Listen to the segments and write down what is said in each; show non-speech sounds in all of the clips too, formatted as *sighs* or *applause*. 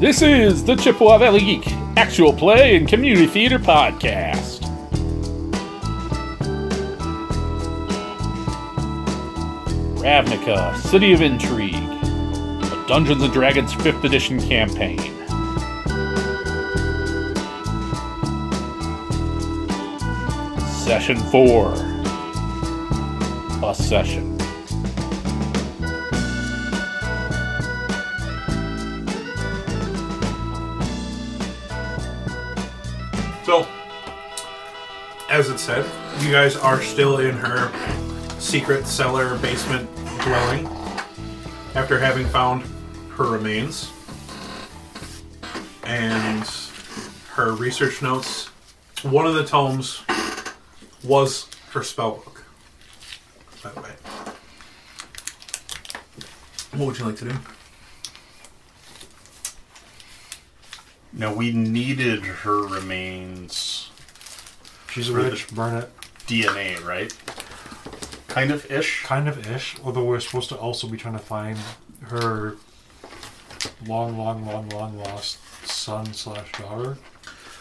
This is the Chippewa Valley Geek Actual Play and Community Theater Podcast. Ravnica, City of Intrigue, a Dungeons and Dragons 5th Edition campaign. Session 4. A session. So, as it said, you guys are still in her secret cellar basement dwelling after having found her remains and her research notes. One of the tomes was her spellbook. By the way, what would you like to do? No, we needed her remains She's a Right. witch, burn it. DNA, right? Kind of ish. Kind of ish, although we're supposed to also be trying to find her long, long, long, long lost son slash daughter.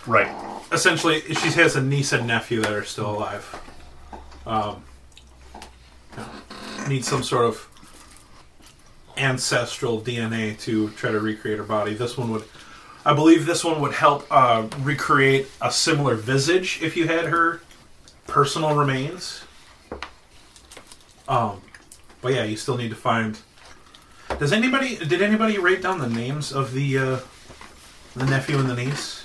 Right. essentially she has a niece and nephew that are still alive um, need some sort of ancestral dna to try to recreate her body this one would i believe this one would help uh, recreate a similar visage if you had her personal remains um, but yeah you still need to find does anybody did anybody write down the names of the uh, the nephew and the niece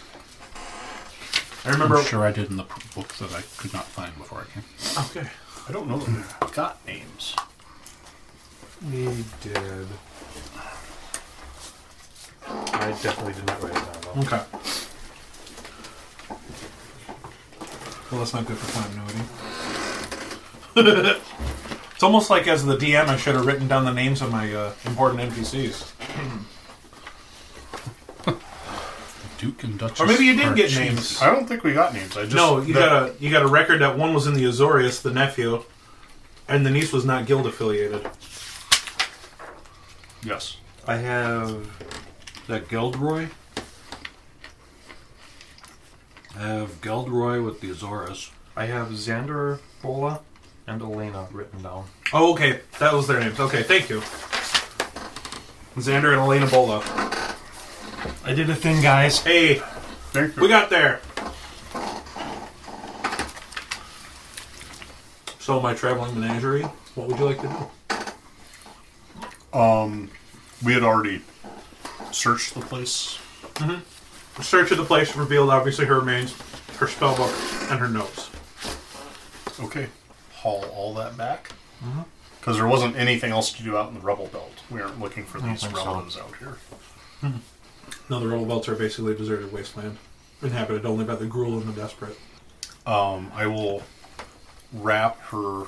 i remember I'm sure I did in the p- book that I could not find before I came. Okay. I don't know that we've got names. We did. I definitely did not write it down. Okay. Well, that's not good for continuity. *laughs* it's almost like as the DM, I should have written down the names of my uh, important NPCs. *laughs* Duke and Duchess. Or maybe you did are get chief- names. I don't think we got names. I just no, you the- got a you got a record that one was in the Azorius, the nephew, and the niece was not guild affiliated. yes. I have that Geldroy. I have Geldroy with the Azores. I have Xander, Bola, and Elena written down. Oh, okay, that was their names. Okay, thank you. Xander and Elena Bola. I did a thing, guys. Hey, Thank you. we got there. So, my traveling menagerie. What would you like to do? We had already searched the place. Search of the place revealed obviously her remains, her spellbook, and her notes. Okay. Haul all that back. Because there wasn't anything else to do out in the rubble belt. We aren't looking for these think so. relatives out here. No, the rebel belts are basically a deserted wasteland, inhabited only by the gruel and the desperate. Um, I will wrap her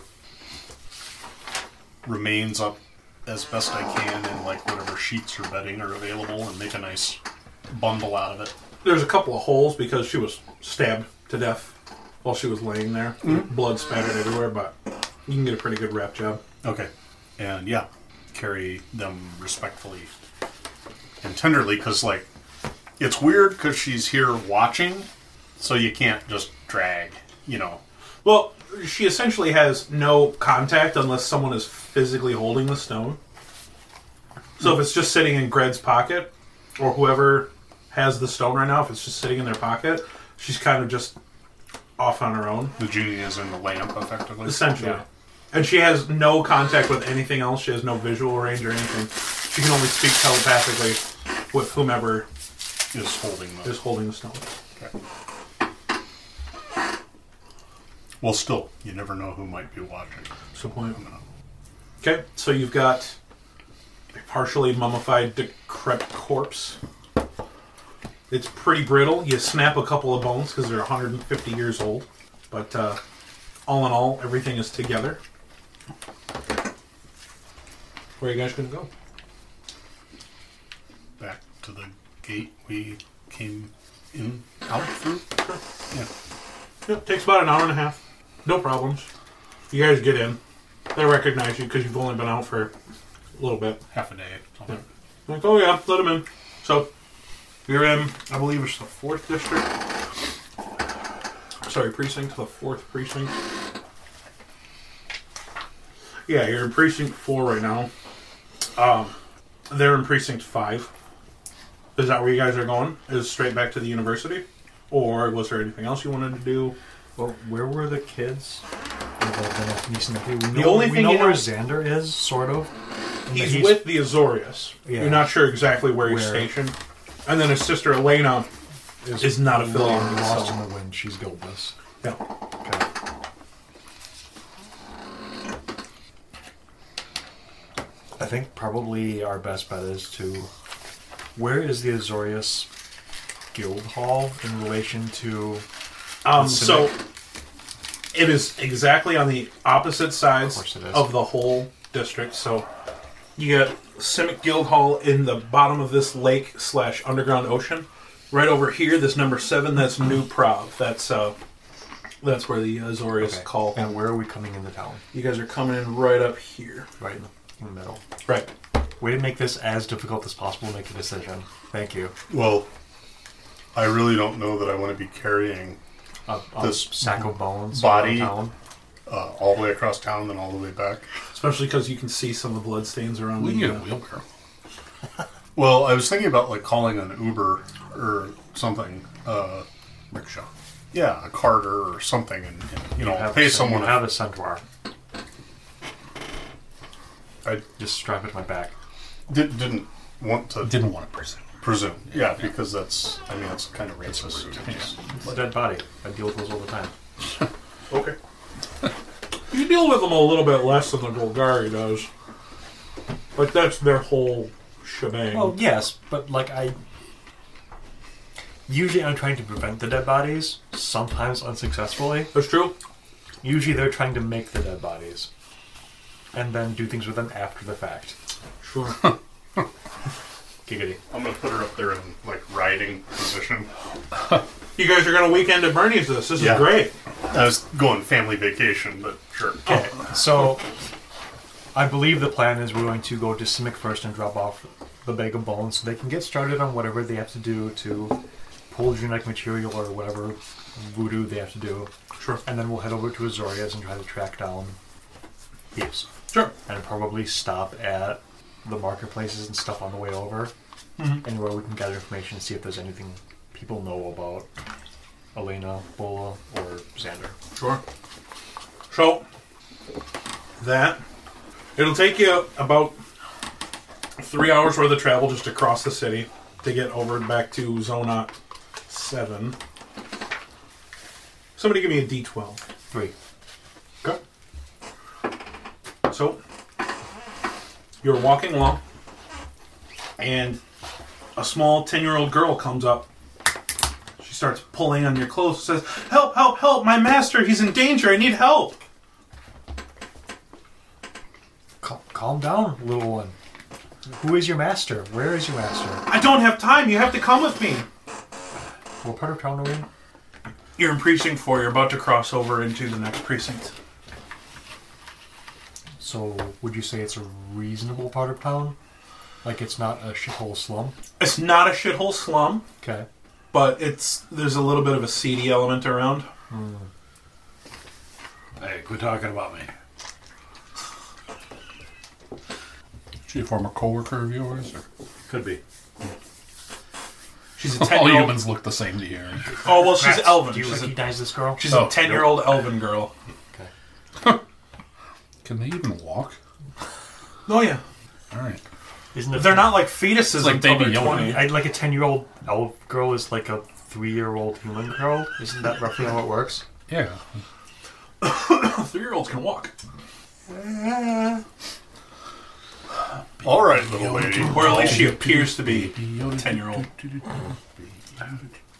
remains up as best I can in like whatever sheets or bedding are available and make a nice bundle out of it. There's a couple of holes because she was stabbed to death while she was laying there. Blood spattered everywhere, but you can get a pretty good wrap job. Okay. And yeah, carry them respectfully and tenderly because like it's weird because she's here watching, so you can't just drag, you know. Well, she essentially has no contact unless someone is physically holding the stone. So if it's just sitting in Gred's pocket, or whoever has the stone right now, if it's just sitting in their pocket, she's kind of just off on her own, The genie is in the lamp effectively. essentially. Yeah. And she has no contact with anything else. She has no visual range or anything. She can only speak telepathically with whomever Is holding the is holding the stone. Well, still, you never know who might be watching. So point. Okay, so you've got a partially mummified, decrepit corpse. It's pretty brittle. You snap a couple of bones because they're 150 years old. But uh, all in all, everything is together. Where are you guys going to go? Back to the gate we came in out through. Yeah. Yep, takes about an hour and a half. No problems. You guys get in. They recognize you because you've only been out for a little bit. half a day. something. Like, oh yeah, let him in. So We're in, I believe it's the fourth district. Sorry, precinct, the fourth precinct. Yeah, you're in precinct four right now. Um, they're in precinct five. Is that where you guys are going? Is straight back to the university, or was there anything else you wanted to do? Well, where were the kids? involved in that niece and nephew? We know, only we thing know you where know- Xander is, sort of. and He's, that with the Azorius. Yeah. You're not sure exactly where he's Where- stationed. And then his sister Elena is not affiliated long with Lost Solomon. in the wind. She's guiltless. Yeah. Okay. I think probably our best bet is to. Where is the Azorius Guild Hall in relation to? Um, Civic. so it is exactly on the opposite sides course it is. of, the whole district. So you got Simic Guild Hall in the bottom of this lake slash underground ocean. Right over here, this number seven. That's New Prov. That's uh, that's where the Azorius call. And where are we coming into town? You guys are coming in right up here. Right in the, in the middle. Right. Way to make this as difficult as possible. to Make a decision. Thank you. Well, I really don't know that I want to be carrying A, a This sack of bones. body- around Town. uh, all the way across town and then all the way back. Especially because you can see some of the bloodstains around We can the. get a uh, wheelbarrow. Well, I was thinking about like calling an Uber or something, uh, Rickshaw. yeah, a Carter or something, and, and, you know, Have- pay someone. you Have a centaur. I Just strap it to my back. did, didn't want to Didn't want to prison. presume, yeah, because that's I mean that's kind of racist. rude, It's- It's a dead body. I deal with those all the time. Okay. *laughs* You deal with them a little bit less than the Golgari does. But that's their whole shebang. Well, yes, but like I. Usually I'm trying to prevent the dead bodies, sometimes unsuccessfully. that's true. Usually they're trying to make the dead bodies. And then do things with them after the fact. *laughs* Sure. Giggity. I'm gonna put her up there in like riding position. you guys are going to weekend at Bernie's this. This Yeah. is great. I was going family vacation, but sure. Okay, so I believe the plan is we're going to go to Simic first and drop off the bag of bones so they can get started on whatever they have to do to pull genetic material or whatever voodoo they have to do. Sure. And then we'll head over to Azoria's and try to track down thieves. Sure. And probably stop at the marketplaces and stuff on the way over. And where we can gather information and see if there's anything people know about Elena, Bola, or Xander. Sure. So, that. It'll take you about three hours worth of travel just across the city to get over back to Zonot 7. Somebody give me a D12. Three. Okay. So, you're walking along, and a small 10 year old girl comes up. She starts pulling on your clothes says, Help, help, help, my master, he's in danger, I need help. Cal- calm down, little one. Who is your master? Where is your master? I don't have time, you have to come with me. What part of town are we in? You're in precinct four, you're about to cross over into the next precinct. So, would you say it's a reasonable part of town? Like it's not a shithole slum? It's not a shithole slum, Okay. but it's there's a little bit of a seedy element around. Hey, quit talking about me. She a former coworker of yours? Or? Could be. *laughs* She's a 10 All year old. humans look the same to you. Oh, well, she's Rats, elven. Do you Oh. She's a, recognize this girl? she's a 10 year old elven girl. okay. Can they even walk? Oh, yeah. All right. Isn't it? They're not like fetuses like until baby they're Yoda. 20. I, like a ten-year-old elf girl is like a three-year-old human girl. Isn't that roughly how it works? Yeah. Three year olds can walk. Uh, All right, little lady. Or at least she appears to be. 10 10-year-old.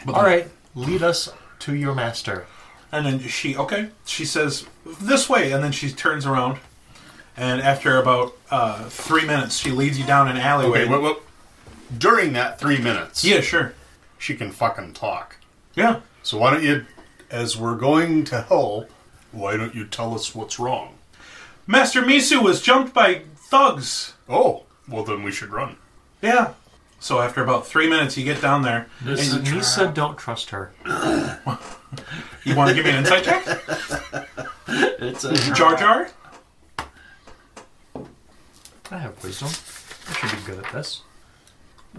All right. Lead us to your master. And then she, okay, she says, this way. And then she turns around. And after about uh, three minutes, she leads you down an alleyway. Okay, wait, wait. During that three minutes, Yeah, sure. she can fucking talk. Yeah. So why don't you, as we're going to help, why don't you tell us what's wrong? Master Misu was jumped by thugs. Oh, well then we should run. Yeah. So after about three minutes, you get down there. This and you, Nisa, don't trust her. you want to give me an insight check? *laughs* It's a Jar Jar? I have wisdom. I should be good at this.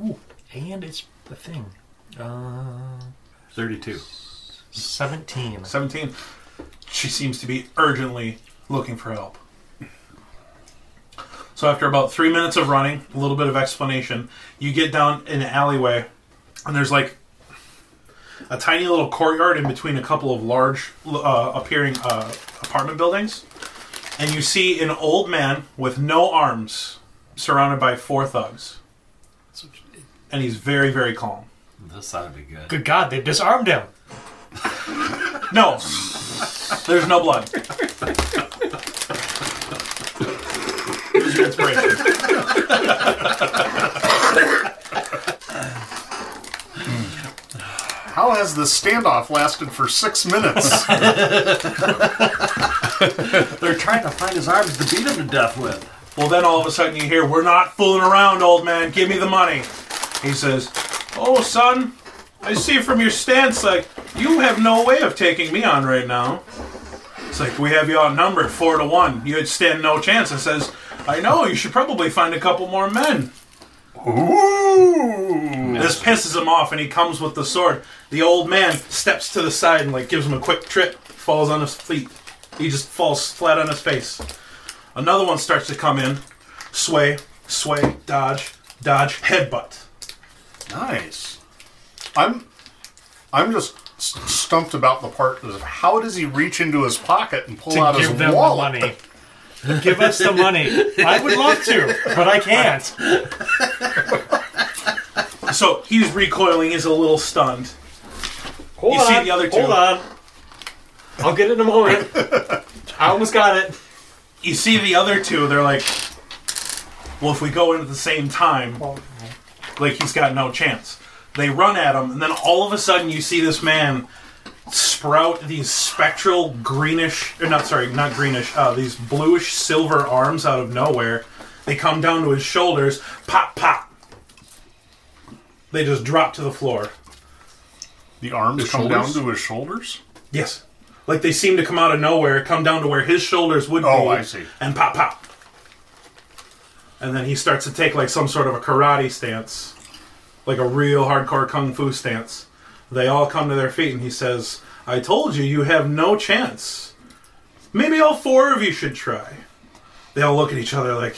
Ooh, and it's the thing. Uh, 32. 17. 17. She seems to be urgently looking for help. So, after about three minutes of running, a little bit of explanation, you get down an alleyway, and there's like a tiny little courtyard in between a couple of large uh, appearing uh, apartment buildings. And you see an old man with no arms surrounded by four thugs. And he's very, very calm. This ought to be good. Good God, they've disarmed him. No. There's no blood. Use your inspiration. How has this standoff lasted for six *laughs* minutes? They're trying to find his arms to beat him to death with. Well, then all of a sudden you hear, We're not fooling around, old man. Give me the money. He says, Oh, son, I see from your stance, like, you have no way of taking me on right now. It's like, We have you outnumbered four to one. You'd stand no chance. And says, I know, you should probably find a couple more men. Ooh! This pisses him off, and he comes with the sword. The old man steps to the side and like gives him a quick trip, falls on his feet. He just falls flat on his face. Another one starts to come in, sway, sway, dodge, dodge, headbutt. Nice. I'm, I'm just st- stumped about the part of how does he reach into his pocket and pull To out his give them wallet? the money. give us the money. I would love to, but I can't. So he's recoiling, he's a little stunned. Hold You see the other two. Hold on. I'll get it in a moment. I almost got it. You see the other two, they're like, well, if we go in at the same time, like he's got no chance. They run at him, and then all of a sudden you see this man sprout these spectral greenish, or not sorry, not greenish, uh, these bluish silver arms out of nowhere. They come down to his shoulders, pop, pop. They just drop to the floor. The arms His come shoulders? down to his shoulders. Yes. Like they seem to come out of nowhere, come down to where his shoulders would be. Oh, I see. And pop, pop. And then he starts to take like some sort of a karate stance, like a real hardcore kung fu stance. They all come to their feet and he says, I told you, you have no chance. Maybe all four of you should try. They all look at each other like,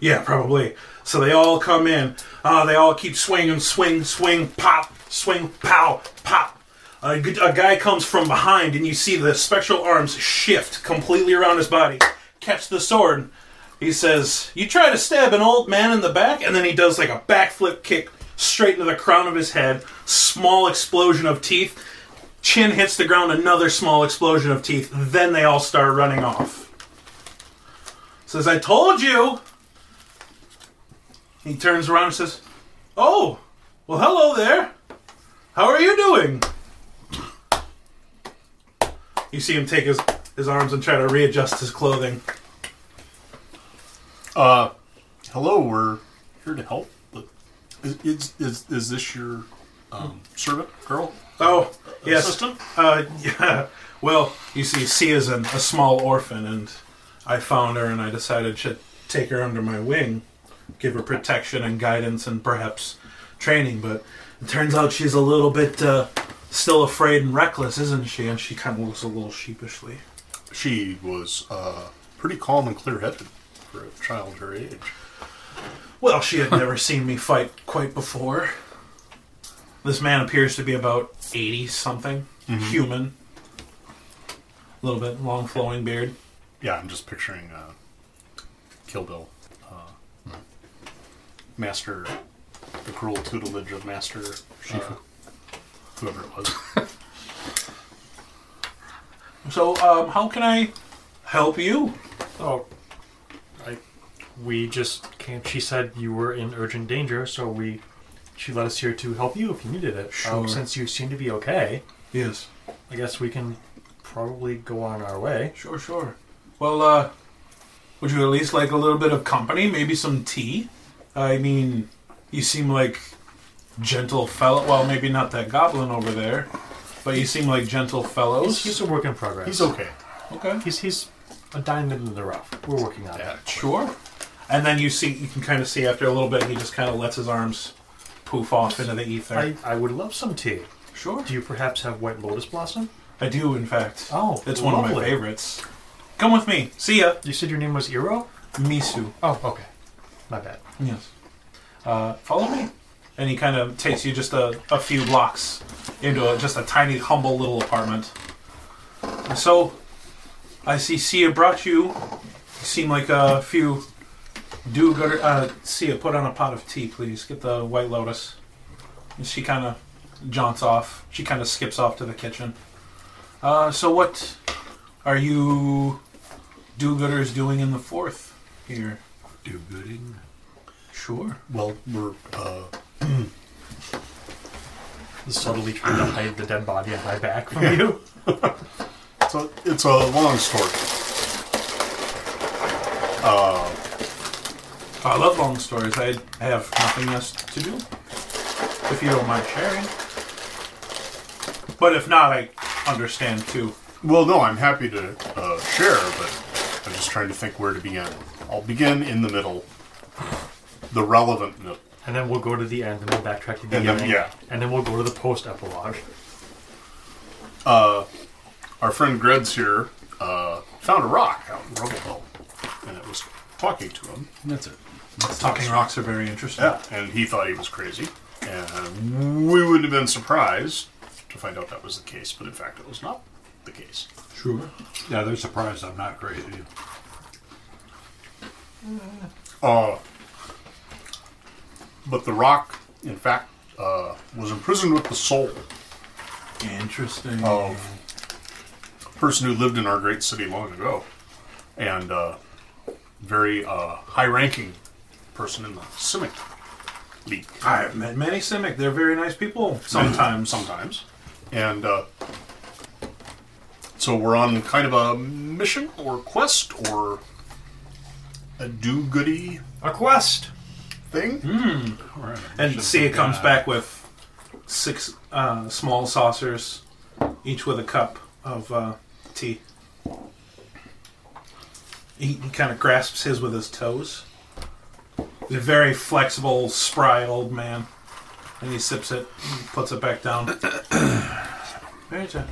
yeah, probably. So they all come in. Uh, they all keep swinging, swing, swing, pop, swing, pow, pop. A, g- a guy comes from behind, and you see the spectral arms shift completely around his body. Catch the sword. He says, You try to stab an old man in the back, and then he does like a backflip kick straight into the crown of his head. Small explosion of teeth. Chin hits the ground, another small explosion of teeth. Then they all start running off. Says, I told you, he turns around and says, Oh, well, hello there. How are you doing? You see him take his, his arms and try to readjust his clothing. Uh, hello, we're here to help. But is is is, is this your um, servant girl? Oh, yes. Assistant? Uh, *laughs* yeah. Well, you see, C is an, a small orphan, and I found her and I decided to take her under my wing, give her protection and guidance and perhaps training. But it turns out she's a little bit uh, still afraid and reckless, isn't she? And she kind of looks a little sheepishly. She was uh, pretty calm and clear-headed for a child her age. Well, she had never seen me fight quite before. This man appears to be about 80 something, human. A little bit long flowing beard. Yeah, I'm just picturing uh, Kill Bill, uh, Master, the cruel tutelage of Master Shifu, whoever it was. So, um, how can I help you? Oh, I, we just came. She said you were in urgent danger, so we, she let us here to help you if you needed it. Um, Sure. since you seem to be okay, Yes. I guess we can probably go on our way. Sure, sure. Well, uh, would you at least like a little bit of company? Maybe some tea? I mean, You seem like gentle fellow. Well, maybe not that goblin over there, but you seem like gentle fellows. He's, he's a work in progress. He's okay. okay. He's, he's a diamond in the rough. We're working on it. Sure. And then you see, you can kind of see after a little bit, he just kind of lets his arms poof off into the ether. I, I would love some tea. sure. Do you perhaps have white lotus blossom? I do, in fact. Oh, it's one of my lovely. favorites. Come with me. See ya, You said your name was Iro? Misu. Oh, okay. My bad. Yes. Uh, follow me. And he kind of takes you just a, a few blocks into a, just a tiny, humble little apartment. So, I see Sia brought you. Seem like a few do gooder. Uh, Sia, put on a pot of tea, please. Get the White Lotus. And she kind of jaunts off. She kind of skips off to the kitchen. Uh, so, what are you do gooders doing in the fourth here? Do gooding. Sure. Well, we're uh, Subtly trying to hide the dead body on my back from you. it's a, it's a long story. I love long stories. I have nothing else to do. If you don't mind sharing. But if not, I understand too. Well, no, I'm happy to uh, share, but I'm just trying to think where to begin. I'll begin in the middle, the relevant middle. And then we'll go to the end and we'll backtrack to the And then- beginning. yeah. And then we'll go to the post epilogue. Our friend Gred's here uh, found a rock out in Rubbleville, and it was talking to him. That's it. Talking rocks are very interesting. Yeah, and he thought he was crazy, and we wouldn't have been surprised to find out that was the case, but in fact, it was not the case. Sure. Yeah, they're surprised I'm not crazy. Uh, but the rock, in fact, uh, was imprisoned with the soul Interesting. of a person who lived in our great city long ago, and uh, very uh, high-ranking person in the Simic League. I've met many Simic. They're very nice people. Sometimes. *laughs* sometimes, and uh, so we're on kind of a mission or quest or a do-goody A quest! thing. Hmm? All right. And Sia comes back with six uh, small saucers, each with a cup of uh, tea. He, he kind of grasps his with his toes. He's a very flexible, spry old man. And he sips it, and puts it back down. very good.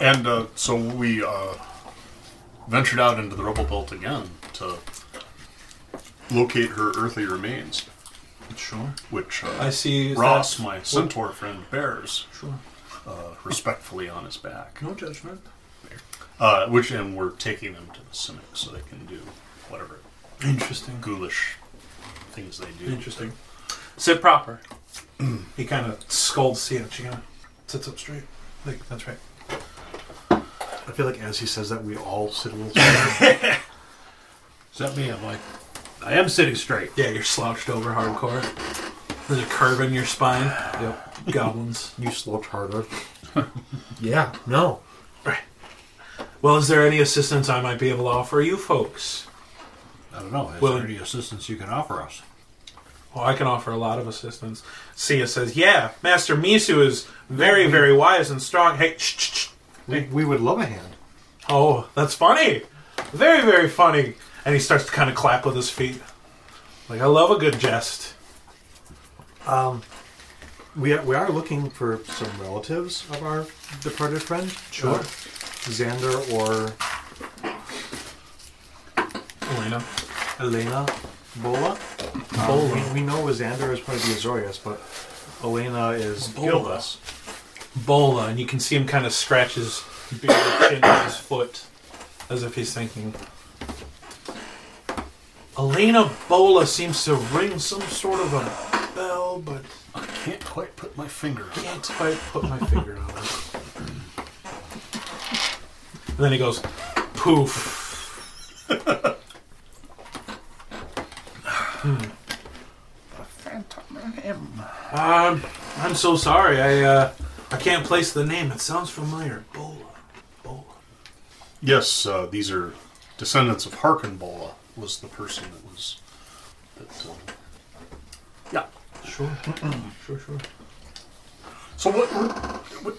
And uh, so we uh, ventured out into the rubble belt again to locate her earthly remains, Sure. which uh, I see. is Ross, that- my centaur friend, bears Sure. uh, respectfully on his back. No judgment. Uh, which and we're taking them to the Simic so they can do whatever Interesting. ghoulish things they do. Interesting. Sit proper. he kind of scolds Sia. She kind of sits up straight. Like, that's right. I feel like as he says that, we all sit *laughs* a little straighter. Is that me? I'm like, I am sitting straight. Yeah, you're slouched over hardcore. There's a curve in your spine. Yep. Goblins. you slouch harder. yeah, no. Right. Well, is there any assistance I might be able to offer you folks? I don't know. Is Well- there any assistance you can offer us? Well, I can offer a lot of assistance. Sia says, Yeah, Master Misu is very, very wise and strong. Hey, shh, shh, shh. We, we would love a hand. Oh, that's funny. Very, very funny. And he starts to kind of clap with his feet. Like, I love a good jest. We are, we are looking for some relatives of our departed friend. Sure. Xander or Elena. Elena Bola. Bola. we, we know Xander is one of the Azorius, but Elena is Bola. Gildas. Bola, and you can see him kind of scratch his beard chin with his foot as if he's thinking. Elena Bola seems to ring some sort of a bell, but Can't quite put my finger. on it. can't quite put my finger on it. And then he goes, poof. Phantom Um, I'm so sorry. I uh, I can't place the name. It sounds familiar. Bola. Bola. Yes, uh, these are descendants of Harkenbola. Was the person that was that uh, Yeah. Sure. sure, sure. So what? what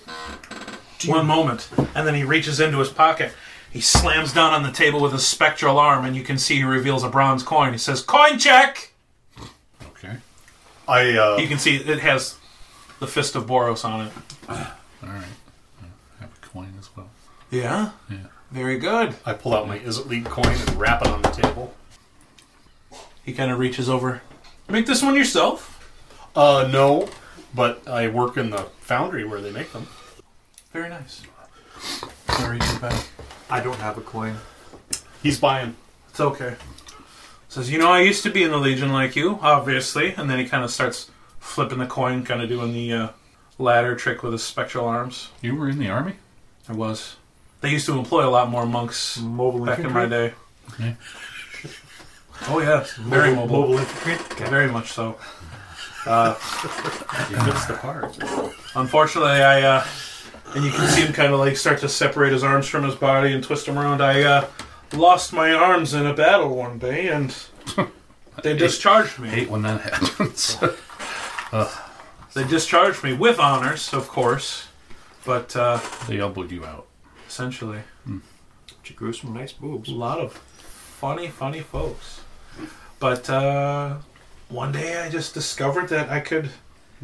One moment, and then he reaches into his pocket. He slams down on the table with his spectral arm, and you can see he reveals a bronze coin. He says, "Coin check." Okay. I uh, You can see it has the fist of Boros on it. All right. I have a coin as well. Yeah. Yeah. Very good. I pull out my is it lead coin and wrap it on the table. He kind of reaches over. Make this one yourself. Uh, no, but I work in the foundry where they make them. Very nice. Sorry, you back. I don't have a coin. He's buying. It's okay. Says, you know, I used to be in the Legion like you, obviously. And then he kind of starts flipping the coin, kind of doing the uh, ladder trick with his spectral arms. You were in the army? It was. They used to employ a lot more monks Mobile back in infantry? my day. Yeah. *laughs* Oh, yes. Very mobile. mobile. infantry? Okay. Very much so. He fits the part. Unfortunately, I uh, and you can see him kind of like start to separate his arms from his body and twist them around. I uh, lost my arms in a battle one day, and they discharged I me. hate when that *laughs* happens. They discharged me with honors, of course, but uh, they elbowed you out. essentially She grew some nice boobs. a lot of funny, funny folks. But uh, one day, I just discovered that I could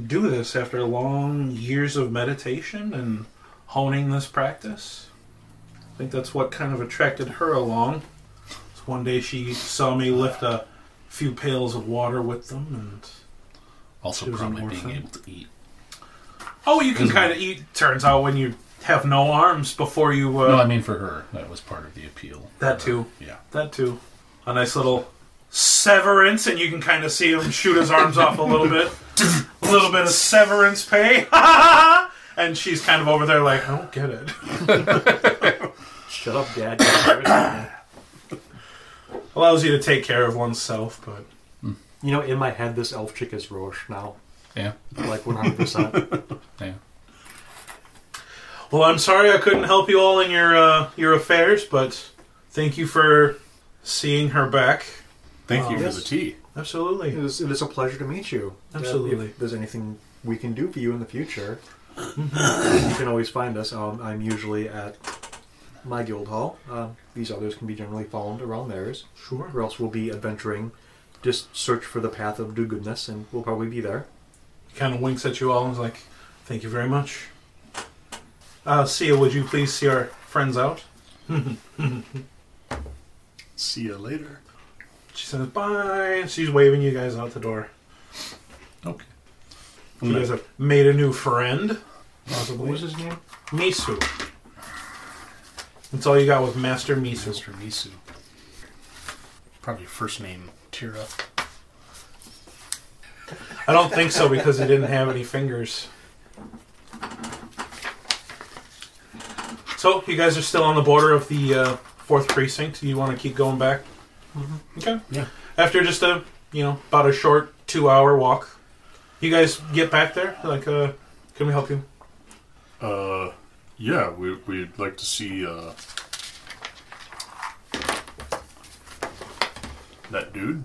do this after long years of meditation and honing this practice. I think that's what kind of attracted her along. So one day she saw me lift a few pails of water with them, and Also, She was an probably being orphan. able to eat. oh, you can Mhm. kind of eat. Turns out when you have no arms before you uh, No, I mean for her. That was part of the appeal. that too. Yeah. That too. A nice little severance, and you can kind of see him shoot his arms off a little bit. A little bit of severance pay. *laughs* and she's kind of over there like, I don't get it. Shut up, Dad. You're embarrassing me. Allows you to take care of oneself, but you know, in my head, this elf chick is Roche now. Yeah. Like 100%. Yeah. well, I'm sorry I couldn't help you all in your uh, your affairs, but thank you for seeing her back. Thank you for Oh, yes. the tea. it, Absolutely. is, it is a pleasure to meet you. Uh, Absolutely. If there's anything we can do for you in the future, you can always find us. Um, I'm usually at my guild hall. Um, these others can be generally found around theirs. Sure. Or else we'll be adventuring. Just search for the path of do goodness, and we'll probably be there. kind of winks at you all and is like, "Thank you very much." Uh, Sia, would you please see our friends out? See you later. She says, "Bye." and She's waving you guys out the door. Okay. You guys have made a new friend, possibly. What was his name? Misu. That's all you got with Master Misu. Mr. Misu. Probably first name Tira. I don't think so because he didn't have any fingers. So you guys are still on the border of the uh, fourth precinct. You want to keep going back? Okay. Yeah. After just a you know about a short two-hour walk, you guys get back there. Like, uh, can we help you? Uh, yeah, we, we'd like to see uh, that dude.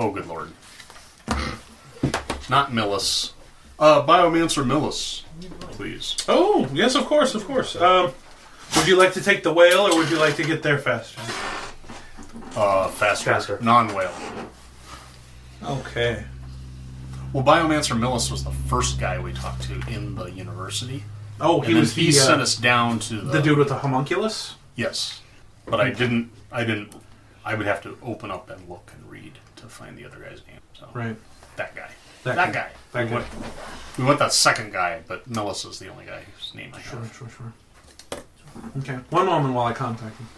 Oh, good lord. Not Millis. Uh, Biomancer Millis, please. Oh yes, of course, of course. Um, would you like to take the whale, or would you like to get there faster? Uh, faster. Faster. Non whale. Okay. Well, Biomancer Millis was the first guy we talked to in the university. Oh, And he then was he the, uh, sent us down to the dude with the homunculus. Yes, but I didn't. I didn't. I would have to open up and look and read to find the other guy's name. So Right. that guy. That That, guy. guy. That we, guy. Went, we went that second guy, but Melissa's the only guy whose name I Sure, have. sure, sure. Okay, one moment while I contact him.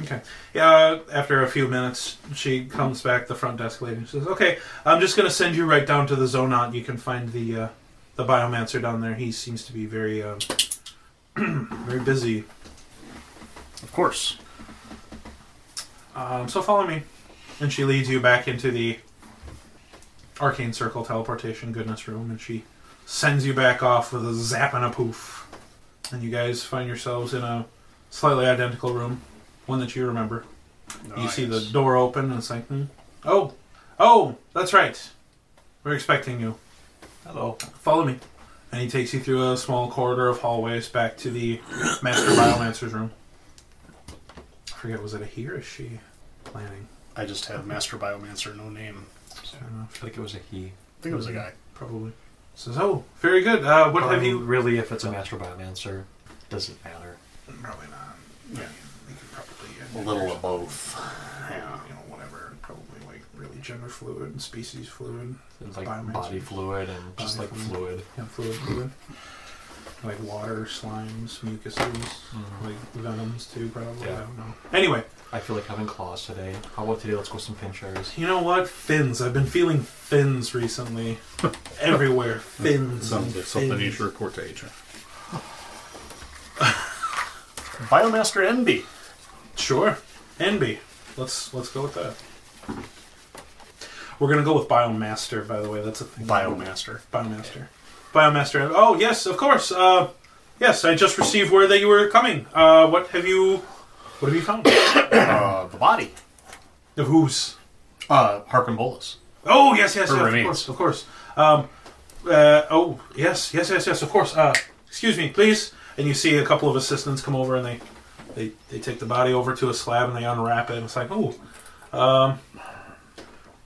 Okay. Yeah, after a few minutes, she comes back, the front desk lady, and says, Okay, I'm just going to send you right down to the Zonot. You can find the uh, the biomancer down there. He seems to be very uh, *clears throat* very busy. Of course. Um, so follow me. And she leads you back into the arcane circle teleportation goodness room, and she sends you back off with a zap and a poof. And you guys find yourselves in a slightly identical room, one that you remember. You see the Nice. door open, and it's like, hmm, Oh, oh, that's right. We're expecting you. Hello. Follow me. And he takes you through a small corridor of hallways back to the *coughs* Master Biomancer's room. I forget, was it a he or a she planning? I just have Master Biomancer, no name. I don't know. I think it was a he. I think it was a guy. Probably. Says, oh, very good. Uh, what But I have mean, you. Um, really, if it's a master biomancer, doesn't matter. Um, Probably not. Yeah. We could probably. A little of both. Yeah. You know, whatever. Probably like really gender fluid and species fluid. It's like Biomancer. body fluid and just Body like fluid. fluid. Yeah, fluid fluid. Like water, slimes, mucuses, Mm-hmm. like venoms too, probably. I Yeah. don't know. Anyway, I feel like having claws today. How about today? Let's go some pinchers. you know what? Fins. I've been feeling *laughs* fins recently. Everywhere. Fins. Sounds and like something you fins. should report to HR. Biomaster Envy. Sure. Envy. Let's let's go with that. We're gonna go with Biomaster, by the way. That's a thing. Biomaster. Biomaster. Biomaster. Oh yes, of course. Uh, yes, I just received word that you were coming. Uh, what have you? What have you found? *coughs* Uh, the body. the who's? Uh, Harkin Bolus. Oh yes, yes, Her yes. Of remains. course, of course. Um, uh, oh yes, yes, yes, yes. Of course. Uh, excuse me, please. And you see a couple of assistants come over and they, they, they take the body over to a slab and they unwrap it. And it's like, oh, um, a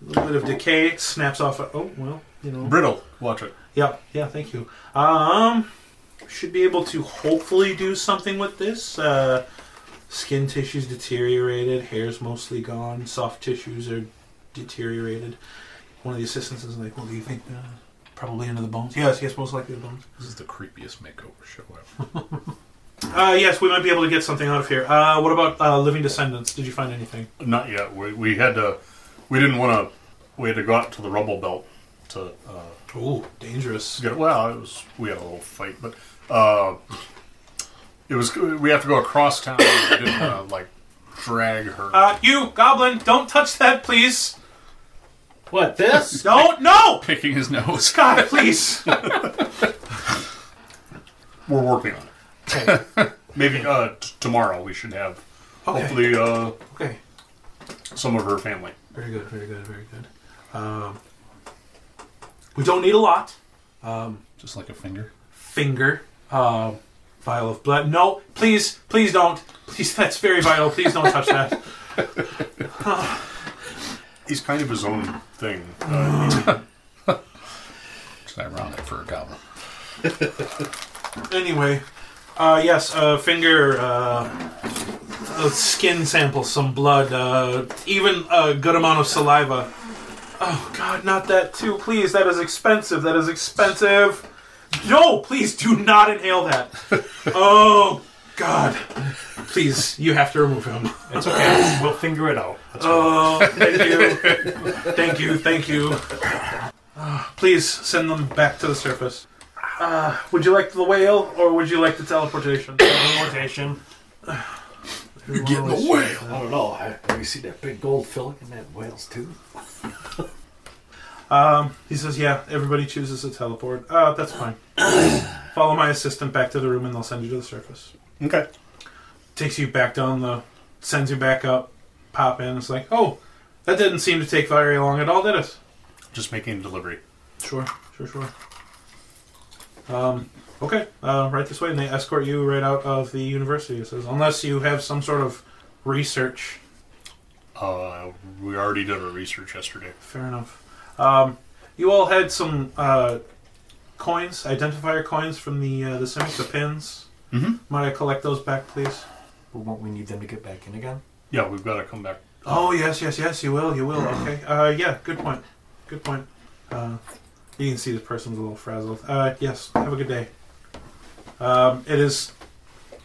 little bit of decay. It snaps off. a- Oh well, you know. Brittle. Watch it. Yeah, yeah, thank you. Um, should be able to hopefully do something with this. Uh, skin tissues deteriorated, hair's mostly gone, soft tissues are deteriorated. One of the assistants is like, "Well, do you think uh, probably into the bones?" Yes, yes, most likely the bones. This is the creepiest makeover show ever. Uh, yes, we might be able to get something out of here. Uh, what about uh, living descendants? Did you find anything? *laughs* Not yet. We, we had to. We didn't want to. We had to go out to the rubble belt to uh, Oh, dangerous. get. Well, it was. We had a little fight, but uh, it was. We have to go across town. we didn't want to like drag her. Uh, you goblin, don't touch that, please. What, this? Don't, no, Picking his nose. Scott, please. *laughs* We're working on it. *laughs* Maybe uh, t- tomorrow we should have Okay. hopefully uh, Okay. some of her family. Very good, very good, very good. Um, we don't need a lot. Just like a finger. Finger, uh, vial of blood. No, please, please don't. Please, that's very vital. Please don't touch that. He's kind of his own thing. Uh, It's ironic for a goblin. Anyway, uh, yes, uh, finger, uh, uh, skin samples, some blood, uh, even a good amount of saliva. Oh, God, not that too. Please, that is expensive. That is expensive. No, please do not inhale that. Oh, God. Please, you have to remove him. It's okay. we'll figure it out. That's fine. Oh, thank you. thank you, thank you. Ah, please send them back to the surface. Uh, would you like the whale or would you like the teleportation? Teleportation. You're getting the whale. I don't know. Have have you seen that big gold filling in that whale's tooth? Um, he says, "Yeah, everybody chooses to teleport. Uh, that's fine. Follow my assistant back to the room, and they'll send you to the surface. okay. Takes you back down the, sends you back up. Pop in. It's like, oh, that didn't seem to take very long at all, did it? Just making a delivery. Sure, sure, sure. Um, okay, uh, right this way, and they escort you right out of the university. It says, unless you have some sort of research. Uh, we already did our research yesterday. Fair enough. Um, you all had some uh, coins, identifier coins from the uh, the Simic, the pins. Mhm. Might I collect those back, please? But won't we need them to get back in again? Yeah, we've got to come back. Oh yes, yes, yes. You will. You will. Okay. Uh, yeah. Good point. Good point. Uh, you can see this person's a little frazzled. Uh, yes. Have a good day. Um, it is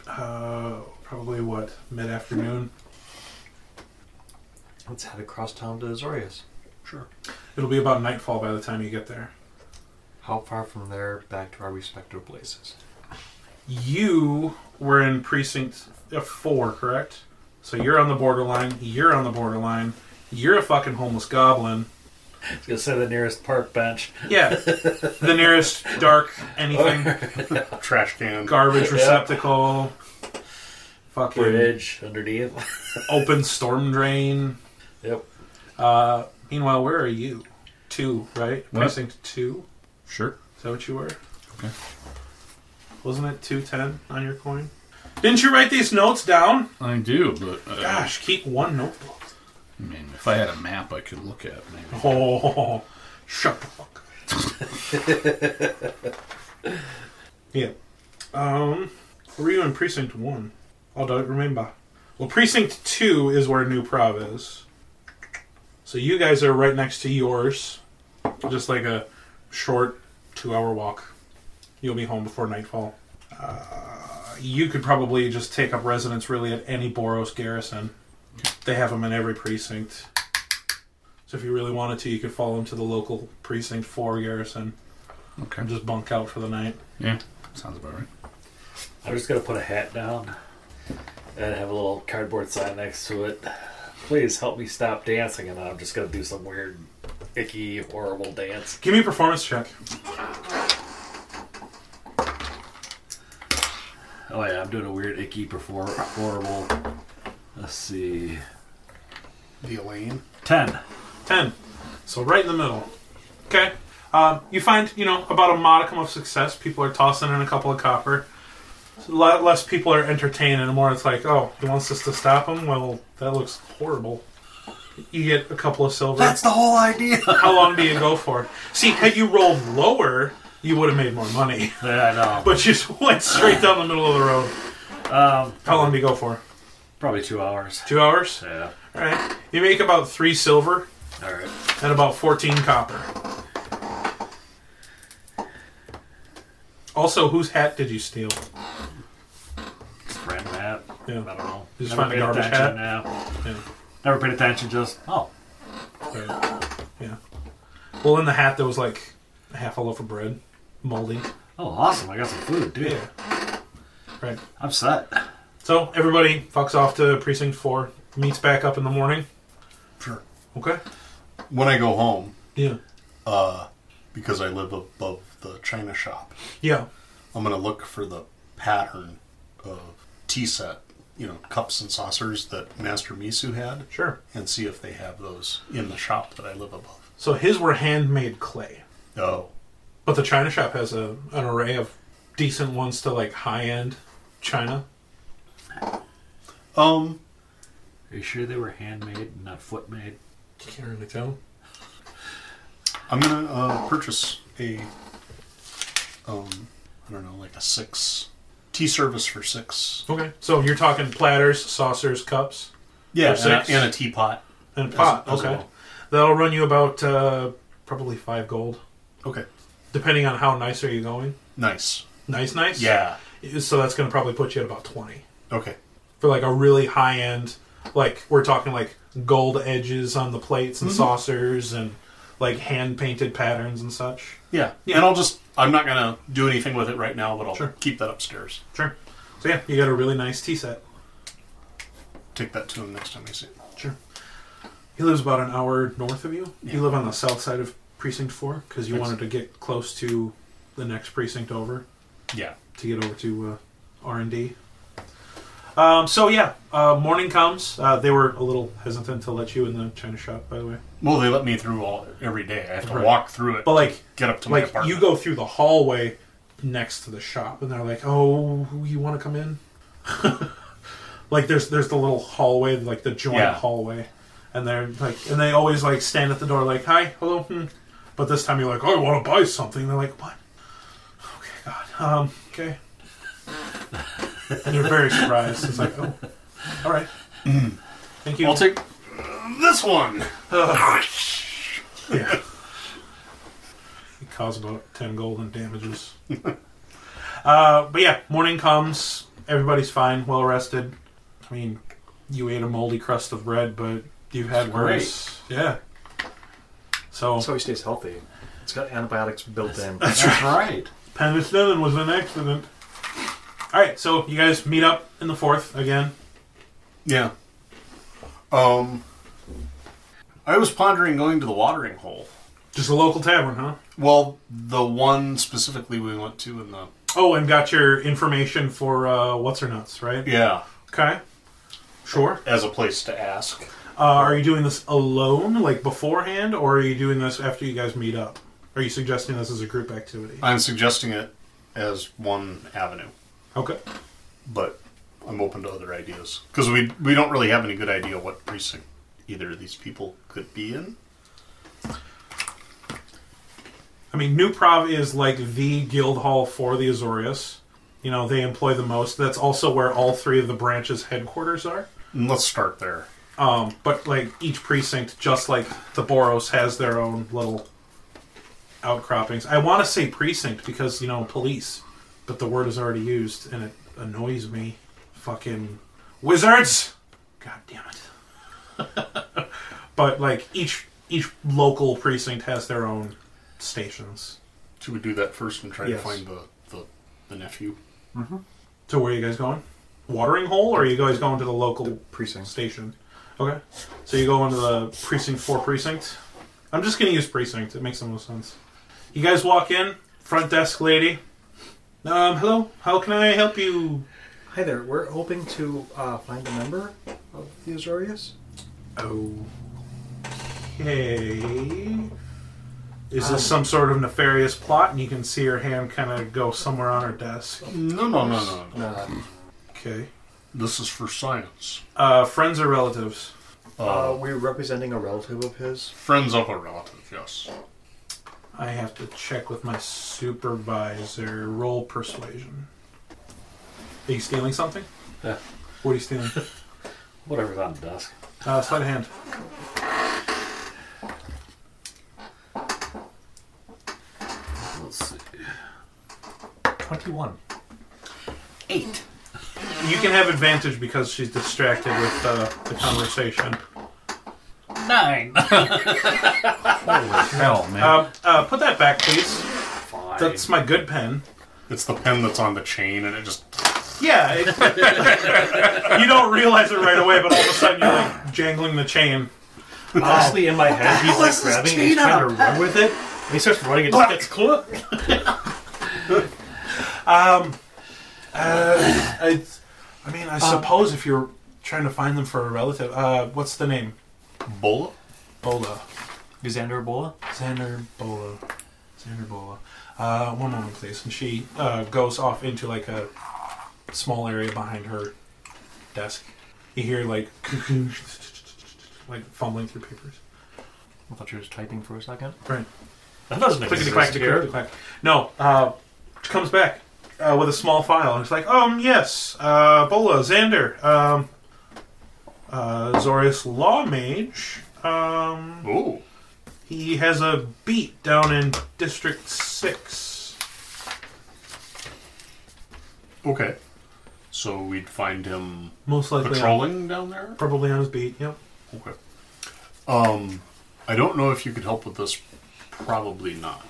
uh, probably what mid afternoon. Let's head across town to Azorius. Sure. It'll be about nightfall by the time you get there. How far from there back to our respective places? You were in precinct uh, four, correct? So you're on the borderline. You're on the borderline. You're a fucking homeless goblin. I was going to say the nearest park bench. Yeah. the nearest dark anything. Trash can. garbage receptacle, fucking *laughs* Bridge underneath. open storm drain. Yep. Uh, meanwhile, where are you? Two, right? What? Precinct two. Sure. Is that what you were? Okay. Wasn't it two ten on your coin? Didn't you write these notes down? I do, but uh, Gosh, keep one notebook. I mean, if I had a map, I could look at maybe. Oh, shut the fuck. up. *laughs* yeah. Um, were you in precinct one? I don't remember. Well, precinct two is where New Prov is. So you guys are right next to yours, just like a short two-hour walk. You'll be home before nightfall. Uh, you could probably just take up residence really at any Boros garrison. They have them in every precinct. So if you really wanted to, you could fall into the local precinct four garrison Okay. and just bunk out for the night. Yeah, sounds about right. I'm just gonna put a hat down and have a little cardboard sign next to it. Please help me stop dancing, and I'm just gonna do some weird, icky, horrible dance. Give me a performance check. Oh yeah, I'm doing a weird, icky, perform horrible. Let's see, The Elaine. ten. Ten. So right in the middle. Okay. Um, you find you know about a modicum of success. People are tossing in a couple of copper. So le- less people are entertained, and the more it's like, oh, he wants us to stop him. Well, that looks horrible. You get a couple of silver. That's the whole idea. How long do you go for? See, had you rolled lower, you would have made more money. *laughs* Yeah, I know. But you just *laughs* went straight down the middle of the road. Um, How long do you go for? probably two hours. Two hours? Yeah. All right. You make about three silver All right. and about 14 copper. Also, whose hat did you steal? Just random hat. Yeah. I don't know. You just Never find a paid garbage attention, Yeah. Yeah. Never paid attention. Just oh, Yeah. Well, in the hat, there was like a half a loaf of bread, moldy. oh, awesome! I got some food, dude. Yeah. Right. I'm set. So, everybody fucks off to Precinct 4, meets back up in the morning. Sure. Okay? When I go home, Yeah. because I live above the China shop, Yeah. I'm gonna look for the pattern of tea set, you know, cups and saucers that Master Misu had, Sure. and see if they have those in the shop that I live above. So, his were handmade clay. Oh, But the China shop has a an array of decent ones to like high end China. um, Are you sure they were handmade, and not foot made? Can't really tell. I'm gonna uh, purchase a, um, I don't know, like a six tea service for six. Okay, so you're talking platters, saucers, cups, Yeah, For and a, six? and a teapot. and pot. as okay, well. that'll run you about uh, probably five gold, Okay, depending on how nice are you going. nice. Nice, nice. Yeah. So that's going to probably put you at about twenty Okay. for like a really high end. Like we're talking like gold edges on the plates and saucers and like hand painted patterns and such. Yeah. Yeah. And I'll just, I'm not going to do anything with it right now, but I'll Sure. keep that upstairs. Sure. So yeah, you got a really nice tea set. Take that to him next time I see him. Sure. He lives about an hour north of you. Yeah. You live on the south side of precinct four because you Yes. wanted to get close to the next precinct over Yeah. to get over to uh, R and D. Um, so yeah, uh, morning comes. Uh, they were a little hesitant to let you in the China shop, by the way. Well, they let me through all every day. I have to Right. walk through it, But like, get up to my like apartment. you go through the hallway next to the shop, and they're like, "Oh, you want to come in?" *laughs* like there's there's the little hallway, like the joint Yeah. hallway, and they're like, and they always like stand at the door, like, "Hi, hello." Hmm. But this time you're like, "I want to buy something." They're like, "What?" Okay, God. Um, *laughs* okay. and you're very surprised. It's like, "Oh, all *clears throat* right." Thank you. I'll take this one. Yeah. it caused about 10 gold in damages. uh, but yeah, morning comes. Everybody's fine, well rested. I mean, you ate a moldy crust of bread, but you've had great. worse. Yeah. So, So he stays healthy. It's got antibiotics built in. That's right. penicillin was an accident. All right, so you guys meet up in the fourth again. Yeah. Um, I was pondering going to the watering hole. Just a local tavern, huh? Well, the one specifically we went to in the. Oh, and got your information for uh, what's her nuts, right? Yeah. Okay. Sure. As a place to ask. Uh, are you doing this alone, like beforehand, or are you doing this after you guys meet up? Are you suggesting this as a group activity? I'm suggesting it as one avenue, Okay. but I'm open to other ideas because we we don't really have any good idea what precinct either of these people could be in. I mean, New Prov is like the guild hall for the Azorius. You know, they employ the most. That's also where all three of the branches' headquarters are. And let's start there. Um, but like each precinct, just like the Boros, has their own little outcroppings. I want to say precinct because you know police, but the word is already used and it annoys me. Fucking wizards! God damn it! *laughs* but like each each local precinct has their own stations. Should we do that first and try Yes. to find the, the the nephew? So where are you guys going? Watering hole, or are you guys going to the local Precincts. station? Okay. So you go into the precinct four precinct. I'm just gonna use precinct. It makes the most sense. You guys walk in. Front desk lady. Um, hello. How can I help you? Hi there. We're hoping to uh, find a member of the Azorius. Okay. Is this some sort of nefarious plot? And you can see her hand kind of go somewhere on her desk. No, no, no, no, no. Uh, Okay. This is for science. Uh, friends or relatives? Oh. uh, we're representing a relative of his. Friends of a relative, yes. I have to check with my supervisor. Roll persuasion. Are you stealing something? Yeah. What are you stealing? *laughs* Whatever's on the desk. uh, sleight of hand. Let's see. Twenty-one. You can have advantage because she's distracted with uh, the conversation. *laughs* Nine. Hell, man. Uh, uh, put that back, please. Fine. That's my good pen. It's the pen that's on the chain, and it just Yeah. it- *laughs* you don't realize it right away, but all of a sudden you're like jangling the chain. Honestly, in my head, he's like grabbing it, he's trying to run with it. And he starts running, it just gets *laughs* caught. I, Um, uh, I mean, Um, I suppose if you're trying to find them for a relative, uh, what's the name? Bola? Bola. Xander Ebola. Xander Bola. Xander Bola. Uh, one moment, please. And she uh, goes off into like a small area behind her desk. You hear like *laughs* like fumbling through papers. I thought you were just typing for a second. Right. That doesn't Clickety exist clack, clickety clack. No. Uh, she comes back uh, with a small file and it's like, um, yes, uh, Bola, Xander, um, uh, Zorius Law Mage. Um, Ooh. He has a beat down in District 6. Okay. So we'd find him Most likely. on- patrolling down there? probably on his beat, yep. Okay. Um, I don't know if you could help with this. Probably not.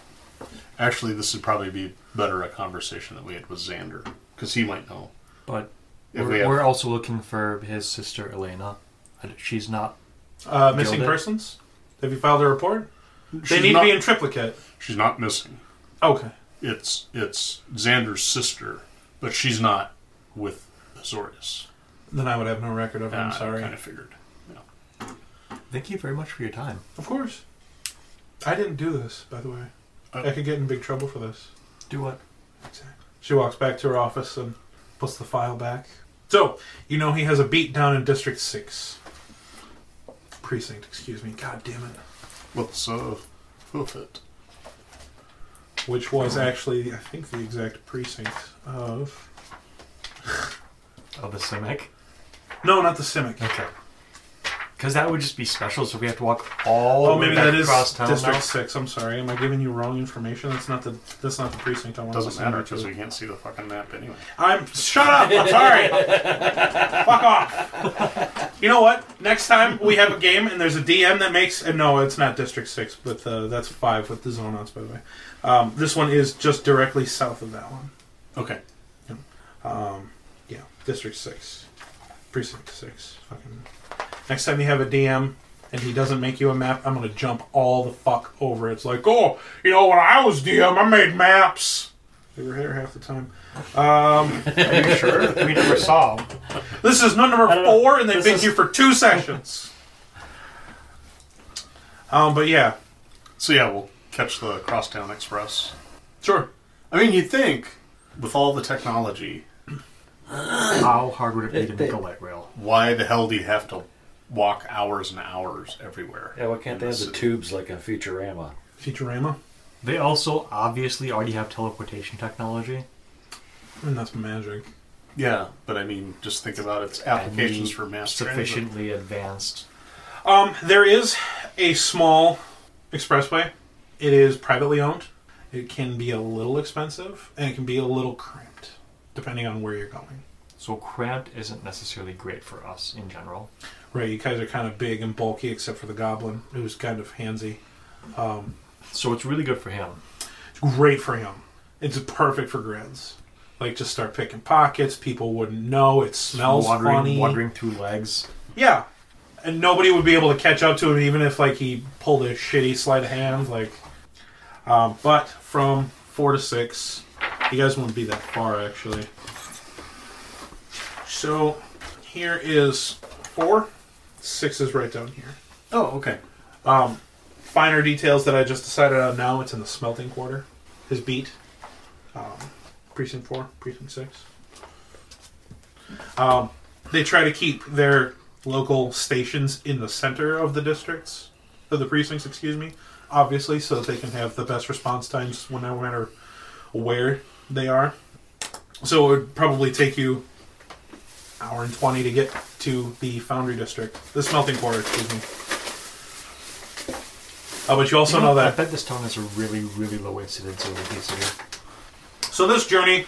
Actually, this would probably be better a conversation that we had with Xander, because he might know. But If we're, we have- we're also looking for his sister Elena. I d- She's not. Uh, missing Gilded. persons? Have you filed a report? They She's need not- to be in triplicate. She's not missing. Okay. It's it's Xander's sister, but she's not with Azorius. Then I would have no record of it. Ah, I'm sorry. kind of figured. Yeah. Thank you very much for your time. Of course. I didn't do this, by the way. Uh, I could get in big trouble for this. Do what? She walks back to her office and puts the file back. So, you know he has a beat down in District 6. Precinct, excuse me. God damn it. Let's uh, hoof it. which was actually, I think, the exact precinct of. Oh, the Simic. No, not the Simic. Okay. Because that would just be special. So we have to walk all Oh, the maybe way back that is across town District now? Six. I'm sorry. Am I giving you wrong information? That's not the. That's not the precinct I want to Doesn't send matter you because to. we can't see the fucking map anyway. I'm shut up. I'm sorry. Fuck off. You know what? Next time we have a game and there's a DM that makes. And no, it's not District Six, but uh, that's five with the Zonauts, by the way. Um, this one is just directly south of that one. Okay. Yeah, District Six, Precinct Six. Fucking. Next time you have a DM and he doesn't make you a map, I'm gonna jump all the fuck over. it. It's like, oh, you know, when I was DM, I made maps. They were here half the time. Um, Are you sure? *laughs* we never saw him. this is number don't know. four, and they've This been is- *laughs* here for two sessions. Um, but yeah, So yeah, we'll catch the Crosstown Express. sure. I mean, you'd think with all the technology, How hard would it be to make a light rail? why the hell do you have to walk hours and hours everywhere? Yeah, why can't they have the tubes like in Futurama? Futurama. They also obviously already have teleportation technology. And that's magic. Yeah, but I mean, just think about its applications for mass transit. sufficiently advanced. Um, there is a small expressway. It is privately owned. It can be a little expensive and it can be a little cramped, depending on where you're going. So cramped isn't necessarily great for us in general. Right, you guys are kind of big and bulky, except for the goblin, who's kind of handsy. So it's really good for him. It's great for him. It's perfect for grids. Like, just start picking pockets. People wouldn't know. It smells wandering, funny. wandering through legs. Yeah, and nobody would be able to catch up to him, even if like he pulled a shitty sleight of hand. Like, um, but from four to six, you guys wouldn't be that far actually. So here is four, six is right down here. Oh, okay. Finer details that I just decided on now. It's in the smelting quarter. His beat, um, precinct four, precinct six. Um, they try to keep their local stations in the center of the districts of the precincts excuse me obviously so that they can have the best response times when no matter where they are so it would probably take you hour and 20 to get to the foundry district the smelting quarter excuse me uh, but you also know I that bet this town has a really, really low incidence of obesity. So this journey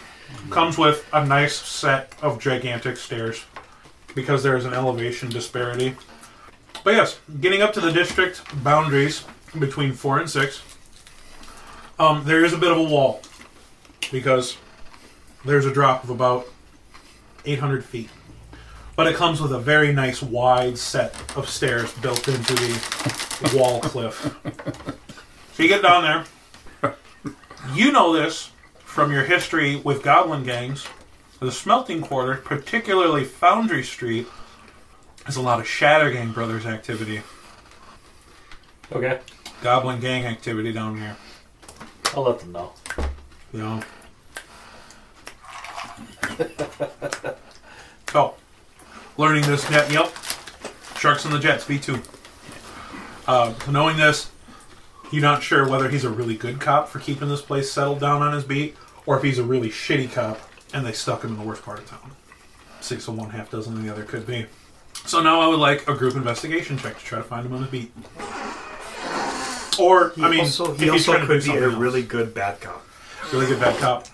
comes with a nice set of gigantic stairs because there is an elevation disparity. But yes, getting up to the district boundaries between four and six, um, there is a bit of a wall because there's a drop of about 800 feet. But it comes with a very nice wide set of stairs built into the wall cliff. So you get down there. You know this from your history with goblin gangs, the smelting quarter, particularly Foundry Street, is a lot of Shatter Gang Brothers activity, Okay, goblin gang activity down here. I'll let them know. You know. *laughs* so, learning this net. Yep. Sharks and the Jets. V two. Uh, knowing this, you're not sure whether he's a really good cop for keeping this place settled down on his beat, or if he's a really shitty cop and they stuck him in the worst part of town. Six of one, half dozen of the other could be. So now I would like a group investigation check to try to find him on his beat. Or I mean, also, if he he's also trying to do could be something a else really good bad cop. really good bad cop.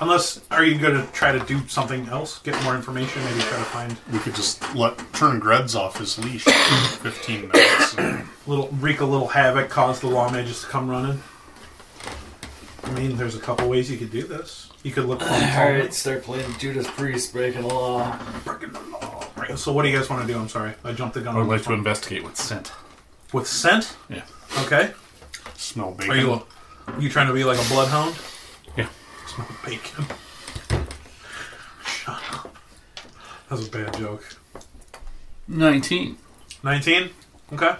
Unless, are you going to try to do something else? Get more information? Maybe try to find We could just let turn Greds off his leash for 15 minutes. and- little wreak a little havoc, cause the law mages to come running. I mean, there's a couple ways you could do this. You could look. All right, start playing Judas Priest, breaking the law. Breaking the law. So, what do you guys want to do? I'm sorry, I jumped the gun. I would like to investigate with scent. With scent. Yeah. Okay. Smell bacon. Are you you trying to be like a bloodhound? Yeah. Smell bacon. Shut up. That was a bad joke. 19. 19? Okay.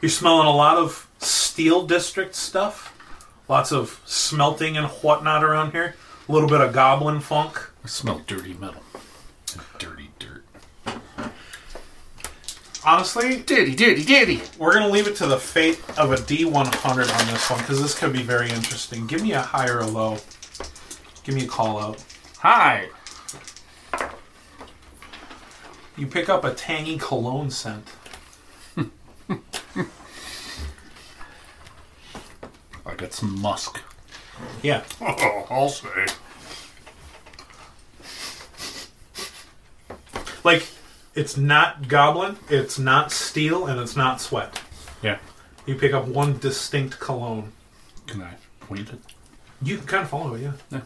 You're smelling a lot of steel district stuff. Lots of smelting and whatnot around here. A little bit of goblin funk. I smell dirty metal. Dirty dirt. Honestly, Dirty, dirty, dirty. we're going to leave it to the fate of a D100 on this one because this could be very interesting. Give me a high or a low. Give me a call out. Hi. You pick up a tangy cologne scent. I got some musk. Yeah. Oh, *laughs* I'll say. Like, it's not goblin, it's not steel, and it's not sweat. Yeah. You pick up one distinct cologne. Can I point it? You can kind of follow it, yeah. Yeah.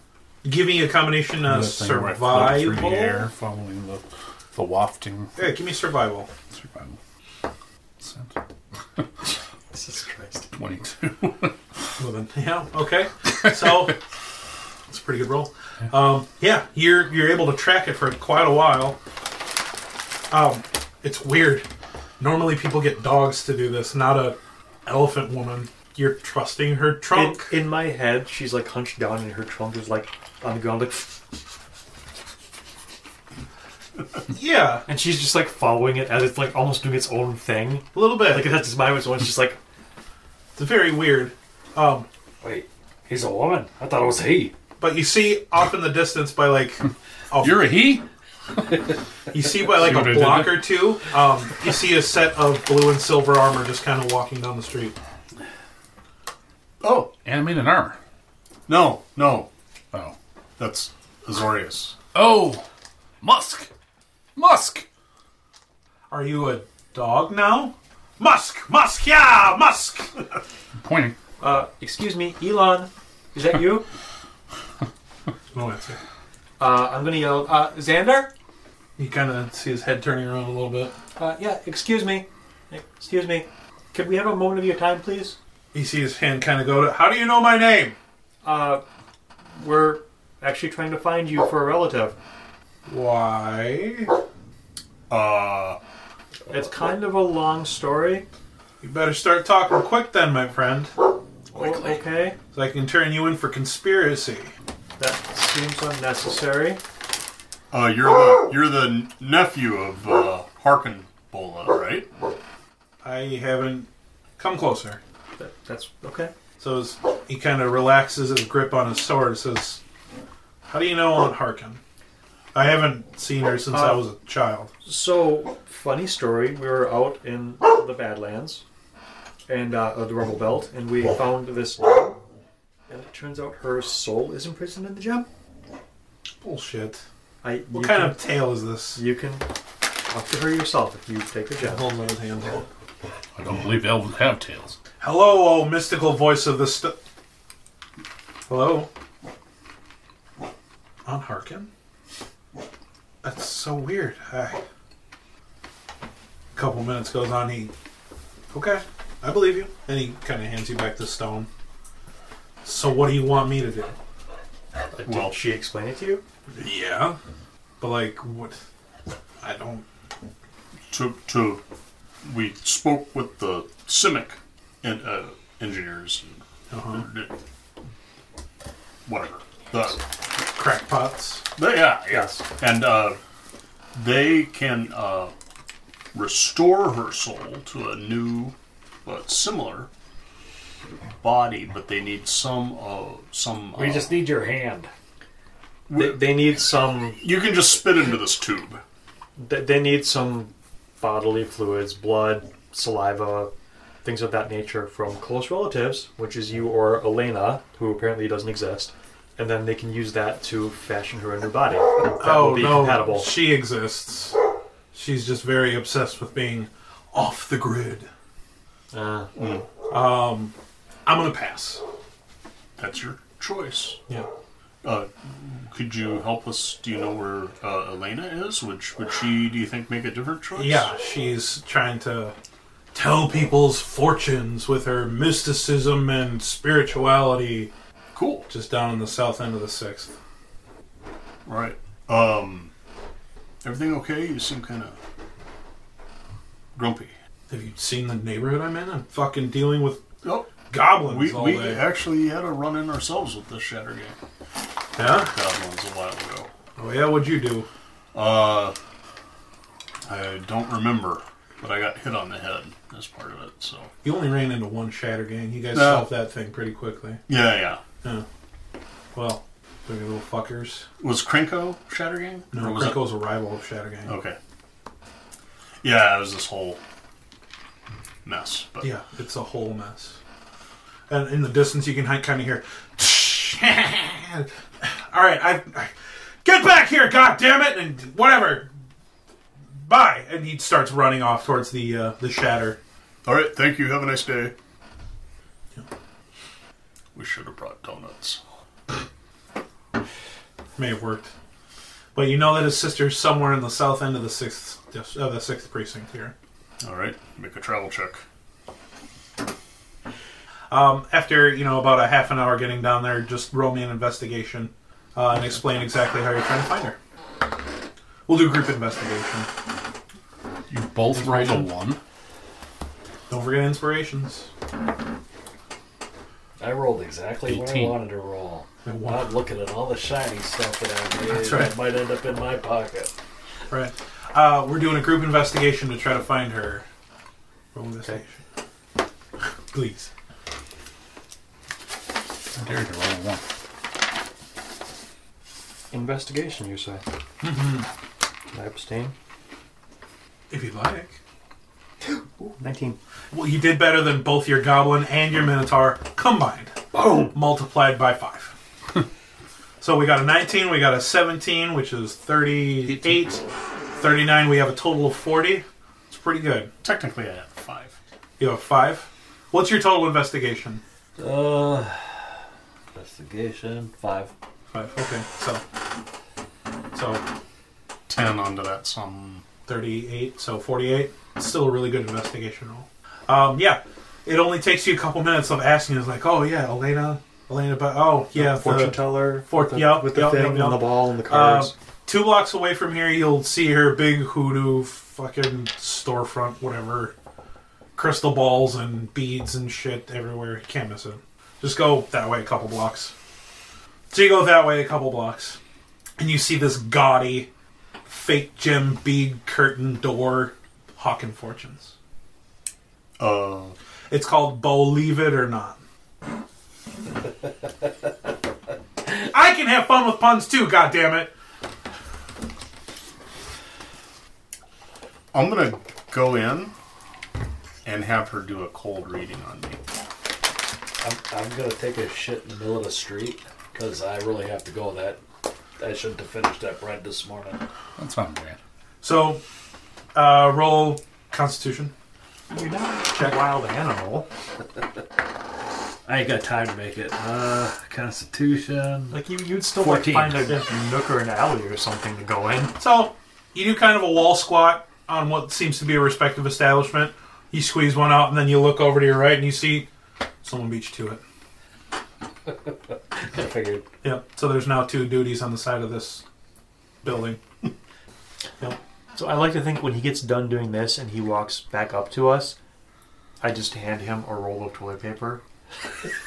Give me a combination of That thing where I float through the survival. air, following the, the wafting. Yeah, give me survival. Survival. Scent. Jesus Christ. 22. Well, then, yeah, okay. *laughs* So it's a pretty good roll. Um, yeah, you're you're able to track it for quite a while. Um, it's weird. Normally, people get dogs to do this, not a elephant woman. You're trusting her In, trunk. in my head, she's like hunched down, and her trunk is like on the ground, like, *laughs* yeah, and she's just like following it as it's like almost doing its own thing. a little bit. Like it has its mind on its own. It's just like it's very weird. Um, Wait, he's a woman. I thought it was he. but you see off in the distance by like You're a he? you see by like See what I a did block there? or two. Um, you see a set of blue and silver armor just kind of walking down the street. Oh Animated armor. no, no, Oh. that's Azorius. Oh! Musk! Musk! Are you a dog now? Musk, Musk, yeah, Musk. Pointing. Uh, excuse me, Elon, is that you? *laughs* Oh, No answer. uh, I'm gonna yell, uh, Xander? You kind of see his head turning around a little bit. Uh, yeah, excuse me. Excuse me. Could we have a moment of your time, please? You see his hand kind of go to. How do you know my name? Uh, we're actually trying to find you for a relative. Why? Uh, It's kind of a long story. You better start talking quick then, my friend, O- okay. so I can turn you in for conspiracy. That seems unnecessary. uh, you're the you're the nephew of uh, Harkin Bola, right? I haven't come closer. That, that's okay. So as he kind of relaxes his grip on his sword. Says, "How do you know Aunt Harkin? I haven't seen her since I was a child." So, funny story. We were out in the Badlands and uh, uh, the Rubble Belt, and we found this gem. And it turns out her soul is imprisoned in the gem. Bullshit. I, What you kind can- of tale is this? You can talk to her yourself if you take the gem. Holds out his hand. I don't believe elves have tails. Hello, oh mystical voice of the st- Hello, Aunt Harkin. That's so weird. I... A couple minutes goes on. He, okay, I believe you. And he kind of hands you back the stone. So what do you want me to do? Did she explain it to you? Yeah, but like what? I don't. to to we spoke with the Simic and uh, engineers Uh-huh. and whatever the Crackpots. They- yeah, yes. And uh, they can uh, restore her soul to a new, but similar body. But they need some uh, some. We uh, just need your hand. They, they need some. you can just spit into this tube. They, they need some bodily fluids, blood, saliva, things of that nature from close relatives, which is you or Elena, who apparently doesn't exist. And then they can use that to fashion her a new body. That will be compatible. Oh, She exists. She's just very obsessed with being off the grid. Um, Uh, I'm gonna pass. That's your choice. Yeah. Uh, could you help us? Do you know where uh, Elena is? Would sh- would she? Do you think make a different choice? Yeah, she's trying to tell people's fortunes with her mysticism and spirituality Cool. just down in the south end of the sixth. Right. Um. Everything okay? You seem kind of grumpy. Have you seen the neighborhood I'm in? I'm fucking dealing with Oh, goblins we, all we day. actually had a run in ourselves with this Shatter Gang yeah? goblins a while ago. Oh yeah, what'd you do? Uh, I don't remember, but I got hit on the head as part of it. So You only ran into one shatter gang. You guys No. solved that thing pretty quickly. yeah, yeah. Well, they're little fuckers. Was Krenko Shatter Gang? Or No, was Oh. that- Krinko's a rival of shatter gang. Okay. Yeah, it was this whole mess. But Yeah, it's a whole mess. And in the distance, you can kind of hear. *laughs* All right, I, I get back here, God damn it, and whatever. Bye. And he starts running off towards the uh, the shatter. All right, thank you. Have a nice day. We should have brought donuts. May have worked, but you know that his sister's somewhere in the south end of the sixth dis- of the sixth precinct here. All right, make a travel check. Um, after you know about a half an hour getting down there, just roll me an investigation uh, and explain exactly how you're trying to find her. We'll do group investigation. You both rolled a one. Don't forget inspirations. I rolled exactly what I 18. wanted to roll. I want- Not looking at all the shiny stuff that *laughs* I made That's right. that might end up in my pocket. Right. Uh, we're doing a group investigation to try to find her. Roll investigation. Please. I dare you to roll a one. Investigation, you say? Mm-hmm. Mm-hmm. I abstain. If you'd like. Ooh, 19. Well, you did better than both your goblin and your minotaur combined. Boom! Multiplied by five. so we got a 19, we got a 17, which is 38, 39, we have a total of 40. It's pretty good. Technically, I have five. You have a five. What's your total investigation? Uh, investigation five. Five. Okay, so. So Ten onto that sum. 38, so 48. Still a really good investigation roll. Um, yeah, it only takes you a couple minutes of asking. It's like, oh yeah, Elena, Elena, but oh yeah, the- Fortune teller. for- with the, yep, with the yep, thing yep, yep. and the ball and the uh, cards. two blocks away from here, you'll see her big hoodoo fucking storefront, whatever, crystal balls and beads and shit everywhere. You can't miss it. Just go that way a couple blocks. So you go that way a couple blocks, and you see this gaudy, fake gem bead curtain door, hawking fortunes. Uh, It's called Believe It or Not. *laughs* I can have fun with puns too, goddammit. I'm gonna go in and have her do a cold reading on me. I'm, I'm gonna take a shit in the middle of the street because I really have to go. That I shouldn't have finished that bread this morning. That's not bad. So, uh, roll Constitution. You're not a wild animal. I ain't got time to make it. Uh, Constitution. Like you, you'd still like 14. find a nook or an alley or something to go in. So, you do kind of a wall squat on what seems to be a respective establishment. You squeeze one out, and then you look over to your right, and you see someone beat you to it. I figured. Yep. So there's now two duties on the side of this building. So I like to think when he gets done doing this and he walks back up to us, I just hand him a roll of toilet paper.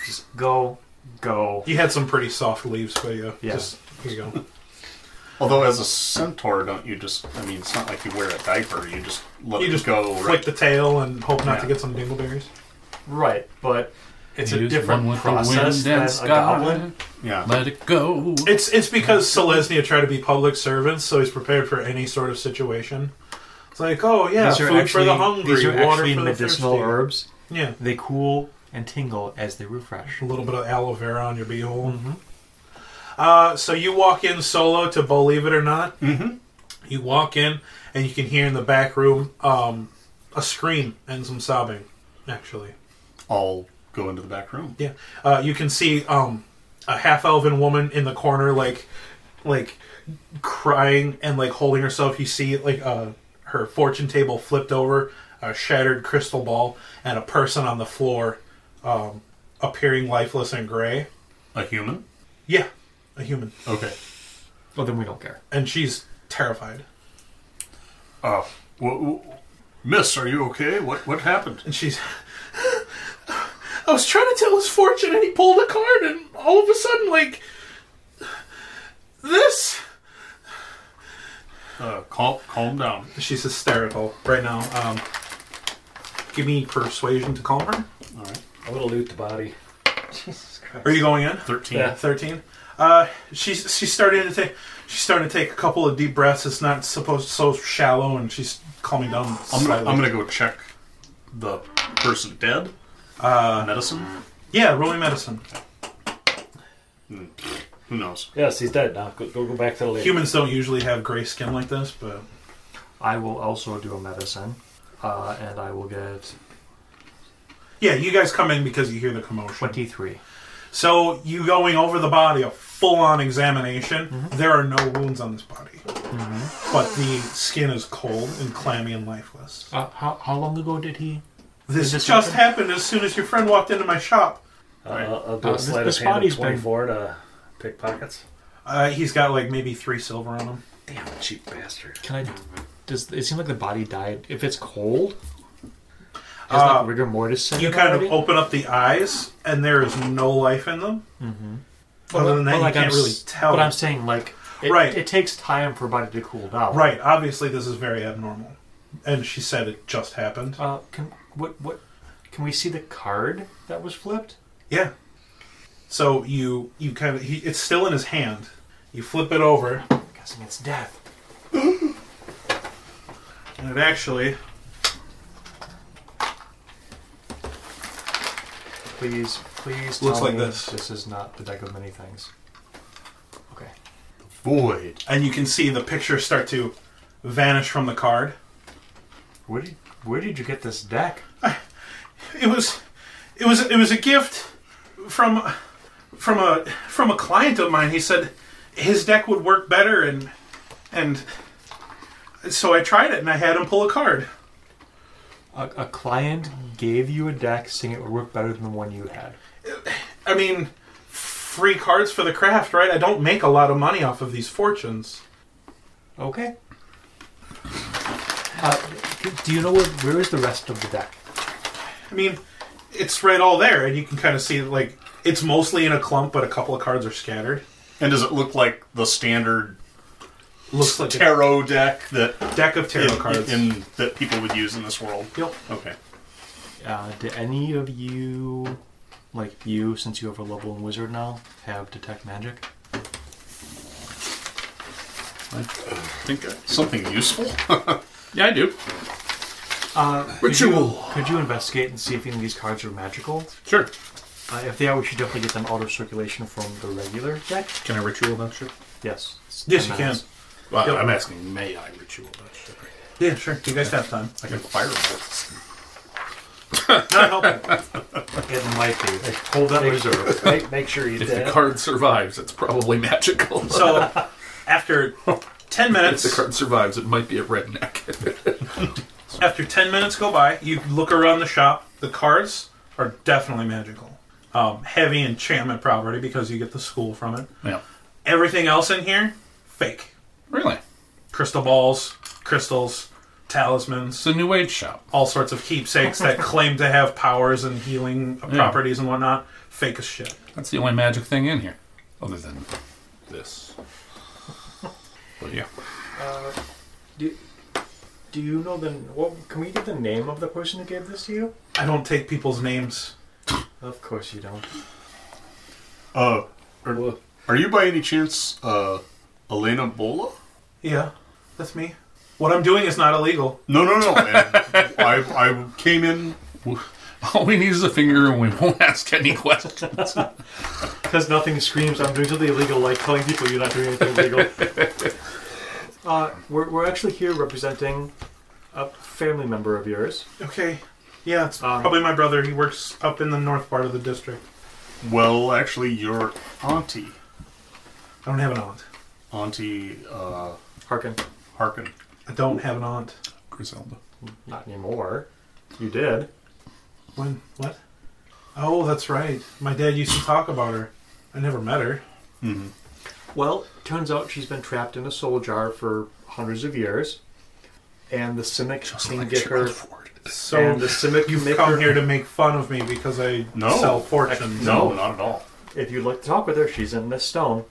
just go, go. You had some pretty soft leaves for you. Yeah. Just, here you go. Although, as a centaur, don't you just? I mean, it's not like you wear a diaper. You just let You it just go. flick right- the tail and hope not to Yeah. get some dingleberries. Right, but it's a Here's different one with the process wind and than a sky. goblin. Yeah. Let it go. It's it's because Selesnya tried to be public servants, so he's prepared for any sort of situation. It's like, oh yeah, these are food actually, for the hungry, these are water actually for the medicinal thirsty. herbs. Yeah, They cool and tingle as they refresh. a little bit of aloe vera on your beehole. Mm-hmm. Uh, so you walk in solo to believe it or not. Mm-hmm. You walk in and you can hear in the back room um, a scream and some sobbing. Actually, I'll go into the back room. Yeah, uh, you can see um, a half-elven woman in the corner, like, like crying and like holding herself. You see like uh, her fortune table flipped over, a shattered crystal ball, and a person on the floor, um, appearing lifeless and gray. A human. Yeah, a human, Okay. Well, then we don't care. and she's terrified. Oh, wh- wh- Miss, are you okay? What what happened? And she's, *laughs* I was trying to tell his fortune, and he pulled a card, and all of a sudden, like, this. Uh, calm calm down. She's hysterical right now. Um, give me persuasion to calm her. All right. I'm gonna loot the body. Are you going in? Thirteen. Yeah. Thirteen. Uh, she's she's starting to take she's starting to take a couple of deep breaths. It's not supposed so shallow, and she's calming down. I'm gonna, slightly. I'm gonna go check the person dead. Uh, Medicine. yeah, rolling medicine. Who knows? Yes, he's dead now. Go, go, go back to the lake. Humans don't usually have gray skin like this, but I will also do a medicine, uh, and I will get yeah, you guys come in because you hear the commotion. 23. So you going over the body, a full-on examination. Mm-hmm. There are no wounds on this body, but the skin is cold and clammy and lifeless. Uh, how, how long ago did he? This Did this just happened as soon as your friend walked into my shop. Uh, I'll, I'll do Uh, a this- sleight this of hand body's of been- 24 to pick pockets. Uh, he's got like maybe three silver on him. Damn, cheap bastard. Can I? Does it seem like the body died? If it's cold, Has like rigor mortis. in Uh, You it kind of already? open up the eyes, and there is no life in them. Mm-hmm. Other than that, But, like, you can't I'm really s- tell. But I'm saying like it, Right. It takes time for body to cool down. right, obviously, this is very abnormal. And she said it just happened. Uh, can what what can we see the card that was flipped? Yeah. So you you kind of he, it's still in his hand. You flip it over, I'm guessing it's death. and it actually Please, please. Looks tell like me this. This is not the deck of many things. Okay. Void. and you can see the pictures start to vanish from the card. Where did where did you get this deck? It was it was it was a gift from from a from a client of mine. He said his deck would work better and and so I tried it and I had him pull a card. A, a client gave you a deck saying it would work better than the one you had. I mean, free cards for the craft, right? I don't make a lot of money off of these fortunes. Okay. Uh, do you know where, where is the rest of the deck? I mean, it's right all there, and you can kind of see like it's mostly in a clump, but a couple of cards are scattered. And does it look like the standard Looks like a tarot deck that deck of tarot in- cards. in- that people would use in this world? Yep. Okay. Uh, do any of you, like you, since you have a level one wizard now, have detect magic? Think of something useful. Yeah, I do. Could you, could you investigate and see if any of these cards are magical? Sure. Uh, if they are, we should definitely get them out of circulation from the regular deck. Can I ritual that shit? Yes. uh, yes, you can. Well, Yep. I'm asking, may I ritual that shit? Yeah, sure. You guys have time. I can fire *laughs* bolts. Not helpful. It might be. Hold that reserve. Make, make sure he's If dead. the card survives, it's probably magical. *laughs* So after ten if the minutes, card survives, it might be a redneck. *laughs* after ten minutes go by, you look around the shop. The cards are definitely magical. Um, heavy enchantment property because you get the school from it. yeah. Everything else in here, fake. Really? Crystal balls, crystals, talismans. It's a new age shop. all sorts of keepsakes that claim to have powers and healing properties and whatnot. Fake as shit. That's the only magic thing in here, other than this. But yeah. *laughs* Do, do you know the. Well, can we get the name of the person who gave this to you? I don't take people's names. Of course you don't. Uh, are, are you by any chance uh, Elena Bola? Yeah, that's me. What I'm doing is not illegal. No, no, no. man. I, I came in. All we need is a finger, and we won't *laughs* ask any questions. Because nothing screams, I'm doing something illegal, like telling people you're not doing anything illegal. Uh, we're, we're actually here representing a family member of yours. Okay. Yeah, it's Um, probably my brother. He works up in the north part of the district. Well, actually, your auntie, I don't have an aunt. Auntie uh, Harkin. Harkin. I don't have an aunt. Griselda. Not anymore. You did. When? What? Oh, that's right. My dad used to talk about her. I never met her. Well, turns out she's been trapped in a soul jar for hundreds of years, and the Simic can get her. So And the Simic you've make come her- here to make fun of me because I No. sell fortunes. No, not at all. If you'd like to talk with her, she's in this stone.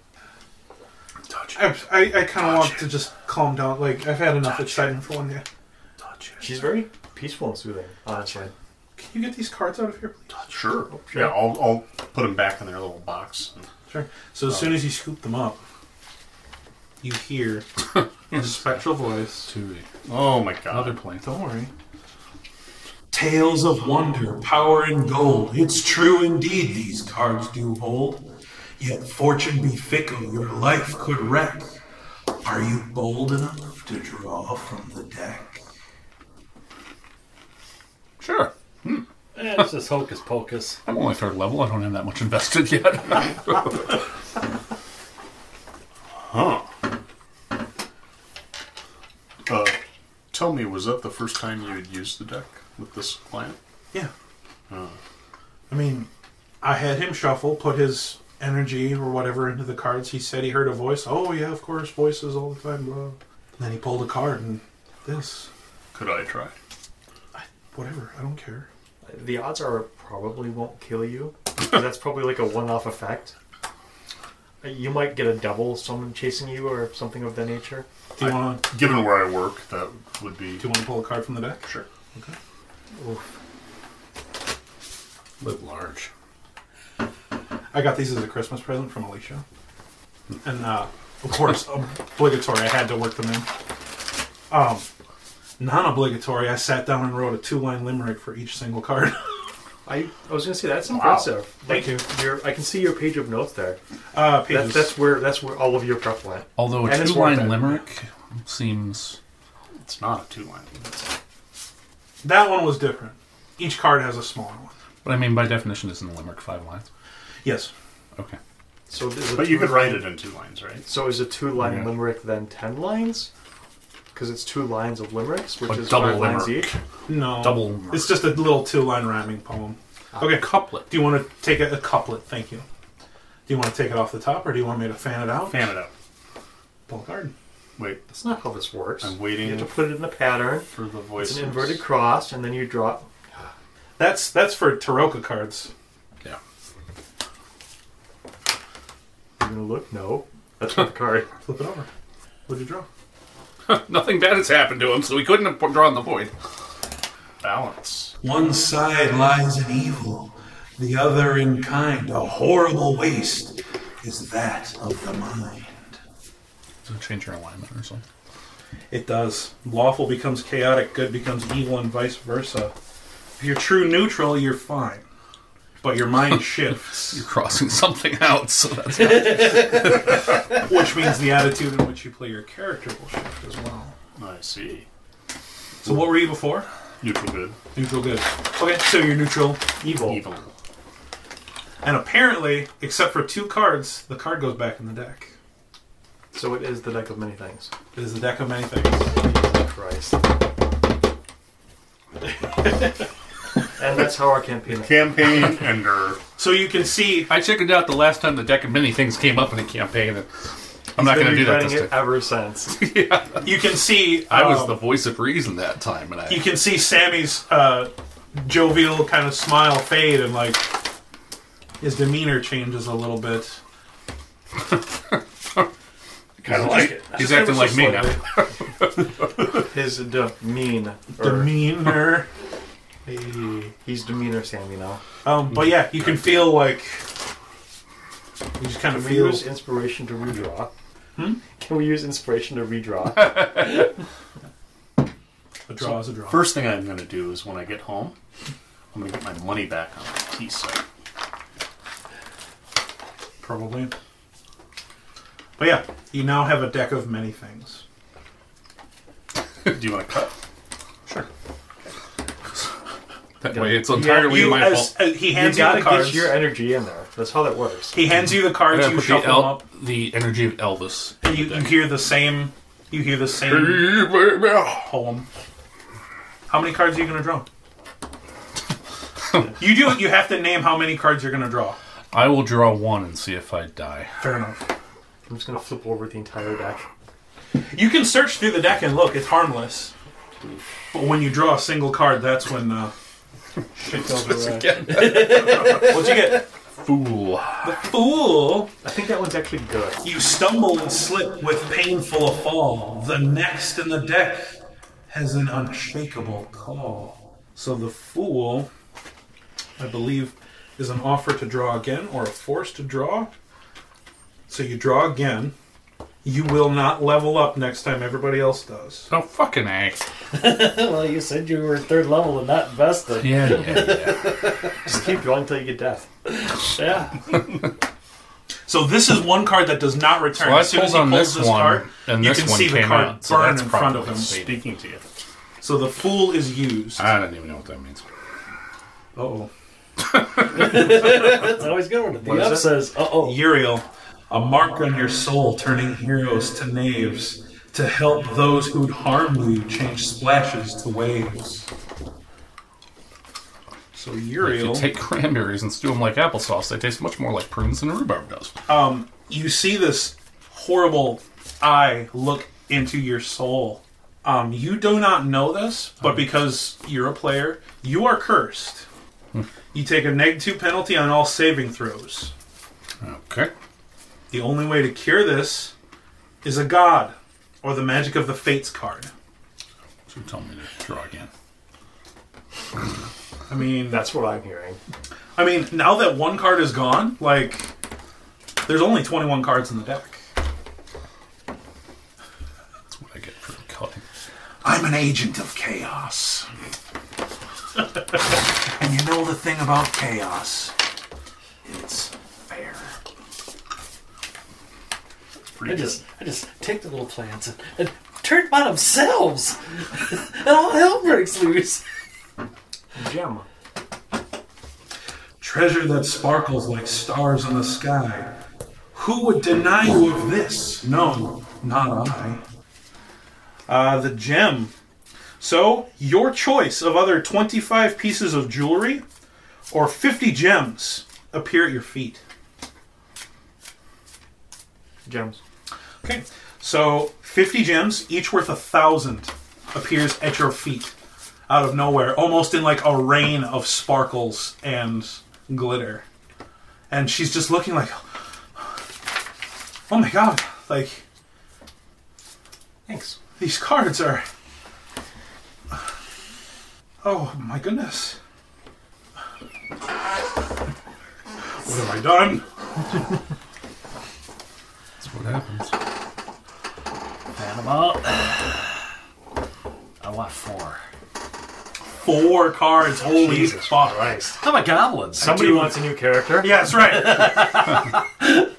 I, I, I kind of want to just calm down. Like, I've had enough excitement for one day. She's very peaceful and soothing, Uh, honestly. Can you get these cards out of here, please? Sure. Yeah, I'll, I'll put them back in their little box. Sure. So as soon as you scoop them up, you hear a spectral voice. To Oh my another god. plane. Don't worry. Tales of wonder, power, and gold. It's true indeed these cards do hold. Yet fortune be fickle, your life could wreck. Are you bold enough to draw from the deck? Sure. Eh, it's just hocus pocus. I'm only third level. I don't have that much *laughs* invested yet. Huh. Uh, tell me, was that the first time you had used the deck with this client? Yeah. I mean, I had him shuffle, put his energy or whatever into the cards. He said he heard a voice. Oh, yeah, of course, voices all the time, blah. And then he pulled a card and this. Could I try? Whatever, I don't care. The odds are it probably won't kill you. 'cause That's probably like a one-off effect. Uh, You might get a double someone chasing you or something of that nature. Do you want to Given where I work, that would be. do you want to pull a card from the deck? Sure. Live large. I got these as a Christmas present from Alicia, and uh, of course, obligatory. I had to work them in. Um, non-obligatory. I sat down and wrote a two-line limerick for each single card. I, I was gonna say that's impressive. Thank you. Your, I can see your page of notes there. *laughs* uh, That's pages. that's where that's where all of your prep went. Although a And it's two worth it. line limerick seems. It's not a two line. that one was different. Each card has a smaller one. But I mean, by definition, isn't a limerick five lines? Yes. Okay. So is a But you two- could write it in two lines, right? So is a two-line Yeah. limerick then ten lines? Because it's two lines of limericks, which A is double five lines limerick. each. No. Double. It's just a little two-line rhyming poem. Okay, couplet. Do you want to take a, a couplet? Thank you. Do you want to take it off the top, or do you want me to fan it out? Fan it up. Pull a card. Wait That's not how this works. I'm You waiting. have to put it in a pattern. for the It's voice. an inverted cross, and then you draw. That's that's for Taroka cards. Yeah. You're gonna look. No, that's not the card. Flip it over. What'd you draw? Nothing bad has happened to him, so he couldn't have drawn the void. balance. One side lies in evil, the other in kind. A horrible waste is that of the mind. So change your alignment or something. It does. Lawful becomes chaotic, good becomes evil, and vice versa. If you're true neutral, you're fine. But your *laughs* mind shifts, You're crossing *laughs* something out, so that's not which means the attitude in which you play your character will shift as well. I see. So, what were you before? Neutral good. Neutral good. Okay, so you're neutral. Evil. Evil. And apparently, except for two cards, the card goes back in the deck. So it is the deck of many things. It is the deck of many things. Christ. and that's how our campaign. Campaign ender. So you can see I chickened out the last time the deck of many things came up in a campaign. And I'm not Been going to do that regretting this it time. ever since. you can see I was um, the voice of reason that time, and I you can see Sammy's uh, jovial kind of smile fade and like his demeanor changes a little bit. Kind of like it. he's acting like me now. His demean. or- *laughs* Demeanor. He's demeanor Sammy now. um, but yeah, you can feel like you just kind of Can we feel. use inspiration to redraw? Hmm? Can we use inspiration *laughs* to redraw? A draw is a draw. First thing I'm going to do is when I get home, I'm going to get my money back on the T site. *laughs* Probably. But yeah, you now have a deck of many things. Do you want to cut? That way, it's entirely You, my as, fault. uh, he you hands you, gotta the cards. get your energy in there. That's how that works. He hands you the I cards. gotta You put the, shuffle them El- up. the energy of Elvis. And you, you hear the same. You hear the same Hey, poem. How many cards are you gonna draw? you do. You have to name how many cards you're gonna draw. baby. I will draw one and see if I die. Fair enough. I'm just gonna flip over the entire *laughs* deck. You can search through the deck and look. It's harmless. But when you draw a single card, that's when uh, shit goes awry. What'd you get? Fool. Fool. *laughs* I think that one's actually good. You stumble and slip with painful a fall. The next in the deck has an unshakable call. So the fool, I believe, is an offer to draw again or a force to draw. So you draw again. You will not level up next time everybody else does. Oh, fucking A. well, you said you were third level and not invested. Yeah, yeah, yeah. Just keep drawing until you get death. Yeah. So this is one card that does not return. Well, I as soon as pulled he on pulls this this one, card, and you this can one see the came card out, so burn that's in front of probably him. faded. Speaking to you. so the fool is used. *laughs* Uh I don't even know what that means. oh. That's always good when the is up that? says, uh oh. Uriel, a mark on your soul, turning heroes to knaves. To help those who'd harm you, change splashes to waves. So If you Uriel, take cranberries and stew them like applesauce, they taste much more like prunes than rhubarb does. you see this horrible eye look into your soul, Um, you do not know this, Oh. but because you're a player, you are cursed. Hmm. you take a negative two penalty on all saving throws. Okay. The only way to cure this is a god or the magic of the fates card. So you told me to draw again. I mean, That's what I'm hearing. I mean, now that one card is gone, like there's only 21 cards in the deck. That's what I get for calling. I'm an agent of chaos. and you know the thing about chaos? It's fair. I just, I just take the little plants and, and turn them on themselves, *laughs* and all hell breaks loose. Gem. Treasure that sparkles like stars in the sky. Who would deny you of this? No, not I. Uh, the gem. So, your choice of other 25 pieces of jewelry or 50 gems appear at your feet. Gems. Okay. So, 50 gems, each worth a thousand, appears at your feet out of nowhere, almost in like a rain of sparkles and glitter. And she's just looking like, oh my god, like Thanks. these cards are. Oh my goodness. What have I done? That's what happens. Fan 'em out. I want four. Four cards, holy fuck. Christ. I'm a goblin. So Somebody wants a new character. Yeah, that's right.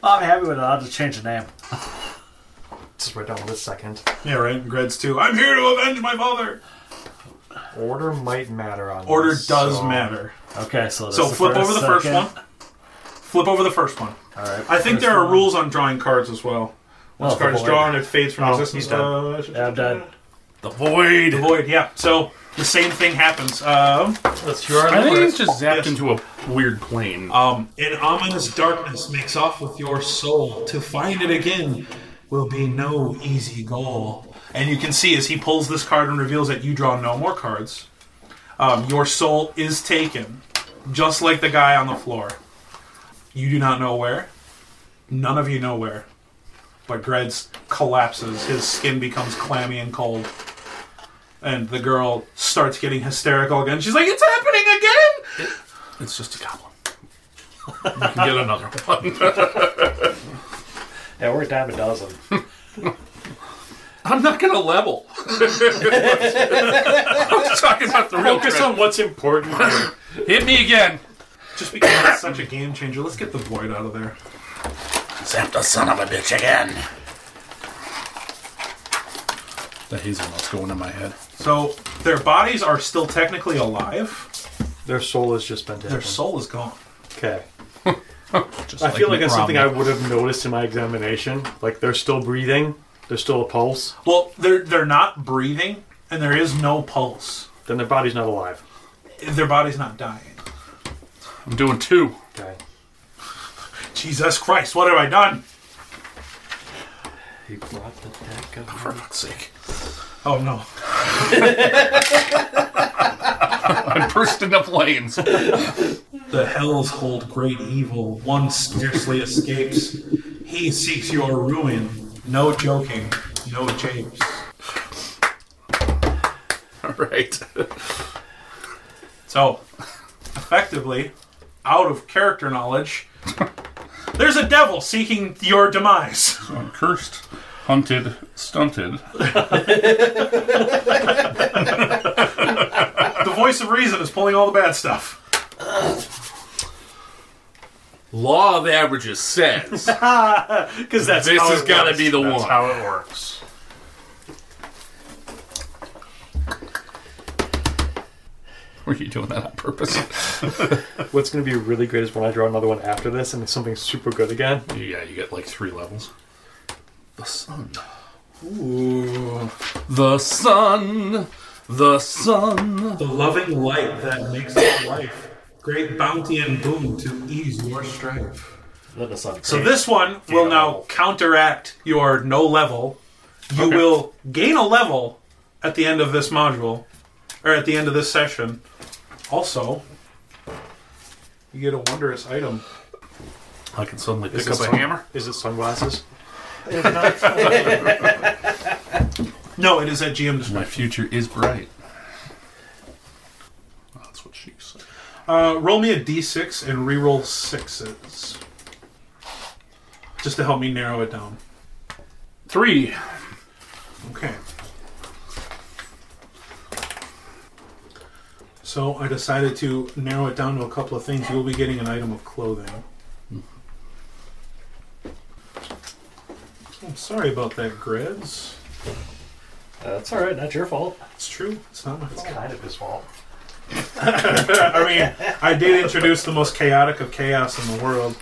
I'm happy with it. I'll just change the name. Just write down what a second. Yeah, right. Regrets too. I'm here to avenge my father. Order might matter on Order this, does so- matter. Okay, so that's So the flip over the first second. one. Flip over the first one. All right. I think there are rules on drawing cards as well. Once Oh, card is void. drawn, it fades from Oh, existence. he's done. Uh, Yeah, I'm done. The void. The void. Yeah. So the same thing happens. Um, That's your I think number. he's just zapped Yes. into a weird plane. *laughs* Um, an ominous darkness makes off with your soul. To find it again will be no easy goal. and you can see as he pulls this card and reveals that you draw no more cards. Um, your soul is taken, just like the guy on the floor. You do not know where. None of you know where. But Gred's collapses. His skin becomes clammy and cold. And the girl starts getting hysterical again. She's like, "It's happening again!" It's just a goblin. you can get another one. Yeah, we're a dime a dozen. I'm not gonna *laughs* level. I'm just talking about the real Focus on what's important. *laughs* Hit me again. Just because it's such a game changer, let's get the void out of there. Zap the son of a bitch again. The hazelnuts going in my head. So their bodies are still technically alive. Their soul has just been taken. Their soul is gone. Okay. Just I feel like the that's something I problem. would have noticed in my examination. Like they're still breathing, there's still a pulse, Well, they're they're not breathing, and there is no pulse. then their body's not alive. Their body's not dying. I'm doing two. Okay. Jesus Christ, what have I done? He brought the deck of For fuck's sake. Oh no. I burst into flames. The hells hold great evil. One scarcely escapes. He seeks your ruin. No joking. No japes. All right. So, effectively, out of character knowledge, there's a devil seeking your demise. I'm cursed, hunted, stunted. The voice of reason is pulling all the bad stuff. Law of *laughs* averages says Because that's this has got to be the That's one. how it works. *laughs* Were you doing that on purpose? *laughs* what's going to be really great is when I draw another one after this and it's something super good again. yeah, you get like three levels. The sun. Ooh. The sun. The sun. The loving light that makes up life. Great bounty and boon to ease your strife. Let us on. So this one will now counteract your no level. You will gain a level at the end of this module, or at the end of this session, also, you get a wondrous item. I can suddenly pick it up a some- hammer. Is it sunglasses? No, it is at GM My discretion. future is bright. That's what she said. Uh, roll me a d6 and reroll sixes. Just to help me narrow it down. Three. Okay. So I decided to narrow it down to a couple of things. You'll be getting an item of clothing. I'm sorry about that, Grids. That's all right. Not your fault. It's true. It's not my fault. Kind of his fault. I mean, I did introduce the most chaotic of chaos in the world.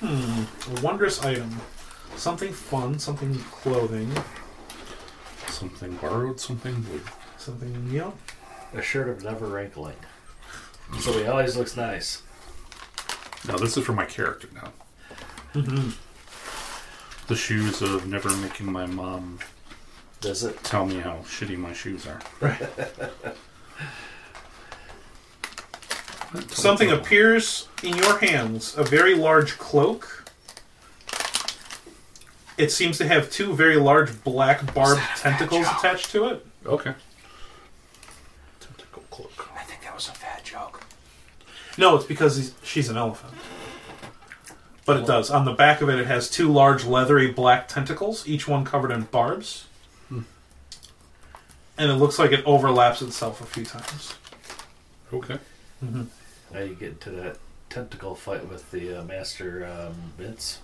Hmm, a wondrous item. Something fun, something clothing, Something borrowed, something blue. something, you know. A shirt of never wrinkling. So he always looks nice. Now this is for my character now. Mm-hmm. The shoes of never making my mom Does it? tell me how shitty my shoes are. Something appears in your hands a very large cloak. It seems to have two very large black barbed tentacles attached to it. Okay. Tentacle cloak. I think that was a fat joke. No, it's because he's, she's an elephant. But it does. On the back of it, it has two large leathery black tentacles, each one covered in barbs. And it looks like it overlaps itself a few times. Okay. How you get into that tentacle fight with the uh, master um, Vince?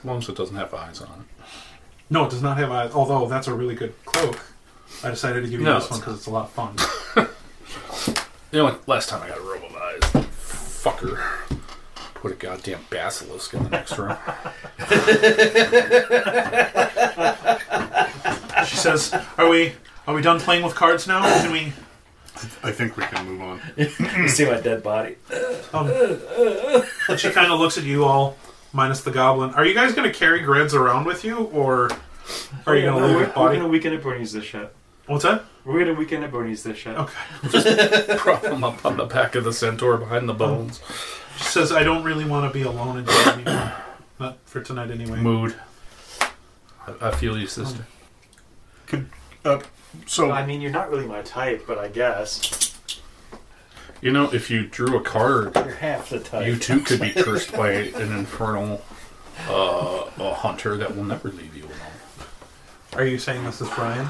As long as it doesn't have eyes on it. No, it does not have eyes, although that's a really good cloak. I decided to give you No, this one it's because it's a lot of fun. You know, like last time I got a robe of eyes, fucker put a goddamn basilisk in the next room. *laughs* she says, "Are we are we done playing with cards now? Can we?" I think we can move on. You see my dead body. And she kind of looks at you all, minus the goblin. Are you guys going to carry grids around with you, or are you going to Oh, No, leave we're, it we're body? gonna weekend at Bernie's this shit. What's that? We're gonna weekend at Bernie's this shit. Okay. Prop him up on the back of the centaur behind the bones. She says, "I don't really want to be alone in here anymore. Not for tonight, anyway." Mood. I, I feel you, sister. Well, uh, So I mean, you're not really my type, but I guess. you know, if you drew a card You're half the type. You too could be *laughs* cursed by an infernal uh, a hunter that will never leave you alone. Are you saying this is Brian?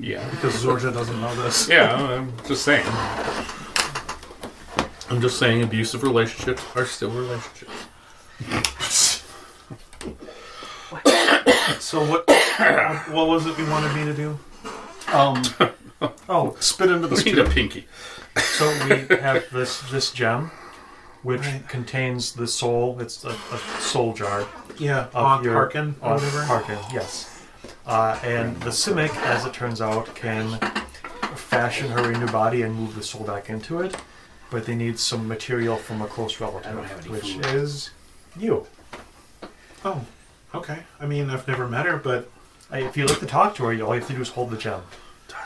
Yeah. Because Zorja doesn't know this. Yeah, I'm *laughs* just saying. I'm just saying abusive relationships are still relationships. So what? *coughs* What was it you wanted me to do? *laughs* Um. oh, Spit into the speed of pinky. So we have this this gem, which contains the soul. It's a, a soul jar Yeah, of on your Harkin or of whatever. Harkin, yes. Uh, and the simic, as it turns out, can fashion her new body and move the soul back into it, but they need some material from a close relative, which is you. oh, okay. I mean, I've never met her, but Uh, If you like to talk to her, all you have to do is hold the gem.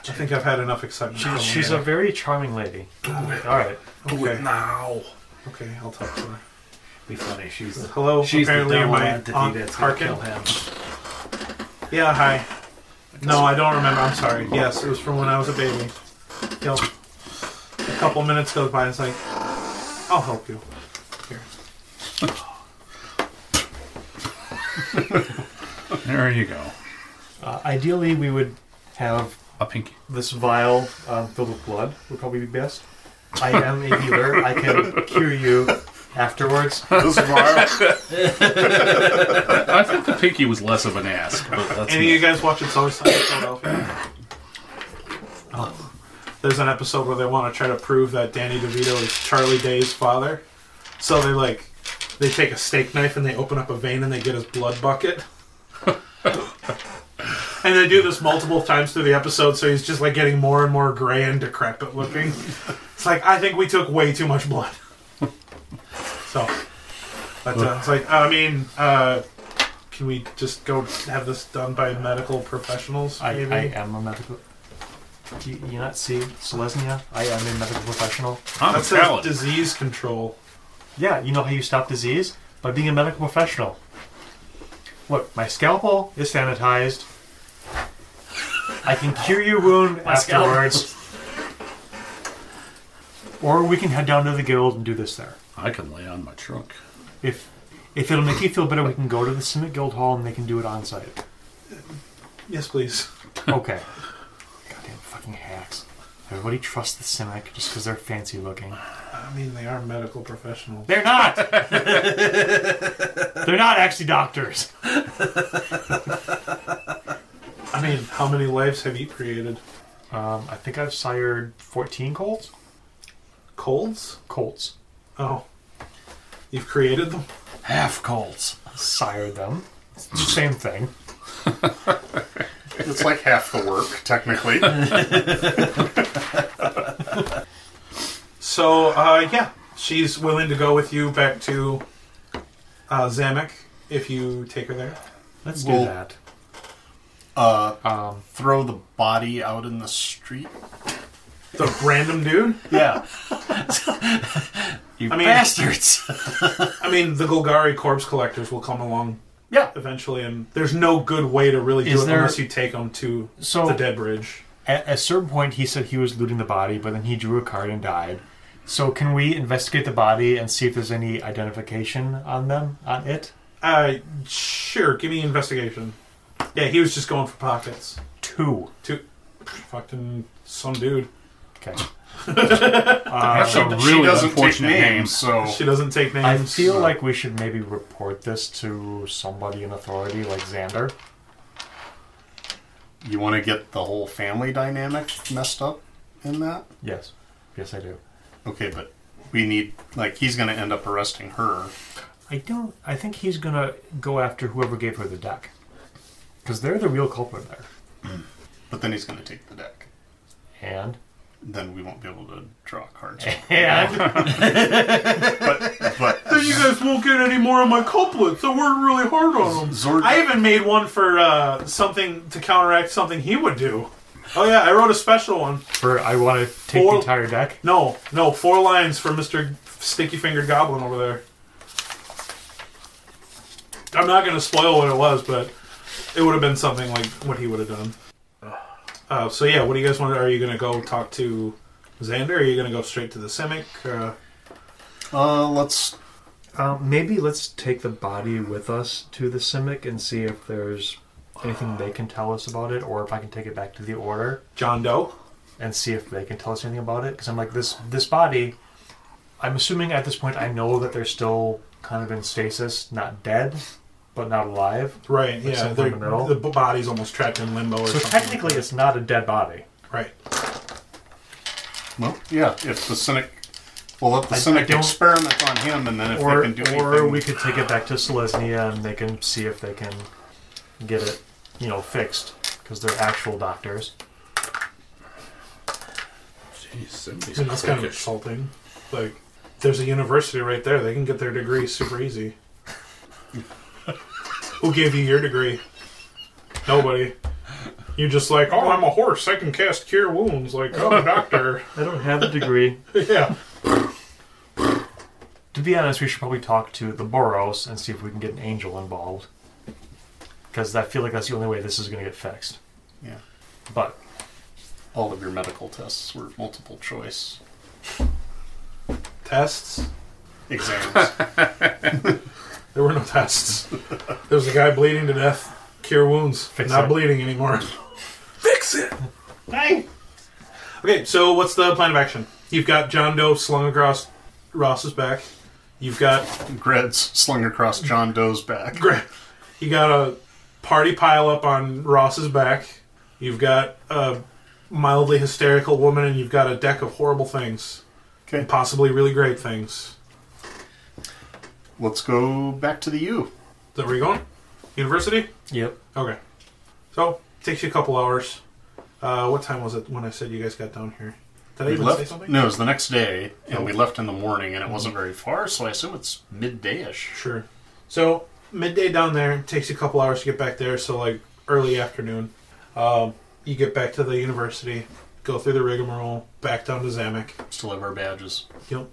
I think I've had enough excitement. She, from she's her. a very charming lady. All right. okay. Now. Okay, I'll talk to her. Be funny. She's the, Hello. she's apparently, the you're devil my entity aunt that's gonna Harkin. kill him. Yeah, hi. No, I don't remember. I'm sorry. Yes, it was from when I was a baby. You know, a couple minutes goes by and it's like, I'll help you. Here. There you go. Uh, ideally, we would have A pinky. this vial um, filled with blood would probably be best. I am a healer. I can cure you afterwards. *laughs* I think the pinky was less of an ask, *laughs* but that's Any of you guys watching Solar Side Philadelphia? Oh. There's an episode where they want to try to prove that Danny DeVito is Charlie Day's father. So they like, they take a steak knife and they open up a vein and they get his blood bucket. and they do this multiple times through the episode, so he's just like getting more and more gray and decrepit looking. It's like I think we took way too much blood. so, but uh, it's like I mean, uh, Can we just go have this done by medical professionals? I, maybe? I am a medical. You, you not see Selesnya? I am a medical professional. I'm that a says paladin. disease control. Yeah, you know how you stop disease? By being a medical professional. Look, my scalpel is sanitized. I can cure your wound scalpel. afterwards. Or we can head down to the guild and do this there. I can lay on my trunk. If if it'll make you feel better, we can go to the Summit Guild Hall and they can do it on site. Yes, please. Okay. Goddamn fucking hacks. Everybody trusts the Simic just because they're fancy looking. I mean, they are medical professionals. They're not! they're not actually doctors. I mean, how many lives have you created? Um, I think I've sired 14 colts. Colds? Colts. Oh. You've created them? Half colds. Sire them. It's the Same thing. It's like half the work, technically. So, uh, yeah. She's willing to go with you back to uh, Zamek if you take her there. Let's Well- do that. Uh, Um, *laughs* throw the body out in the street. The random dude? *laughs* Yeah. you I mean- bastards. I mean, the Golgari corpse collectors will come along yeah. eventually, and there's no good way to really do Is it there- unless you take them to So- the dead bridge. at a certain point, he said he was looting the body, but then he drew a card and died. So can we investigate the body and see if there's any identification on them, on it? Uh, sure. Give me investigation. Yeah, he was just going for pockets. Two. Two, fucking some dude. Okay. That's a really Uh, she doesn't take unfortunate name. names, so She doesn't take names. I feel like we should maybe report this to somebody in authority, like Xander. you want to get the whole family dynamic messed up in that? Yes. Yes, I do. Okay, but we need like he's going to end up arresting her. I don't. I think he's gonna go after whoever gave her the deck, because they're the real culprit there. But then he's going to take the deck. And Then we won't be able to draw *laughs* cards. and *laughs* but You guys won't get any more of my couplets. I worked really hard on them. Zord, I even made one for uh, something to counteract something he would do. Oh yeah, I wrote a special one. for I want to take Or- the entire deck. No, no, four lines for Mister Sticky Fingered Goblin over there. I'm not gonna spoil what it was, but it would have been something like what he would have done. Uh, so yeah, what do you guys want? to Are you gonna go talk to Xander? Are you gonna go straight to the Simic? Uh, uh, let's Um, maybe let's take the body with us to the Simic and see if there's anything they can tell us about it, or if I can take it back to the Order John Doe. and see if they can tell us anything about it. Because I'm like this this body. I'm assuming at this point I know that they're still kind of in stasis, not dead, but not alive. Right. Like yeah. somewhere in they're- the middle? The b- body's almost trapped in limbo. Or So something like technically, that. it's not a dead body. right. Well, yeah, if the cynic, we'll let the I- I cynic don't- experiment on him, and then if or, they can do or anything, we could take it back to Selesnya and they can see if they can get it, you know, fixed because they're actual doctors. Jeez, somebody's And that's kind of quick. insulting. Like, there's a university right there. They can get their degree super easy. Who gave you your degree? Nobody. You're just like, oh, I'm a horse. I can cast cure wounds. Like, oh, I'm a doctor. I don't have a degree. *laughs* yeah. to be honest, we should probably talk to the Boros and see if we can get an angel involved because I feel like that's the only way this is going to get fixed. Yeah. But all of your medical tests were multiple choice Tests? exams. There were no tests. There was a guy bleeding to death. Cure wounds. Fix Not it. bleeding anymore. Fix it. Okay, so what's the plan of action? You've got John Doe slung across Ross's back. You've got *laughs* Greds slung across John Doe's back. Gra- You got a party pile up on Ross's back. You've got a mildly hysterical woman, and you've got a deck of horrible things, Okay, possibly really great things. let's go back to the U. Is that where you going? University? yep, Okay. So takes you a couple hours. Uh, what time was it when I said you guys got down here? Did I We even say left. something? Oh. Mm-hmm. No, it was the next day, and we left in the morning, and it wasn't very far, so I assume it's midday-ish. Sure. So midday down there. It takes you a couple hours to get back there, so like early afternoon. Um, you get back to the university, go through the rigmarole, back down to Zamek. Still have our badges. Yep,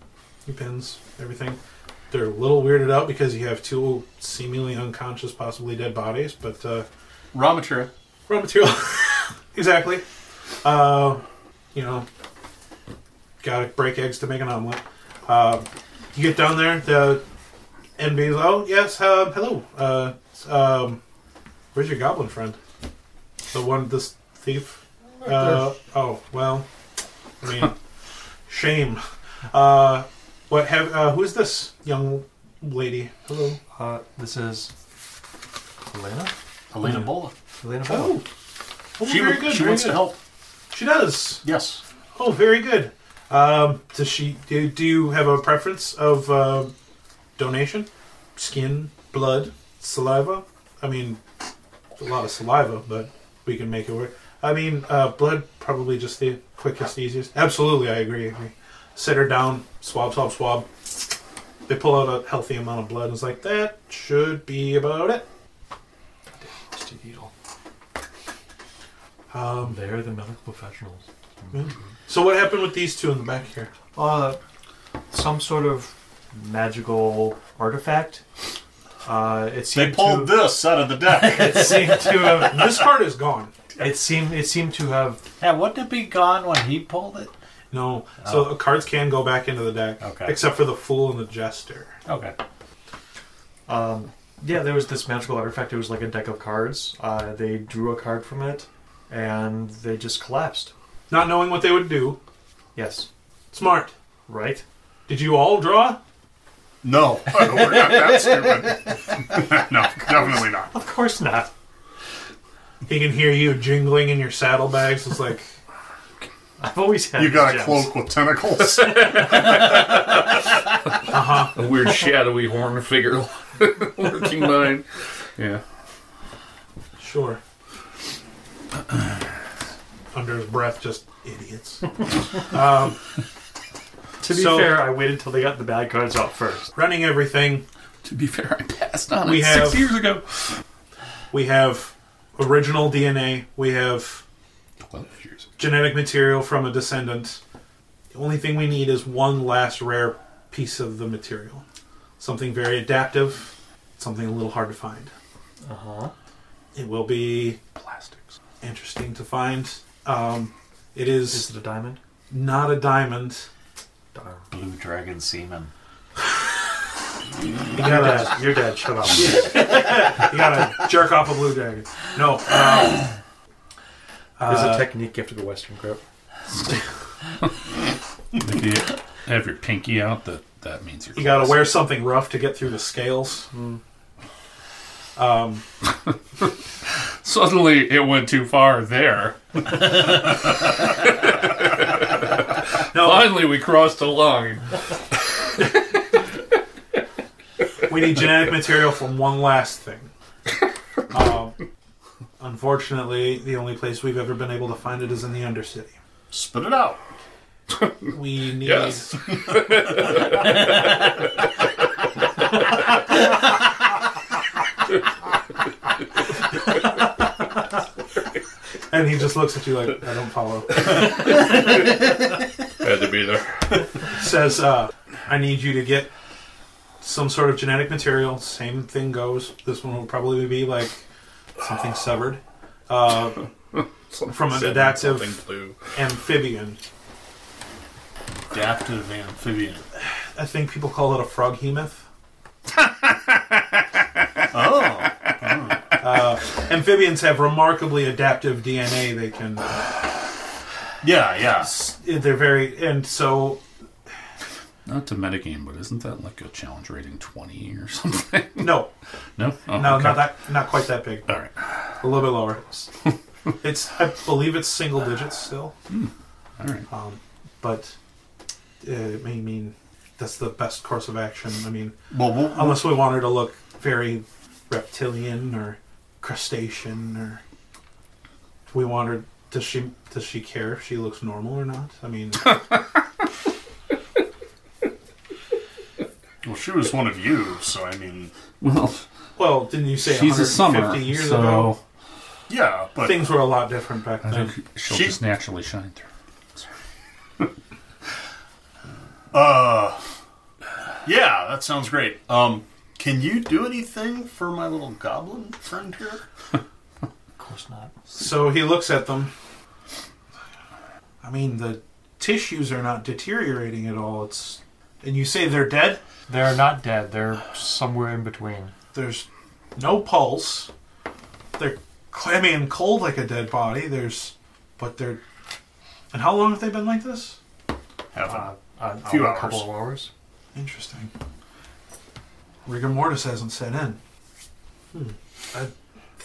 your pins, everything. They're a little weirded out because you have two seemingly unconscious, possibly dead bodies, but uh, Raw material. raw material. *laughs* exactly. Uh, you know, gotta break eggs to make an omelet. Uh, you get down there, the NB's, oh, yes, uh, hello. Uh, s- um, where's your goblin friend? The one, this thief? Uh, oh, well, I *laughs* mean, shame. Uh, what have, uh, who's this young lady? Hello. Uh, this is Elena. Elena Bola. Elena. Bell. Oh, oh She, Mm-hmm. very wa- good. she very wants good. to help. She does. Yes. Oh, very good. Um, does she? Do, do you have a preference of uh, donation? Skin, blood, saliva. I mean, it's a lot of saliva, but we can make it work. I mean, uh, blood probably just the quickest, easiest. Absolutely, I agree. I agree. Sit her down, swab, swab, swab. They pull out a healthy amount of blood. and It's like that should be about it. Just a needle. Um, They're the medical professionals. So, what happened with these two in the back here? Uh, some sort of magical artifact. Uh, it They seemed *laughs* pulled to, this out of the *laughs* deck. it seemed to have This part is gone. it seemed it seemed to have Yeah, wouldn't it be gone when he pulled it? No. So uh, cards can go back into the deck. Okay. Except for the Fool and the Jester. Okay. yeah there was this magical artifact it was like a deck of cards uh, they drew a card from it and they just collapsed Not knowing what they would do. yes Smart. right Did you all draw? *laughs* no, we're not that stupid. *laughs* no, definitely not. of course not *laughs* He can hear you jingling in your saddlebags. It's like, *laughs* I've always had You got a gems. cloak *laughs* with tentacles. A weird shadowy horn figure *laughs* lurking behind. Yeah. sure. *clears throat* Under his breath, just idiots. um, to be so- fair I waited until they got the bad cards out first running everything, To be fair, I passed on We it have- six years ago. we have original DNA. We have Twelve years ago. genetic material from a descendant. The only thing we need is one last rare piece of the material. Something very adaptive, something a little hard to find. Uh-huh. Uh huh. It will be plastics. Interesting to find. Um, it is is it a diamond not a diamond. Blue dragon semen. You gotta, you're dead *laughs* shut up you gotta jerk off a blue dragon. No. Um, there's uh, a technique after the western grip If you have your pinky out, that that means you're. you gotta close. wear something rough to get through the scales. Um, Suddenly, it went too far there. no, Finally, we crossed a line. we need genetic material from one last thing. Um, unfortunately, the only place we've ever been able to find it is in the Undercity. Spit it out. We need. Yes. *laughs* And he just looks at you like, I don't follow. Had to be there. Says, uh, I need you to get some sort of genetic material. Same thing goes. This one will probably be like something severed. Uh, From an adaptive- Something blue. amphibian. Adaptive amphibian. I think people call it a frog hemoth. Oh, Uh, Amphibians have remarkably adaptive DNA. They can. yeah, yeah. They're very. And so Not to metagame, but isn't that like a challenge rating 20 or something? No, No? Oh, no, okay. not that, not quite that big. All right. A little bit lower. *laughs* it's, I believe, it's single digits still, Hmm. Um, All right. but uh, it may mean that's the best course of action. I mean, *laughs* Well, we'll, Uh-huh. we'll unless we want her to look very reptilian or crustacean, or we want her. Does she does she care if she looks normal or not? *laughs* I mean, Well, she was one of you, so I mean, Well, Well, didn't you say She's a 150 summer, years so ago? Yeah, but Things were a lot different back I then. think she'll She- just naturally shine through. uh, yeah, that sounds great. Um, can you do anything for my little goblin friend here? Of course not. So he looks at them. I mean, the tissues are not deteriorating at all. It's and you say they're dead. They're not dead. They're somewhere in between. There's no pulse. They're clammy and cold like a dead body. There's, but they're. And how long have they been like this? Have Uh, a Few a couple hours. of hours. Interesting. Rigor mortis hasn't set in. Hmm. I,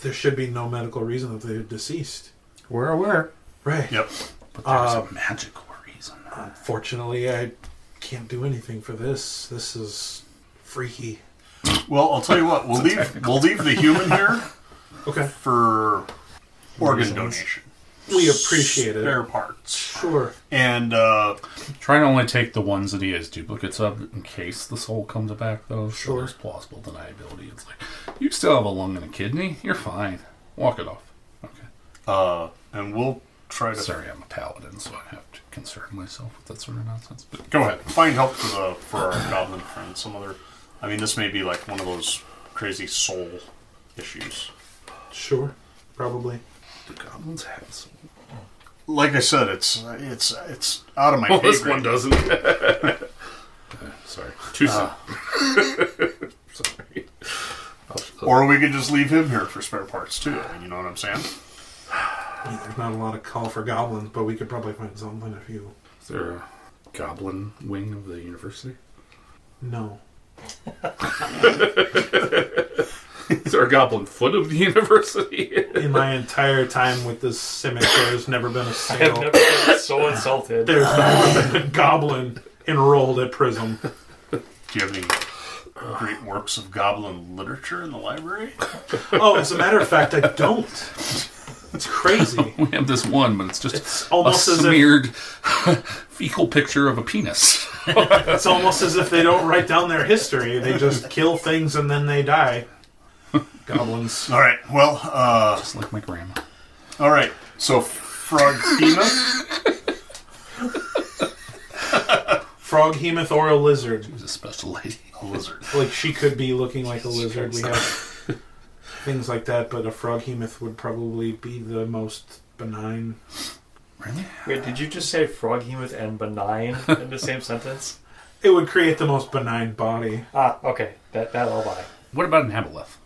there should be no medical reason that they're deceased. We're aware. Right. Yep. But there's Uh, a magical reason. Unfortunately, I can't do anything for this. This is freaky. Well, I'll tell you what. *laughs* We'll leave. We'll leave the human here Okay. for organ donation, We appreciate it. spare parts, Sure. and uh, Try to only take the ones that he has duplicates of in case the soul comes back, though. Sure. There's plausible deniability. It's like, you still have a lung and a kidney. You're fine. Walk it off. Okay. uh, and we'll try to Sorry, I'm a paladin, so I have to concern myself with that sort of nonsense. But go ahead find help for the for our goblin friend. Some other. I mean, this may be like one of those crazy soul issues. Sure. Probably. the goblins have some. Like I said, it's it's it's out of my *laughs* Well, pay this grade. *laughs* one doesn't. Uh, Sorry. Too soon. Sorry. Or we could just leave him here for spare parts too. You know what I'm saying? I mean, there's not a lot of call for goblins, but we could probably find something if you. Is there a goblin wing of the university? No. Is there a goblin *laughs* foot of the university? In my entire time with this cemetery, there's never been a I've single. never been so insulted. There's never been a goblin enrolled at Prism. Do you have any great works of goblin literature in the library? Oh, as a matter of fact, I don't. It's crazy. We have this one, but it's just almost a as if- smeared *laughs* fecal picture of a penis. It's almost as if they don't write down their history. They just kill things and then they die. Goblins. All right. Well, uh, It's like my grandma. all right. So Frogina, Frog, hemoth, or a lizard. She's a special lady. a lizard. Like, she could be looking like a lizard. We have things like that, but a frog hemoth would probably be the most benign. Really? Wait, did you just say frog hemoth and benign in the same *laughs* sentence? It would create the most benign body. Ah, okay. That that I'll buy. What about an aboleth?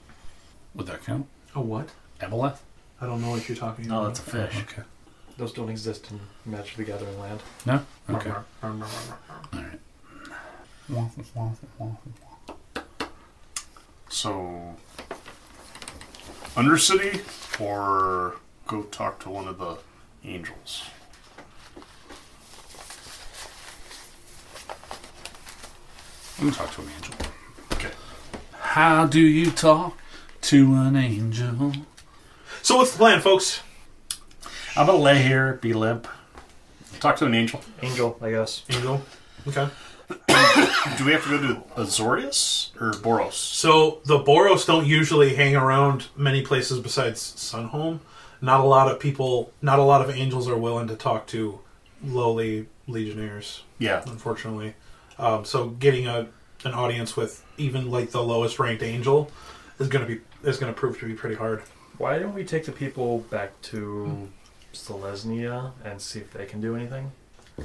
Would that count? A what? Aboleth? I don't know what you're talking Oh. No, about. that's a fish. Okay. Those don't exist in Magic the Gathering land. No? Okay. So Undercity, or go talk to one of the angels. Let me talk to an angel. Okay. How do you talk to an angel? So what's the plan, folks? I'm gonna lay here, be limp. Talk to an angel. Angel, I guess. Angel. Okay. Do we have to go to Azorius or Boros? So the Boros don't usually hang around many places besides Sunhome. Not a lot of people, not a lot of angels are willing to talk to lowly legionnaires, Yeah. unfortunately. Um, so getting a an audience with even like the lowest ranked angel is going to be is going to prove to be pretty hard. Why don't we take the people back to Selesnia and see if they can do anything?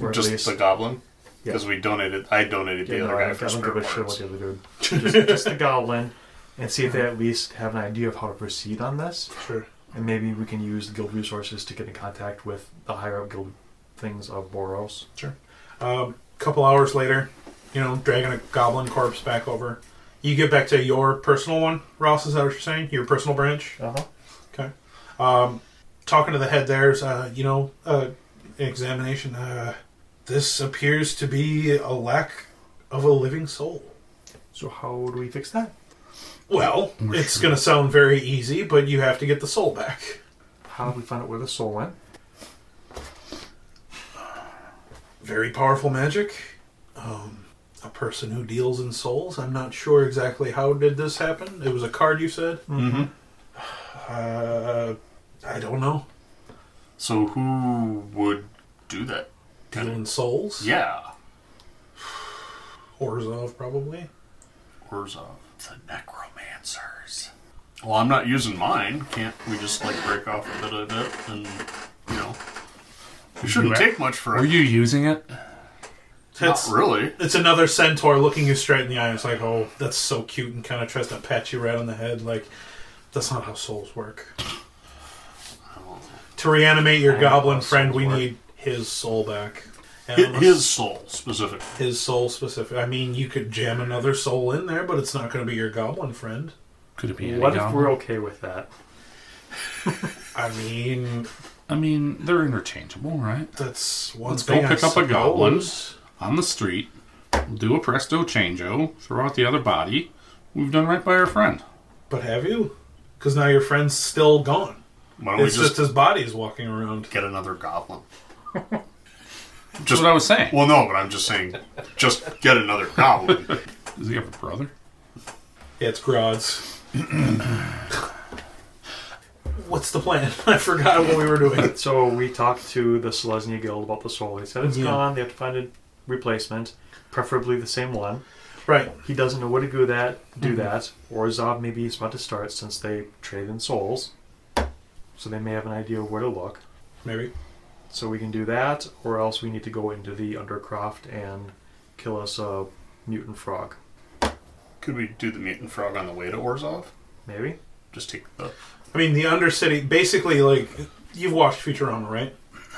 Or at Just least- the goblin. Yeah. Because we donated, I donated the Yeah, other no, I, guy I for don't spare give a shit parts. what the other dude. Just, just the goblin, and see if they at least have an idea of how to proceed on this. Sure. And maybe we can use the guild resources to get in contact with the higher up guild things of Boros. A Um, couple hours later, you know, dragging a goblin corpse back over. You get back to your personal one, Ross. Is that what you're saying? Your personal branch. Uh huh. Okay. Um, talking to the head there's, uh, you know, uh, examination. Uh, this appears to be a lack of a living soul. So how do we fix that? Well, it's going to sound very easy, but you have to get the soul back. How do we find out where the soul went? Very powerful magic. Um, a person who deals in souls. I'm not sure exactly how did this happen. It was a card you said. Mm-hmm. Uh, I don't know. So who would do that? Deal in souls. Yeah. Orzov probably. Orzov. The necromancers. Well, I'm not using mine. Can't we just like break off a bit of it and you know? It shouldn't take much for Were a you using it? Not *laughs* really. It's another centaur looking you straight in the eye. It's like, oh, that's so cute, and kind of tries to pat you right on the head. Like, that's not how souls work. To reanimate your goblin friend, we need his soul back. And Hi- unless- His soul specifically. his soul specific. I mean, you could jam another soul in there, but it's not going to be your goblin friend. Could it be any What if goblin? we're okay with that? I mean, I mean, they're interchangeable, right? that's one Let's go thing. I pick up a goblin. suppose. On the street, we'll do a presto changeo, throw out the other body. We've done right by our friend. but have you? Because now your friend's still gone. Why don't It's we just just his body is walking around. get *laughs* another goblin? Just what I was saying. *laughs* Well, no, but I'm just saying, just get another goblin. Does he have a brother? Yeah, it's Grods. What's the plan? *laughs* I forgot what we were *laughs* doing. So we talked to the Selesnya Guild about the soul. They said it's Yeah. gone. They have to find a replacement, preferably the same one. right. He doesn't know where to go that do that. Or Zov maybe is about to start since they trade in souls, so they may have an idea of where to look. Maybe. So we can do that, or else we need to go into the Undercroft and kill us a mutant frog. Could we do the mutant frog on the way to Orzov? Maybe. Just take the. I mean, the Undercity, basically, like, you've watched Futurama, right?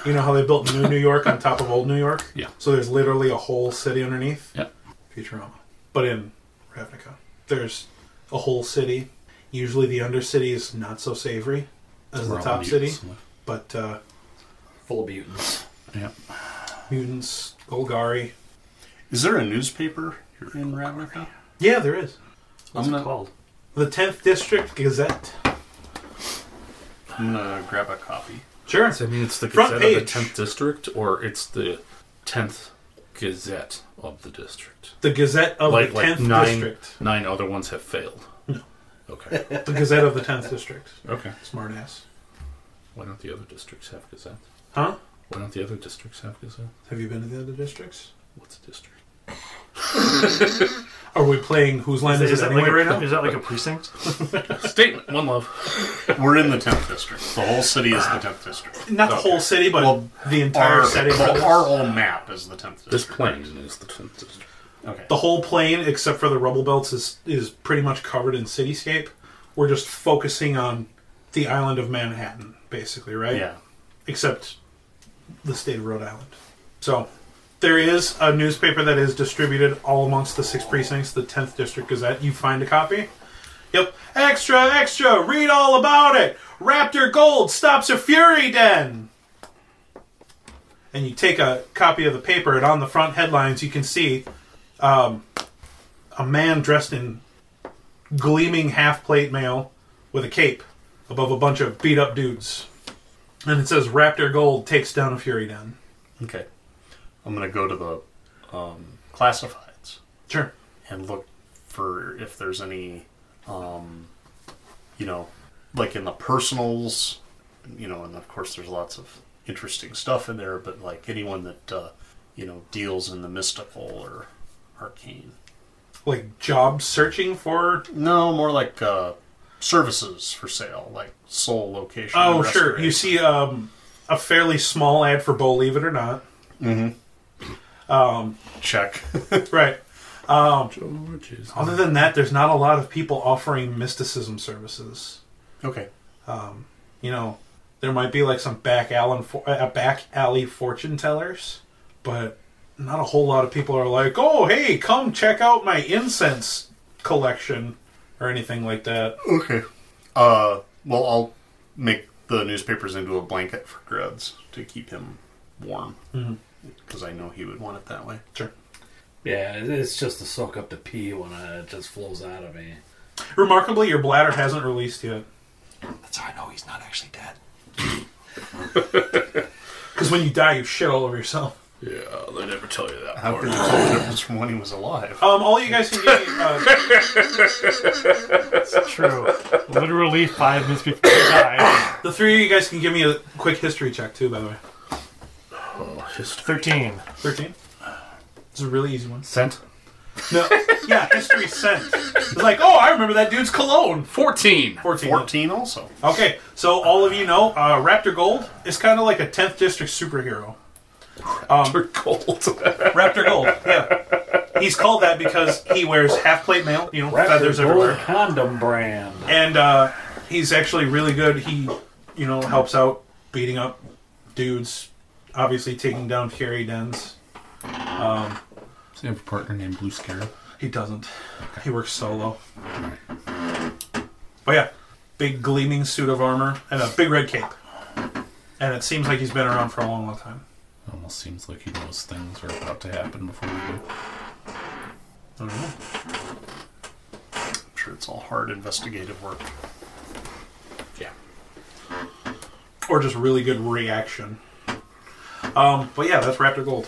You know how they built new New York on top of old New York? Yeah. So there's literally a whole city underneath? Yep. Futurama. But in Ravnica, there's a whole city. Usually the Undercity is not so savory as We're the all top city, mutants. but uh, Full of mutants. Yeah. mutants, Golgari. Is there a newspaper in Ravnica? Yeah, there is. What's it called? The 10th District Gazette. I'm gonna grab a copy. Sure. I mean, it's the Front Gazette of the page. 10th District, or it's the 10th Gazette of the district. The Gazette of Like, the like 10th *laughs* nine, District. nine other ones have failed. No. Okay. The Gazette of the 10th District. okay. Smartass. Why don't the other districts have Gazette? Huh? Why don't the other districts have Gazette? Have you been to the other districts? What's a district? Are we playing Whose Line Is, Is, It that Anyway like a, right now? is that like a precinct? Statement. One love. We're in the 10th district. The whole city is the 10th *sighs* district. Not the whole city, but Well, the entire Our, setting. well, our whole map is the 10th This district. plane is the 10th district. Okay. the whole plane, except for the rubble belts, is is pretty much covered in cityscape. We're just focusing on the island of Manhattan, basically, right? Yeah. Except the state of Rhode Island. So there is a newspaper that is distributed all amongst the six precincts, the 10th District Gazette. You find a copy? Yep. Extra, extra, read all about it. Raptor Gold stops a fury den. And you take a copy of the paper, and on the front headlines, you can see um, a man dressed in gleaming half plate mail with a cape above a bunch of beat up dudes. And it says Raptor Gold takes down a fury den. Okay. I'm gonna go to the um, classifieds Sure. and look for if there's any, um, you know, like in the personals, you know, and of course there's lots of interesting stuff in there, but like anyone that, uh, you know, deals in the mystical or arcane. Like job searching for. No, more like uh, services for sale, like soul location. Oh, and sure. You restoration. see um, a fairly small ad for Believe It or Not. check. *laughs* Right. Um, George is- Other than that, there's not a lot of people offering mysticism services. okay. You know, there might be like some back alley, for, uh, back alley fortune tellers, but not a whole lot of people are like, oh, hey, come check out my incense collection or anything like that. Okay. Uh, well, I'll make the newspapers into a blanket for Gruds to keep him warm. Mm-hmm. Because I know he would want it that way. Sure. Yeah, it- it's just to soak up the pee when uh, it just flows out of me. Remarkably, your bladder hasn't released yet. That's how I know he's not actually dead. Because when you die, you shit all over yourself. Yeah, they never tell you that. How could you tell the difference from when he was alive? Um, all you guys can give me. Uh, *laughs* True. Literally five minutes before he died. the three of you guys can give me a quick history check too. By the way, Thirteen. thirteen. It's a really easy one. Scent? No, yeah, history sent. It's like, oh, I remember that dude's cologne. 14. Fourteen. 14 also. Okay, so all of you know, uh, Raptor Gold is kind of like a tenth district superhero. Um, They're cold. Raptor Gold, yeah. He's called that because he wears half plate mail, you know, feathers everywhere. condom brand. and uh, he's actually really good. He, you know, helps out beating up dudes, obviously taking down Carrie Dens. Does he have a partner named Blue Scarab? He doesn't. He works solo. But yeah, big gleaming suit of armor and a big red cape, and it seems like he's been around for a long, long time. Almost seems like he knows things are about to happen before we do. Mm-hmm. I'm sure it's all hard investigative work. or just really good reaction. Um, but yeah, that's Raptor Gold.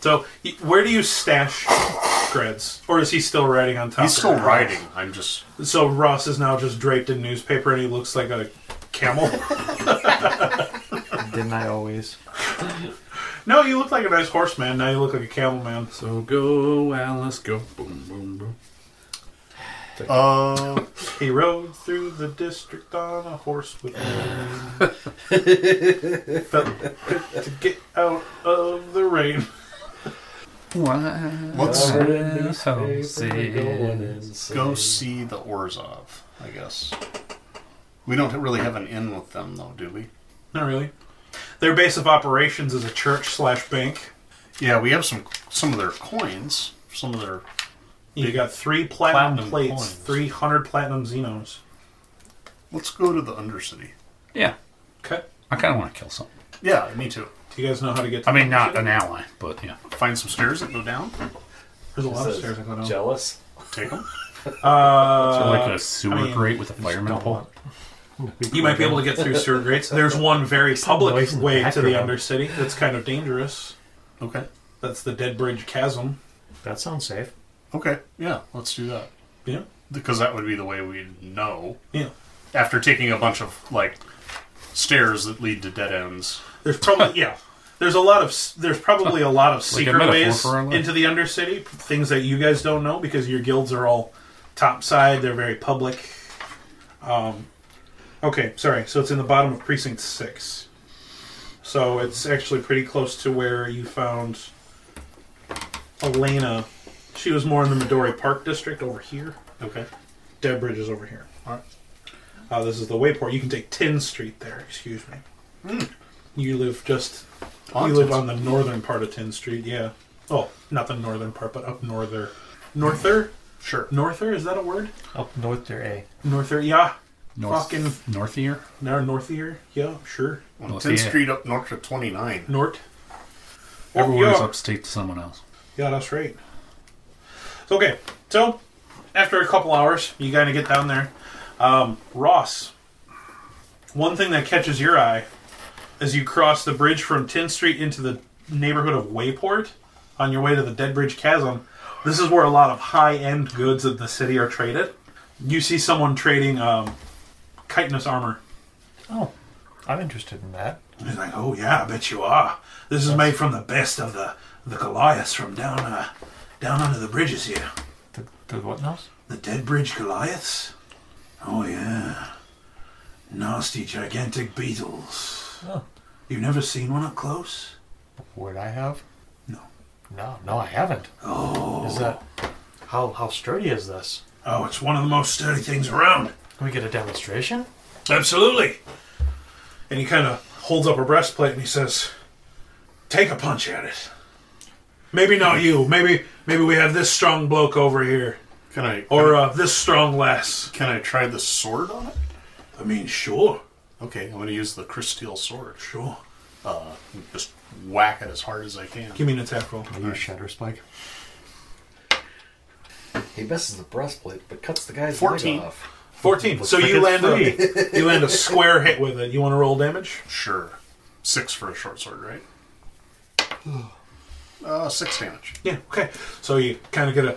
So, y- where do you stash Greds? Or is he still riding on top? He's of still it? riding. I'm just. So Ross is now just draped in newspaper, and he looks like a camel. *laughs* Didn't I always? no, you look like a nice horseman. Now you look like a camel man. So go, Alice, go. Boom, boom, boom. Uh, He rode through the district on a horse *laughs* with me. Felt it to get out of the rain. let's Houses. go see the Orzov, I guess. We don't really have an in with them, though, do we? Not really. Their base of operations is a church slash bank. Yeah, we have some some of their coins, some of their You got three platinum, Platinum plates, coins. 300 platinum xenos. Let's go to the Undercity. Yeah, Okay. I kind of want to kill something. Yeah, me too. Do you guys know how to get to I mean, not an ally, but yeah. Find some stairs that go down. There's a lot of stairs I go down. Jealous? Take them. So Uh, like a sewer I mean, grate with a fireman pole. you might be able to get through sewer grates. There's one very public noise in the way to the background. Undercity that's kind of dangerous. Okay. That's the Dead Bridge Chasm. That sounds safe. Okay. Yeah, let's do that Yeah. because that would be the way we'd know Yeah. after taking a bunch of like stairs that lead to dead ends. *laughs* There's probably yeah. There's a lot of s- there's probably a lot of secret metaphor ways for our life. into the Undercity, things that you guys don't know because your guilds are all topside. They're very public. Um, okay, sorry. So it's in the bottom of Precinct Six. So it's actually pretty close to where you found Elena. She was more in the Midori Park district over here. Okay. Dead Bridge is over here. All right. Uh, this is the Wayport. You can take 10th Street there. Excuse me. You live just. Hmm. On you live 10th on the northern part of 10th Street. Yeah. Oh, not the northern part, but up norther. Norther? Sure. Norther? Is that a word? Up north there, A. Norther? Yeah. North, Fucking- Northier? Now northier? Yeah. Sure. On Let's 10th see. Street up north to 29. Nort. Oh, Everywhere's yeah. upstate to someone else. Yeah, that's right. So, okay, so after a couple hours, you kind of get down there. Um, Ross, one thing that catches your eye as you cross the bridge from 10th Street into the neighborhood of Wayport on your way to the Dead Bridge Chasm, this is where a lot of high end goods of the city are traded. You see someone trading um, chitinous armor. Oh, I'm interested in that. He's like, "Oh yeah, I bet you are. This is made from the best of the the Goliaths from down uh, down under the bridges here. The, the what else? The Dead Bridge Goliaths. Oh yeah, nasty gigantic beetles. Oh. You've never seen one up close? Would I have? No. No, no, I haven't. Oh, Is that how how sturdy is this? oh, it's one of the most sturdy things around. Can we get a demonstration? Absolutely." And he kind of holds up a breastplate and he says, "Take a punch at it." Maybe not you. Maybe maybe we have this strong bloke over here. Can I Or uh, this strong lass. can I try the sword on it? I mean, sure, Okay, I'm going to use the Crystal sword. sure. Uh, just whack it as hard as I can. Give me an attack roll. Are you shatter spike? He misses the breastplate, but cuts the guy's 14. leg off. Fourteen. So you land *laughs* a you land a square hit with it. You want to roll damage? Sure. Six for a short sword, right? Uh, six damage. Yeah, okay. So you kind of get a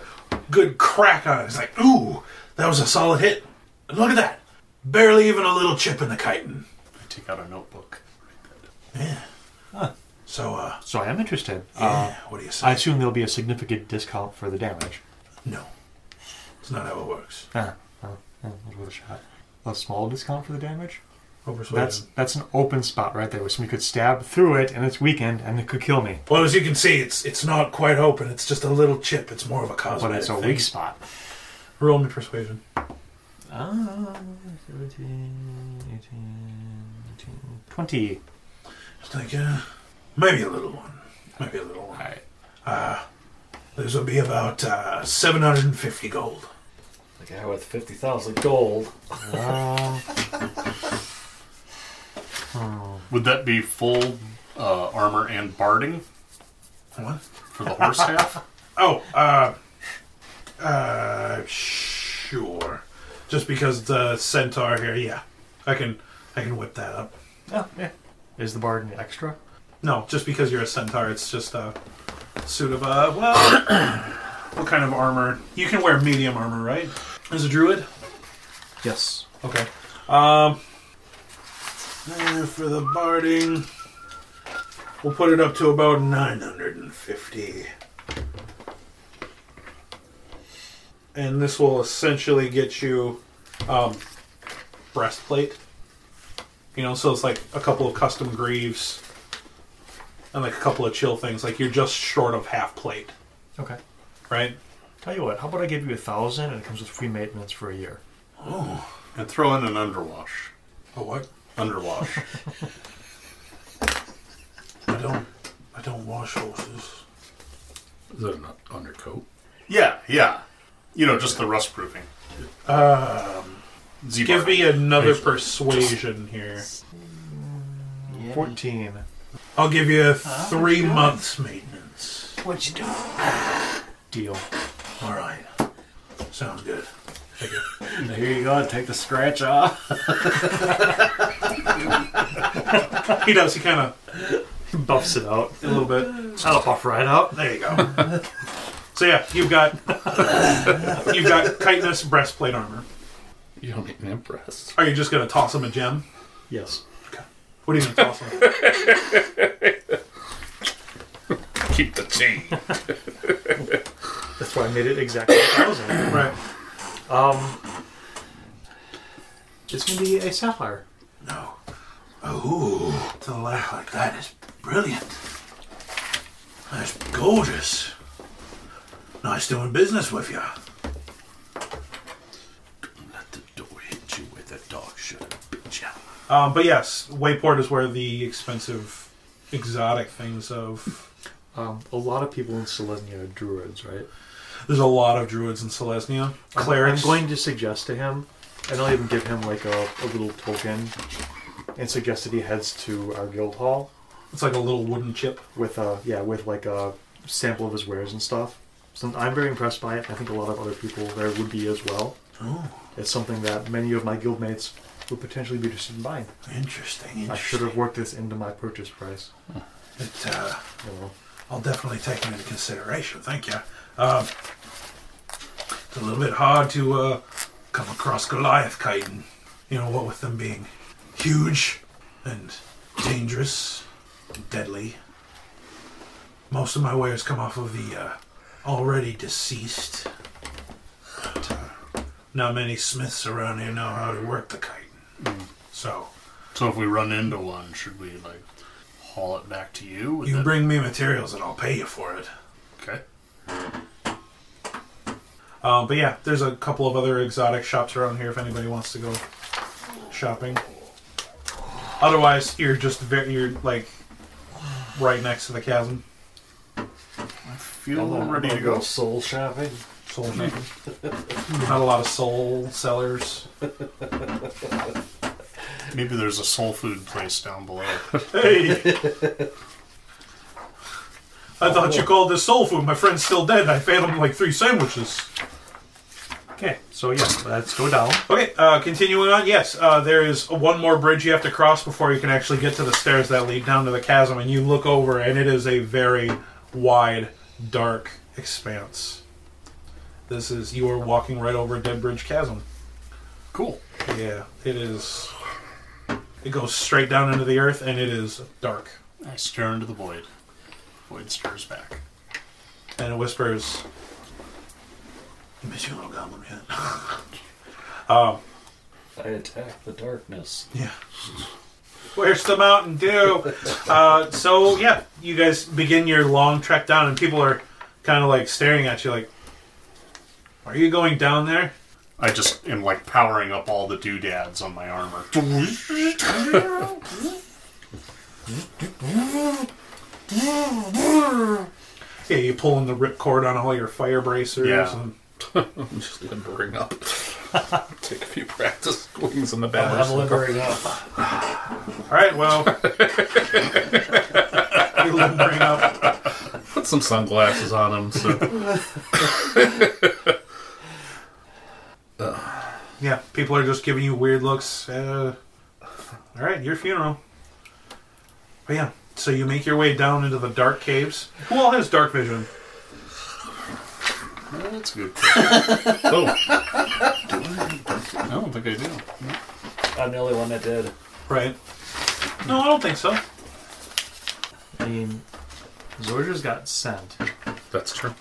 good crack on it. It's like, ooh, that was a solid hit. And look at that. Barely even a little chip in the chitin. I take out a notebook. So, uh, So I am interested. Um, yeah, what do you say? Oh. I assume there'll be a significant discount for the damage. no. It's not how it works. Uh-huh. Ah, oh, yeah, it was a shot. A small discount for the damage? Over That's that's an open spot right there, which we could stab through it, and it's weakened, and it could kill me. Well, as you can see, it's it's not quite open. It's just a little chip. It's more of a cosmetic But it's a thing. weak spot. Roll me persuasion. Ah, 17, 18, 19, 20. It's like, uh, maybe a little one. Maybe a little one. Alright. Uh, this will be about uh, 750 gold. The guy with 50,000 gold. Um, Would that be full uh, armor and barding What? for the *laughs* horse half? Oh, uh, uh, sure. Just because the centaur here, yeah, I can, I can whip that up. oh, yeah. Is the bard an extra? No, just because you're a centaur, it's just a suit of uh, well, *clears throat* what kind of armor? You can wear medium armor, right? As a druid. Yes. Okay. Um, uh, for the barding, we'll put it up to about 950. And this will essentially get you um, breastplate. You know, so it's like a couple of custom greaves and like a couple of chill things. Like you're just short of half plate, Okay. right? Tell you what, how about I give you a thousand, and it comes with free maintenance for a year. And throw in an underwash. Oh, what? Underwash. *laughs* I don't. I don't wash horses. Is it an undercoat? yeah, yeah. You know, just the rust proofing. Um, Uh, Give me another persuasion here. 14. I'll give you three months maintenance. What you doing? Deal. All right. Sounds good. Here you go. Take the scratch off. He does. He kind of Buffs it out. a little bit. I'll buff right out. oh, There you go. so yeah, you've got you've got chitinous breastplate armor. You don't get impressed. Are you just gonna toss him a gem? Yes. What are you gonna toss him? Keep the chain. That's why I made it exactly a thousand. right. Um, it's gonna be a sapphire. No. Oh, to laugh like that is brilliant. That's gorgeous. Nice doing business with you. Let the door hit you with a dog shit, bitch. Um, but yes, Wayport is where the expensive, exotic things of. Um, a lot of people in Selenia are druids, right? There's a lot of druids in Selesnya. Clerics. I'm going to suggest to him, and I'll even give him like a, a little token, and suggest that he heads to our guild hall It's like a little wooden chip. with a yeah with like a sample of his wares and stuff. So I'm very impressed by it. I think a lot of other people there would be as well. Oh. It's something that many of my guildmates would potentially be interested in buying. Interesting. I should Interesting. have worked this into my purchase price. It, uh, You know. I'll definitely take it into consideration. Thank you. Um, it's a little bit hard to uh, come across Goliath chitin. You know what with them being huge and dangerous, and deadly. Most of my wares come off of the uh, already deceased. But, uh, not many smiths around here know how to work the chitin. So So if we run into one, should we like haul it back to you? Would you that- bring me materials and I'll pay you for it. Okay. Um, but yeah, there's a couple of other exotic shops around here if anybody wants to go shopping. Otherwise, you're just very, you're like right next to the chasm. Feel ready to go go. soul shopping. Soul shopping. Not a lot of soul sellers. Maybe there's a soul food place down below. *laughs* *laughs* Hey, I thought you called this soul food. My friend's still dead. I fed him like three sandwiches. Okay, so yeah, let's go down. Okay, uh, continuing on. Yes, uh, there is one more bridge you have to cross before you can actually get to the stairs that lead down to the chasm, and you look over, and it is a very wide, dark expanse. This is you are walking right over Dead Bridge Chasm. Cool. Yeah, it is. It goes straight down into the earth, and it is dark. I stare into the void. Void stares back. and it whispers, "You miss your little goblin man." *laughs* um, I attack the darkness. where's the mountain dew? uh, so yeah, you guys begin your long trek down, and people are kind of like staring at you, like, "Are you going down there?" I just am like powering up all the doodads on my *laughs* armor. Yeah, you pulling the ripcord on all your fire bracers. Yeah. And, I'm just limbering up. Take a few practice swings in the I'm back. limbering up. all right, well, *laughs* you limbering up. Put some sunglasses on him. So Yeah, people are just giving you weird looks. Uh, all right, your funeral. But yeah, so you make your way down into the dark caves. Who all has dark vision? That's a good. question. *laughs* oh. Do I? I don't think I do. I'm the only one that did. Right. No, I don't think so. I mean, Zorja's got scent. that's true.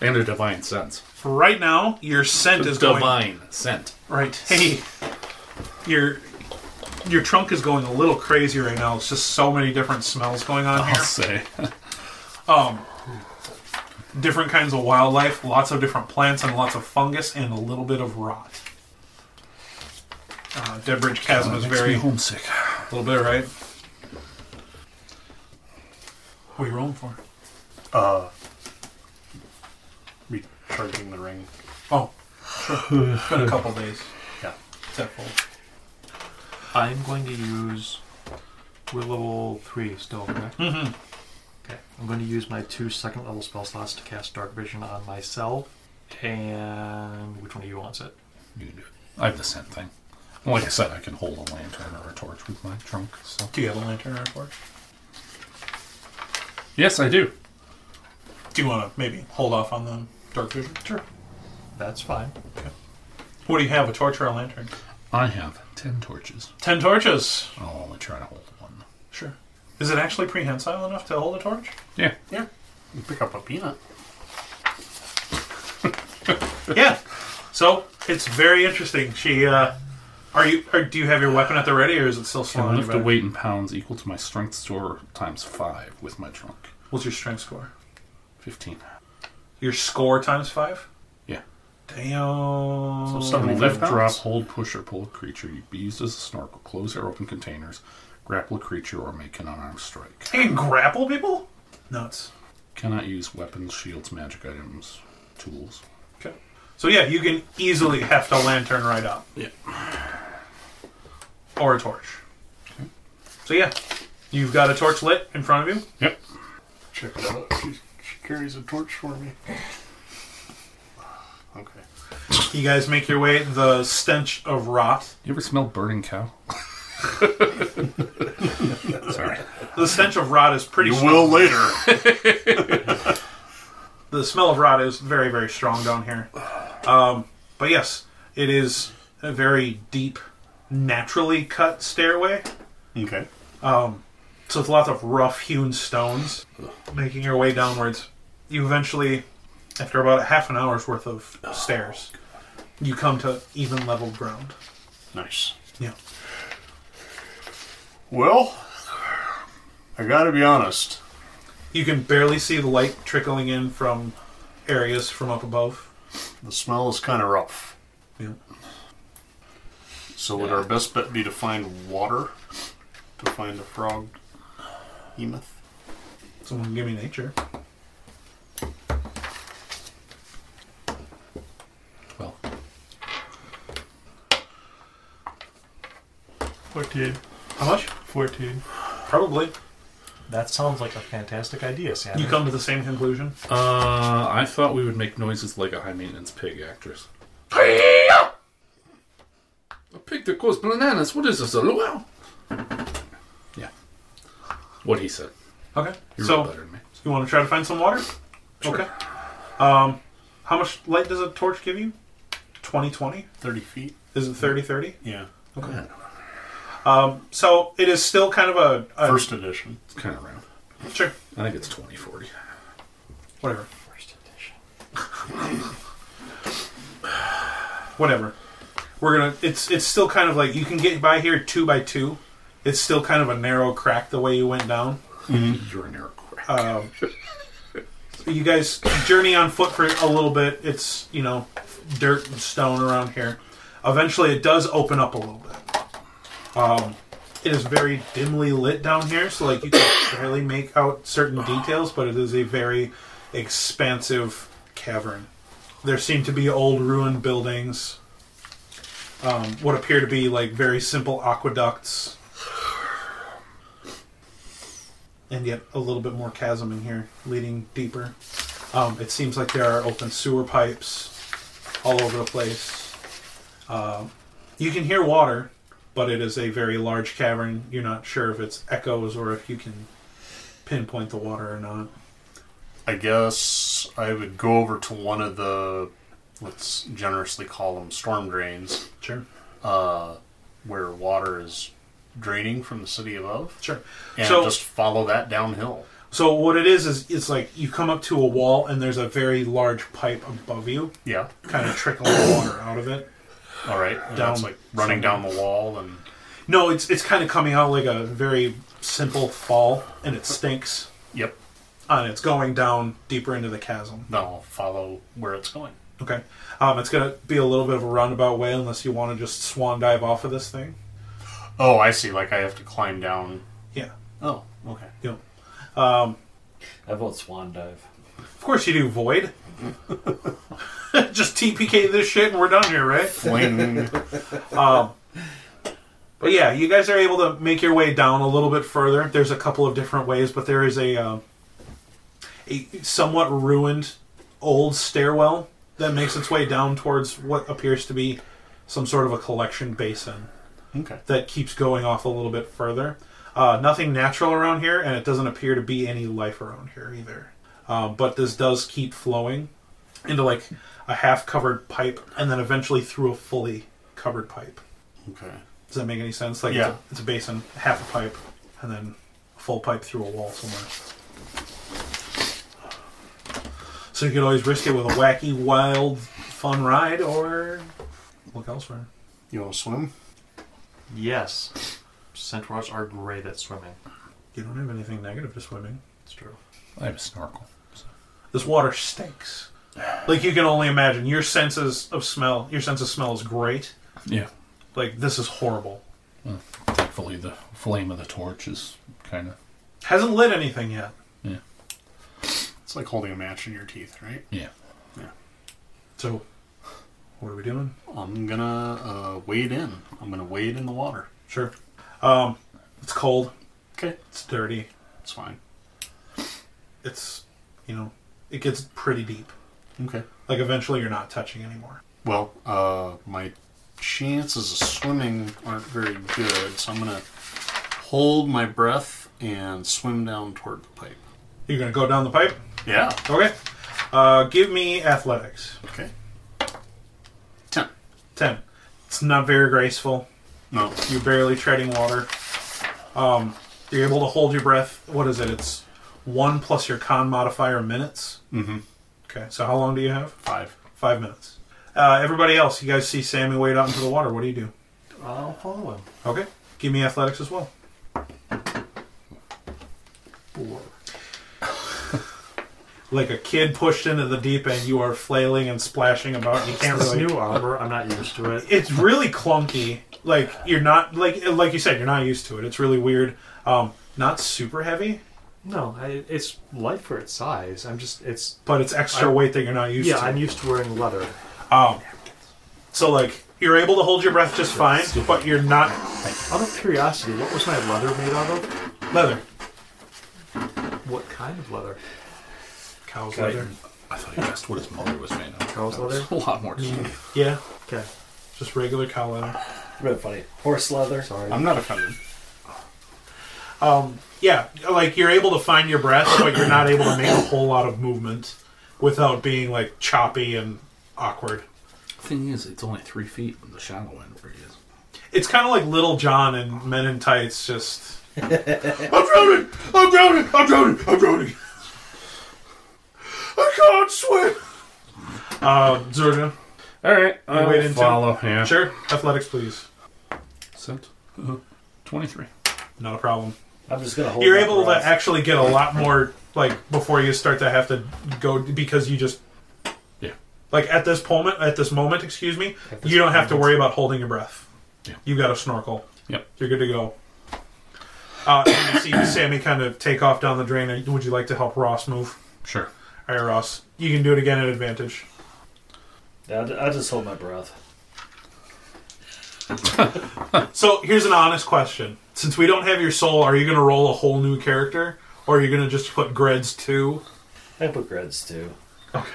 And a divine sense. For right now, your scent is going divine scent. right. Hey, your your trunk is going a little crazy right now. It's just so many different smells going on I'll here. Um, say. Different kinds of wildlife, lots of different plants, and lots of fungus, and a little bit of rot. Uh, Dead Bridge Chasm is Makes me very a homesick. little bit right. What are you rolling for? Uh. Recharging the ring. Oh, sure. it's been a couple days. Yeah. It's that full. I'm going to use. We're level 3 still, correct? *laughs* Mm-hmm. Okay. I'm going to use my two second level spell slots to cast Dark Vision on myself. And which one of you wants it? You can do it. I have the scent thing. Well, Like I said, I can hold a lantern or a torch with my trunk. So Do you have a lantern or a torch? yes, I do. Do you want to maybe hold off on the dark vision? Sure. That's fine. What do you have? A torch or a lantern? I have ten torches. Ten torches. I'll only try to hold one. Sure. Is it actually prehensile enough to hold a *laughs* torch? Yeah, Yeah. You pick up a peanut. yeah. So it's very interesting. She, uh, are you? Or do you have your weapon at the ready, or is it still I slung? lift a weight in pounds equal to my strength score times five with my trunk. What's your strength score? Fifteen. Your score times five. Yeah. Damn. So Can seventy-five lift, pounds? drop, hold, push, or pull a creature. You be used as a snorkel. Close or open containers. Grapple a creature or make an unarmed strike. you can grapple people. Nuts. Cannot use weapons, shields, magic items, tools. Okay. So yeah, you can easily heft a lantern right up. Yeah. Or a torch. So yeah, you've got a torch lit in front of you. Yep. Check it out. She, she carries a torch for me. Okay. You guys make your way. The stench of rot. You ever smell burning cow? Sorry. The stench of rot is pretty. You strong. will later. *laughs* the smell of rot is very very strong down here um, but yes it is a very deep naturally cut stairway okay. so it's lots of rough hewn stones making your way downwards you eventually after about a half an hour's worth of stairs you come to even level ground Nice. yeah Well, I gotta be honest. you can barely see the light trickling in from areas from up above The smell is kind of rough. yeah. So would our best bet be to find water? To find a frog? Hemoth? someone give me nature Well, 14. how much 14. probably That sounds like a fantastic idea, Sam. you come to the same conclusion uh, I thought we would make noises like a high maintenance pig actress. Hi-ya! A pig that goes bananas. What is this, a luau? Yeah. What he said. Okay. You're so better than me. you want to try to find some water? Okay. Um, how much light does a torch give you? 20, 20? 30 feet. Is it 30, 30? Yeah. So it is still kind of a, a First edition. It's kind of round. sure, I think it's 2040. whatever. whatever. We're gonna. It's it's still kind of like you can get by here two by two. It's still kind of a narrow crack the way you went down. Mm-hmm. You're an air crack. Um, you guys journey on foot for a little bit. It's you know dirt and stone around here. Eventually, it does open up a little bit. Um, it is very dimly lit down here, so like you can *coughs* barely make out certain details, but it is a very expansive cavern. There seem to be old ruined buildings, um, what appear to be like very simple aqueducts, and yet a little bit more chasm in here, leading deeper. Um, it seems like there are open sewer pipes all over the place. Um you can hear water, but it is a very large cavern. You're not sure if it's echoes or if you can pinpoint the water or not. I guess I would go over to one of the, let's generously call them storm drains, Sure, where water is draining from the city above, sure. and so, just follow that downhill. so what it is is it's like you come up to a wall and there's a very large pipe above you, Yeah. kind *coughs* of trickling water out of it. All right. And Down That's like running down the wall and No, it's it's kind of coming out like a very simple fall, and it stinks. yep. and it's going down deeper into the chasm. Then I'll follow where it's going. Okay, um, it's gonna be a little bit of a roundabout way unless you want to just swan dive off of this thing. Oh, I see. Like I have to climb down. Yeah, Oh, okay. you know. I vote swan dive. of course you do. Void. *laughs* just TPK this shit and we're done here, right? Fling. But yeah, you guys are able to make your way down a little bit further. There's a couple of different ways, but there is a uh, a somewhat ruined old stairwell that makes its way down towards what appears to be some sort of a collection basin. *laughs* *laughs* okay. that keeps going off a little bit further. Uh, nothing natural around here, and it doesn't appear to be any life around here either. Um, but this does keep flowing into like a half covered pipe and then eventually through a fully covered pipe. Okay. Does that make any sense? Like, Yeah. it's, a, it's a basin, half a pipe, and then a full pipe through a wall somewhere. So you could always risk it with a wacky, wild, fun ride or look elsewhere. You want to swim? Yes. Centaurs are great at swimming. You don't have anything negative to swimming. It's true. I have a snorkel. this water stinks. Like you can only imagine. Your senses of smell, your sense of smell is great. Yeah. Like this is horrible. Thankfully, the flame of the torch is kind of. Hasn't lit anything yet. It's like holding a match in your teeth, right? Yeah. So, what are we doing? I'm gonna uh, wade in. I'm gonna wade in the water. Sure. Um, it's cold. Okay. It's dirty. It's fine. It's, you know, it gets pretty deep. Okay. Like eventually, you're not touching anymore. Well, uh, my chances of swimming aren't very good, so I'm gonna hold my breath and swim down toward the pipe. You're gonna go down the pipe. Yeah. Okay. Uh, give me athletics. Okay. Ten. Ten. It's not very graceful. No. You're barely treading water. Um, you're able to hold your breath. What is it? It's one plus your con modifier minutes. Mm-hmm. Okay, so how long do you have? Five. Five minutes. Uh, everybody else, you guys see Sammy wade out into the water. What do you do? I'll follow him. Okay, give me athletics as well. *laughs* Four. like a kid pushed into the deep end, you are flailing and splashing about. You can't It's really. new armor. I'm not used to it. it's really clunky. Like you're not like like you said, you're not used to it. It's really weird. Um, not super heavy, No, I, it's light for its size. I'm just it's but it's extra weight that you're not used yeah. to. I'm used to wearing leather. so like you're able to hold your breath just fine, but you're not Out of curiosity, what was my leather made out of? leather. What kind of leather? Cow's leather. I thought he asked what his mother was made of. Girls That was leather? A lot more. descriptive. Yeah, Okay. just regular cow leather. It's been funny. Horse leather. Sorry. I'm not offended. Um, yeah, like you're able to find your breath, but you're not able to make a whole lot of movement without being like choppy and awkward. Thing is, it's only three feet in the shallow end where he is. It's kind of like Little John and Men in Tights. Just I'm drowning! I'm drowning! I'm drowning! I'm drowning! I can't swim! uh, Zorga, All right, I wait until- follow. Yeah. sure, athletics, please. Set. Uh, Twenty-three. Not a problem. I'm just gonna hold. You're my able to breath. actually get a lot more like before you start to have to go because you just Yeah. like at this moment at this moment excuse me you don't have to worry about holding your breath. Yeah. You've got a snorkel. Yep. You're good to go. Uh, and you *coughs* see Sammy kind of take off down the drain. Would you like to help Ross move? Sure. All right, Ross, you can do it again at advantage. Yeah, I'll- I'll just hold my breath. So here's an honest question: Since we don't have your soul, are you going to roll a whole new character, or are you going to just put Greds two? I put grids too. Oh.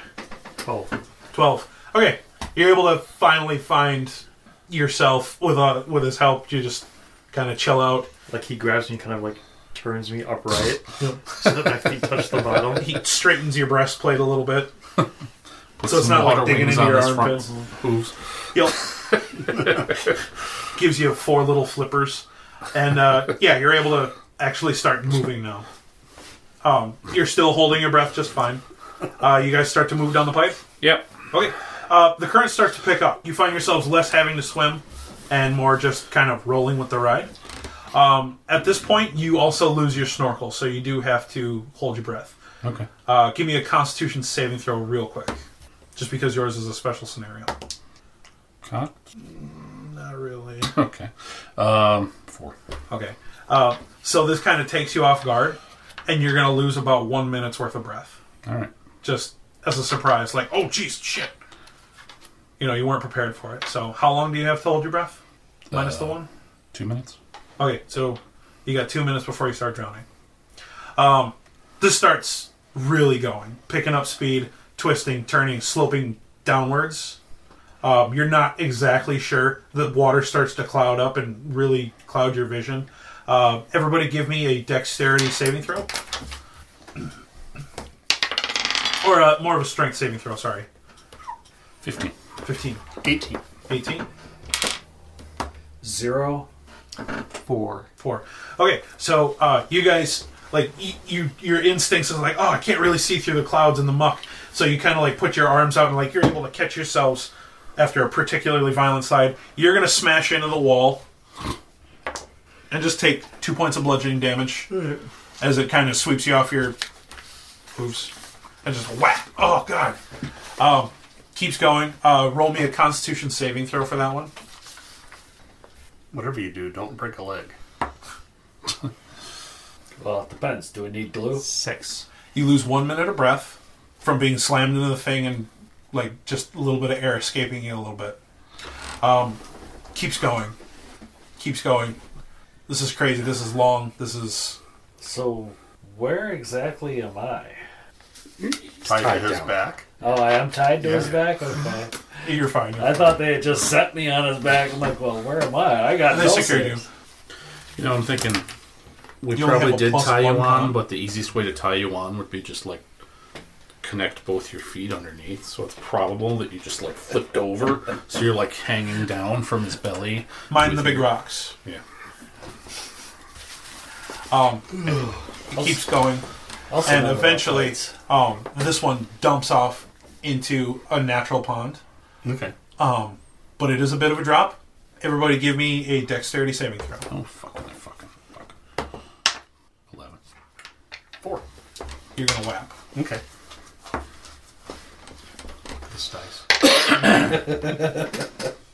Twelve. Okay, you're able to finally find yourself with uh with his help. You just kind of chill out. Like he grabs me, kind of like turns me upright *laughs* so that my feet touch the bottom. *laughs* He straightens your breastplate a little bit. Put So it's some not like water digging wings into on your his front Hooves. armpits. Yep. *laughs* *laughs* Gives you four little flippers, and uh, yeah, you're able to actually start moving now. Um, you're still holding your breath just fine. Uh, you guys start to move down the pipe. Yep. Okay. Uh, the current starts to pick up. You find yourselves less having to swim and more just kind of rolling with the ride. Um, at this point, you also lose your snorkel, so you do have to hold your breath. Okay. Uh, give me a Constitution saving throw real quick, just because yours is a special scenario. Cock. Not really. Okay. Um, four. Okay. Uh, so this kind of takes you off guard, and you're going to lose about one minute's worth of breath. All right. Just as a surprise, like, oh, jeez, shit. You know, you weren't prepared for it. So, how long do you have to hold your breath? Minus the Uh, one? Two *laughs* minutes. Okay, so you got two minutes before you start drowning. Um, this starts really going, picking up speed, twisting, turning, sloping downwards. Um, you're not exactly sure. The water starts to cloud up and really cloud your vision. Uh, everybody, give me a dexterity saving throw, or uh, more of a strength saving throw. Sorry, Fifteen. fifteen. 18. 18? Zero. Four. Four. Okay, so uh, you guys like y- you your instincts is like, oh, I can't really see through the clouds and the muck. So you kind of like put your arms out and like you're able to catch yourselves after a particularly violent slide. You're gonna smash into the wall and just take two points of bludgeoning damage as it kind of sweeps you off your hooves and just whack. Oh god. Um, keeps going. Uh, roll me a Constitution saving throw for that one. Whatever you do, don't break a leg. Well, it depends. Do we need glue? Six. You lose one minute of breath from being slammed into the thing and like just a little bit of air escaping you a little bit. Um, keeps going, keeps going. This is crazy. This is long. This is So, where exactly am I? Tied, tied to his down. back. Oh, I am tied to his back. Okay. you're fine. I thought they had just set me on his back. I'm like, well, where am I? I got They no secured you. sense. You know, I'm thinking we You only probably have a did plus tie you one on, con. but the easiest way to tie you on would be just like connect both your feet underneath. So it's probable that you just like flipped over, so you're like hanging down from his belly. Mind the with big your- rocks. Yeah. Um, it keeps going, Also and not eventually, about um, this one dumps off into a natural pond. Okay. Um, but it is a bit of a drop. Everybody, give me a dexterity saving throw. Oh fucking fucking fuck. Eleven. Four. You're gonna whap. Okay. This dice.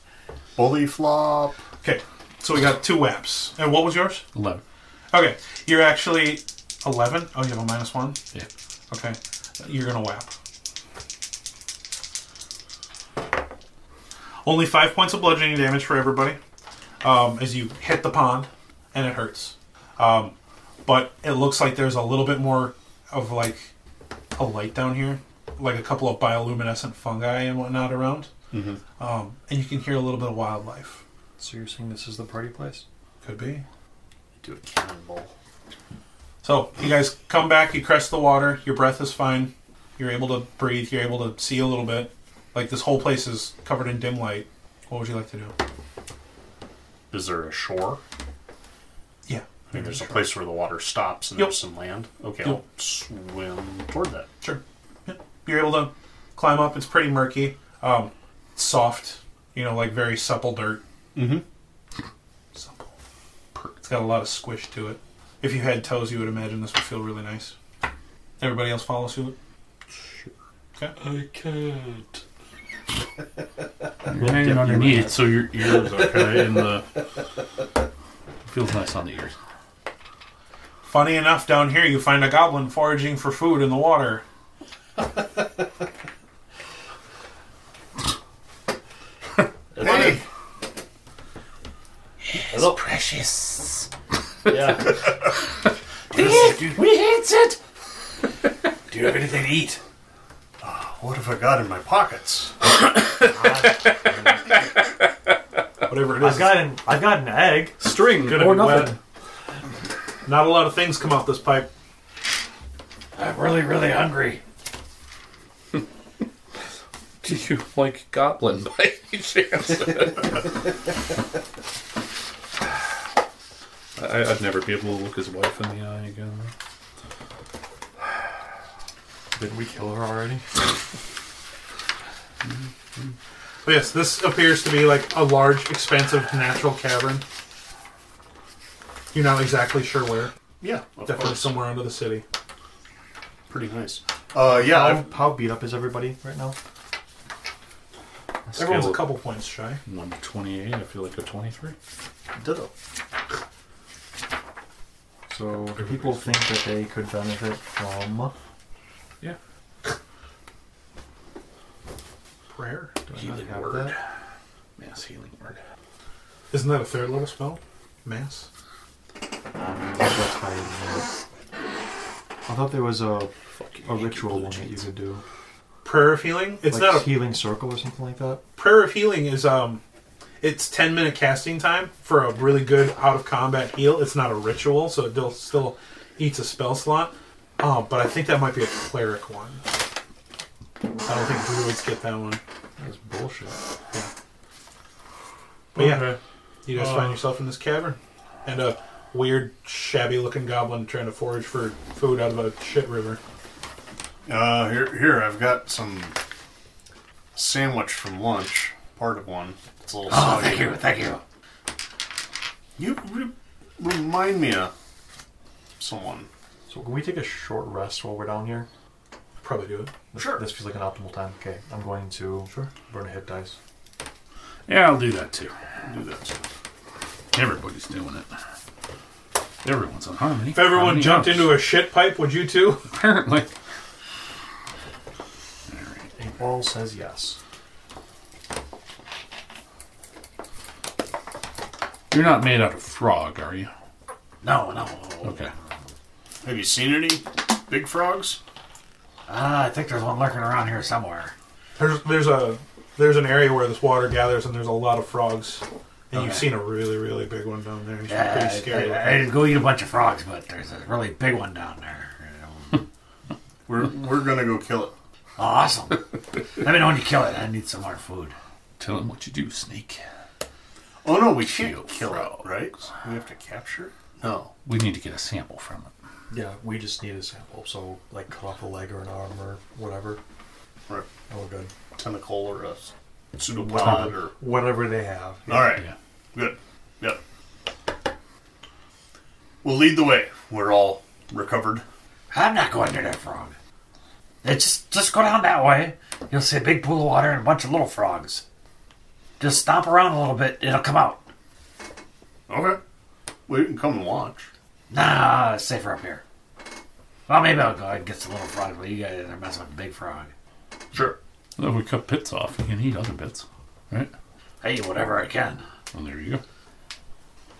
*laughs* Bully flop. Okay, so we got two whaps. And what was yours? Eleven. Okay, you're actually 11. Oh, you have a minus one? Yeah. Okay, you're going to whap. Only five points of bludgeoning damage for everybody um, as you hit the pond, and it hurts. Um, but it looks like there's a little bit more of like a light down here. like a couple of bioluminescent fungi and whatnot around, um, and you can hear a little bit of wildlife. So you're saying this is the party place? Could be. Do a cannonball. So you guys come back, you crest the water, your breath is fine, you're able to breathe, you're able to see a little bit. Like this whole place is covered in dim light. What would you like to do? Is there a shore? Yeah. I mean, there's a place where the water stops and Yep. there's some land. Okay, Yep. I'll swim toward that. Sure. Yeah. You're able to climb up. It's pretty murky, um, soft. You know, like very supple dirt. Mm-hmm. Supple. Per- It's got a lot of squish to it. If you had toes, you would imagine this would feel really nice. Everybody else follow suit. I can't. You're hanging underneath, so your ears are kind of in the. *laughs* Feels nice on the ears. Funny enough, down here you find a goblin foraging for food in the *laughs* water. Hey. Hello. Precious. Yeah. *laughs* We hits it. Do you have anything to eat? What have I got in my pockets? Whatever it is, I've got an I've got an egg. String gonna or be nothing. wet. Not a lot of things come out this pipe. I'm really, really hungry. Do you like *laughs* Goblin by any chance? I, I'd never be able to look his wife in the eye again. Didn't we kill her already? But yes, this appears to be like a large, expansive natural cavern. You're not exactly sure where. Yeah, of Definitely course. somewhere under the city. Pretty nice. Uh, yeah, How, I've, how beat up is everybody right now? Everyone's a Scale couple points shy. of 128. I feel like a 23. ditto. So do people think that they could benefit from Prayer. Healing have word. that? Mass healing word. Isn't that a third level spell? Mass. That's why I didn't know. I thought there was a, a ritual one that you could do. Prayer of healing. It's like not a healing circle or something like that. prayer of healing. Is um, it's ten minute casting time for a really good out of combat heal. It's not a ritual, so it still still eats a spell slot. Uh, but I think that might be a cleric one. I don't think druids get that one. That's bullshit. But yeah, you guys find yourself in this cavern, and a weird, shabby-looking goblin trying to forage for food out of a shit river. Uh, here, here, I've got some sandwich from lunch. Part of one. It's a Oh, little soggy. thank you. You re- remind me of someone. So can we take a short rest while we're down here? Probably do it. This, Sure. This feels like an optimal time. Okay, I'm going to burn a hit dice. Yeah, I'll do that too. Do this. Everybody's doing it. Everyone's on harmony. If everyone jumped into a shit pipe, would you too? apparently. Eight ball says yes. You're not made out of frog, are you? No, no. Okay. Have you seen any big frogs? Ah, I think there's one lurking around here somewhere. There's there's a there's an area where this water gathers, and there's a lot of frogs. And you've Okay. seen a really really big one down there. It's Yeah, pretty scary. Uh, I, looking. I, I didn't go eat a bunch of frogs, but there's a really big one down there. We're we're gonna go kill it. Awesome. *laughs* Let me know when you kill it. I need some more food. Tell him what you do, snake. Oh no, we can't kill it, right? We have to capture it. No. We need to get a sample from it. Yeah, we just need a sample. So, like, cut off a leg or an arm or whatever, Or and we're good. a tentacle or a pseudopod or. Whatever they have. All right. Yeah. Good. Yep. We'll lead the way. We're all recovered. I'm not going near that frog. It just just go down that way. You'll see a big pool of water and a bunch of little frogs. Just stomp around a little bit. It'll come out. Okay. We can come and watch. Nah, it's safer up here. Well, maybe I'll go ahead and get some little frog, but you guys are messing with the big frog. Sure. Well, we cut bits off. You can eat other bits, right? I eat whatever I can. Well, there you go.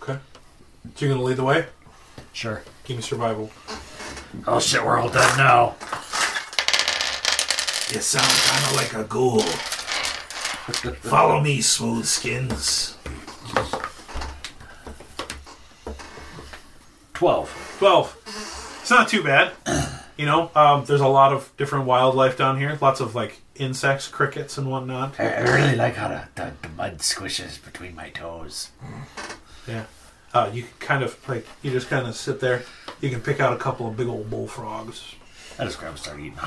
Okay. So you're gonna lead the way. Sure. Give me survival. *laughs* Oh shit, we're all dead now. You sound kind of like a ghoul. Follow me, smooth skins. 12. 12. It's not *clears throat* too bad. You know, um, there's a lot of different wildlife down here. Lots of like insects, crickets, and whatnot. I I really like how the, the, the mud squishes between my toes. Yeah. Uh, you can kind of like you just kind of sit there. You can pick out a couple of big old bullfrogs. I just grab and start *gasps* eating.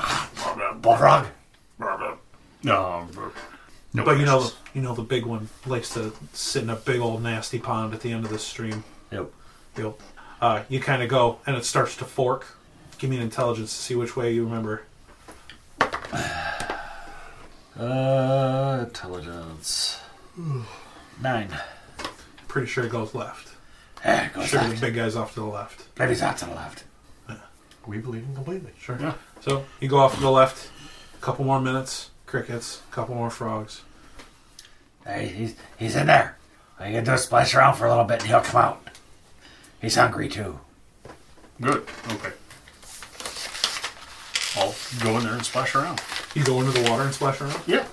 Bullfrog? No, no But you know, questions. you know the big one likes to sit in a big old nasty pond at the end of the stream. Yep. Yep. Uh, you kind of go, and it starts to fork. Give me an intelligence to see which way you remember. Uh, intelligence. Nine. Pretty sure it goes left. Eh, goes Sure, the left. big guy's off to the left. Baby's out to the left. We believe him completely. Sure. So you go off to the left. Couple more minutes. Crickets. Couple more frogs. Hey, he's, he's in there. I can just splash around for a little bit and he'll come out. He's hungry too. good. Okay. I'll go in there and splash around. You go into the water and splash around. Yeah.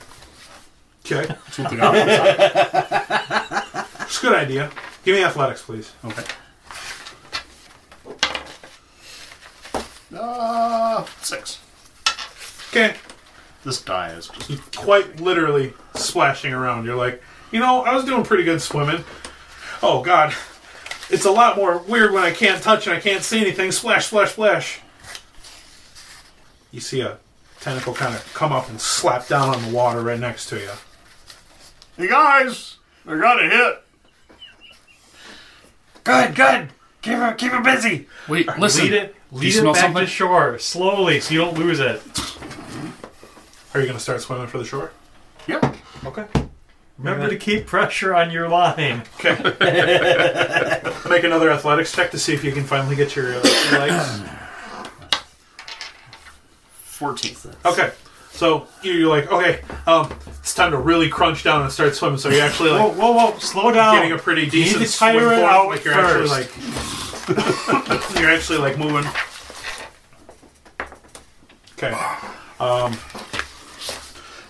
Okay, That's what they got *laughs* outside. it's a good idea. Give me athletics, please. Okay. Uh, six. Okay. This die is just. quite literally splashing around. You're like, you know, I was doing pretty good swimming. Oh God, it's a lot more weird when I can't touch and I can't see anything. Splash, splash, splash. You see a tentacle kind of come up and slap down on the water right next to you. Hey guys, I got a hit. Good, good. Keep him, keep him busy. Wait, listen. Lead it, Do you lead it smell back something? to shore slowly so you don't lose it. Are you going to start swimming for the shore? Yeah. Okay. Remember to keep pressure on your *laughs* line. Make another athletics check to see if you can finally get your, uh, your legs. 14. Okay. So you- you're like, okay, um, it's time to really crunch down and start swimming. So you actually like Whoa, whoa, whoa, slow down. getting a pretty need decent to tire swim it form, out like you're actually like *laughs* you're actually like moving. Okay.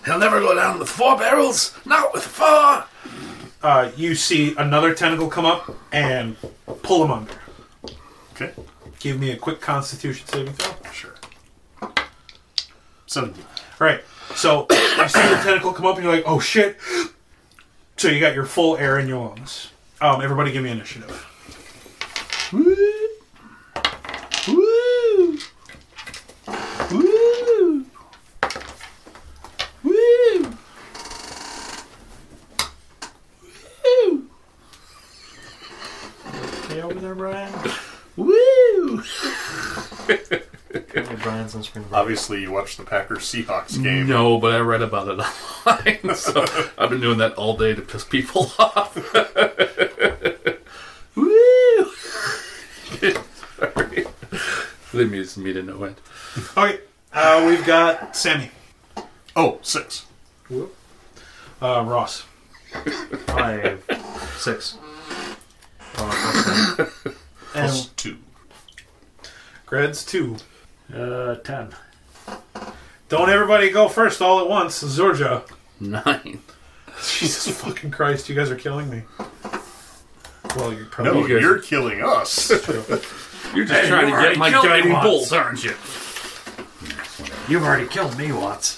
He'll never go down with four barrels. Not with four. Uh, you see another tentacle come up and pull him under. Okay. Give me a quick Constitution saving throw. Sure. 17. All right. So you see the tentacle come up and you're like, oh shit. So you got your full air in your lungs. Um, everybody, give me initiative. Stay over there, *laughs* Brian. Woo! Brian's on screen. Obviously, you watched the Packers Seahawks game. No, but I read about it *laughs* online. *laughs* So I've been doing that all day to piss people *laughs* off. Woo! *laughs* Sorry. They amused me to no end. Okay. Uh, we've got Sammy, Oh, six. uh, Ross, Five, six. Plus two. Greds two. Uh, 10. Don't everybody go first all at once, *laughs* Zorja. Nine. Jesus fucking Christ, you guys are killing me. Well, you're probably. *laughs* No, You guys- you're killing *laughs* us. You're just trying to get my guiding bolt, aren't you? You've already killed me once.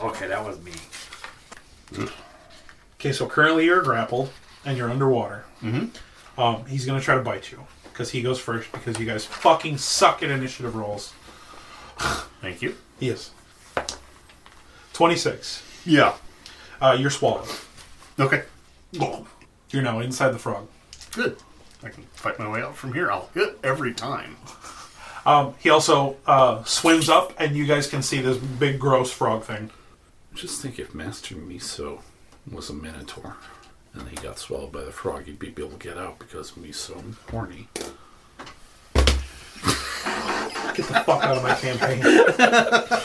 Okay, that was me. Okay, so currently you're grappled and you're underwater. Mm-hmm. Um, he's gonna try to bite you because he goes first because you guys fucking suck at initiative rolls. Thank you. He is. 26. Yeah. Uh, you're swallowed. Okay. You're now inside the frog. Good. I can fight my way out from here. I'll hit every time. Um, he also uh, swims up, and you guys can see this big, gross frog thing. Just think if Master Miso was a minotaur and he got swallowed by the frog, he'd be able to get out because Miso is horny. Get the fuck out of my campaign.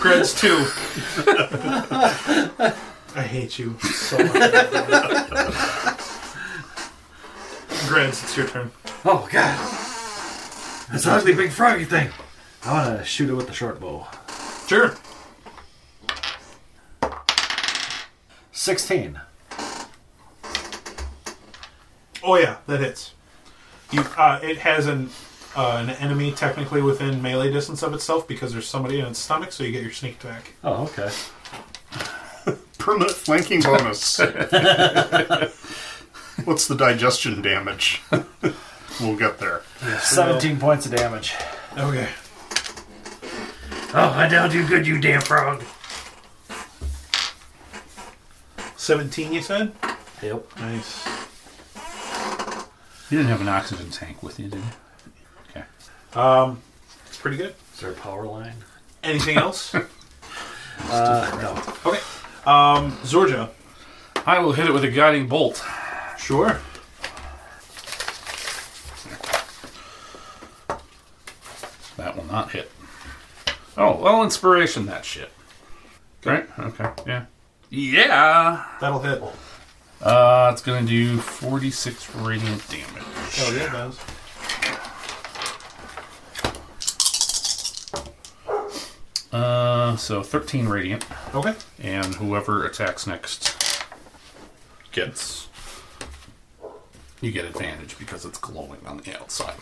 Greds 2. I hate you so much. Greds, it's your turn. Oh, God. This ugly big froggy thing. I want to shoot it with the short bow. Sure. 16. Oh yeah, that hits. You, uh, it has an uh, an enemy technically within melee distance of itself because there's somebody in its stomach, so you get your sneak attack. Oh, okay. Permanent flanking *laughs* bonus. What's the digestion damage? *laughs* we'll get there. 17 points of damage. Okay. Oh, I don't do good, you damn frog. Seventeen, you said. Yep. Nice. You didn't have an oxygen tank with you, did you? Okay. Um, it's pretty good. Is there a power line? Anything *laughs* else? Uh, no. okay. Um, Zorja. I will hit it with a guiding bolt. Sure. That will not hit. Oh, well, inspiration that shit. Right? Okay. Yeah. Yeah. That'll hit. Uh, it's gonna do 46 radiant damage. Oh yeah, it does. Uh, so 13 radiant, Okay. and whoever attacks next gets. You get advantage because it's glowing on the outside.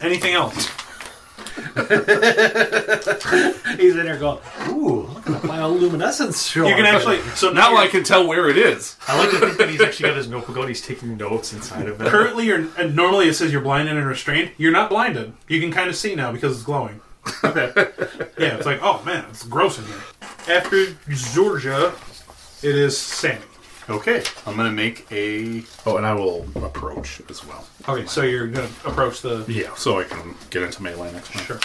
Anything else? He's in there going, ooh, look at my luminescence show. You can actually. So now, Now I can tell where it is. I like to think that he's actually got his notebook out. He's taking notes inside *laughs* of it. currently, you're and normally it says you're blinded and restrained. You're not blinded. You can kind of see now because it's glowing. *laughs* yeah, it's like, oh man, it's gross in here. After Zorja, it is Sammy. Okay, I'm gonna make a. Oh, and I will approach as well. Okay, so you're gonna approach the. Yeah, so I can get into melee next time. Sure.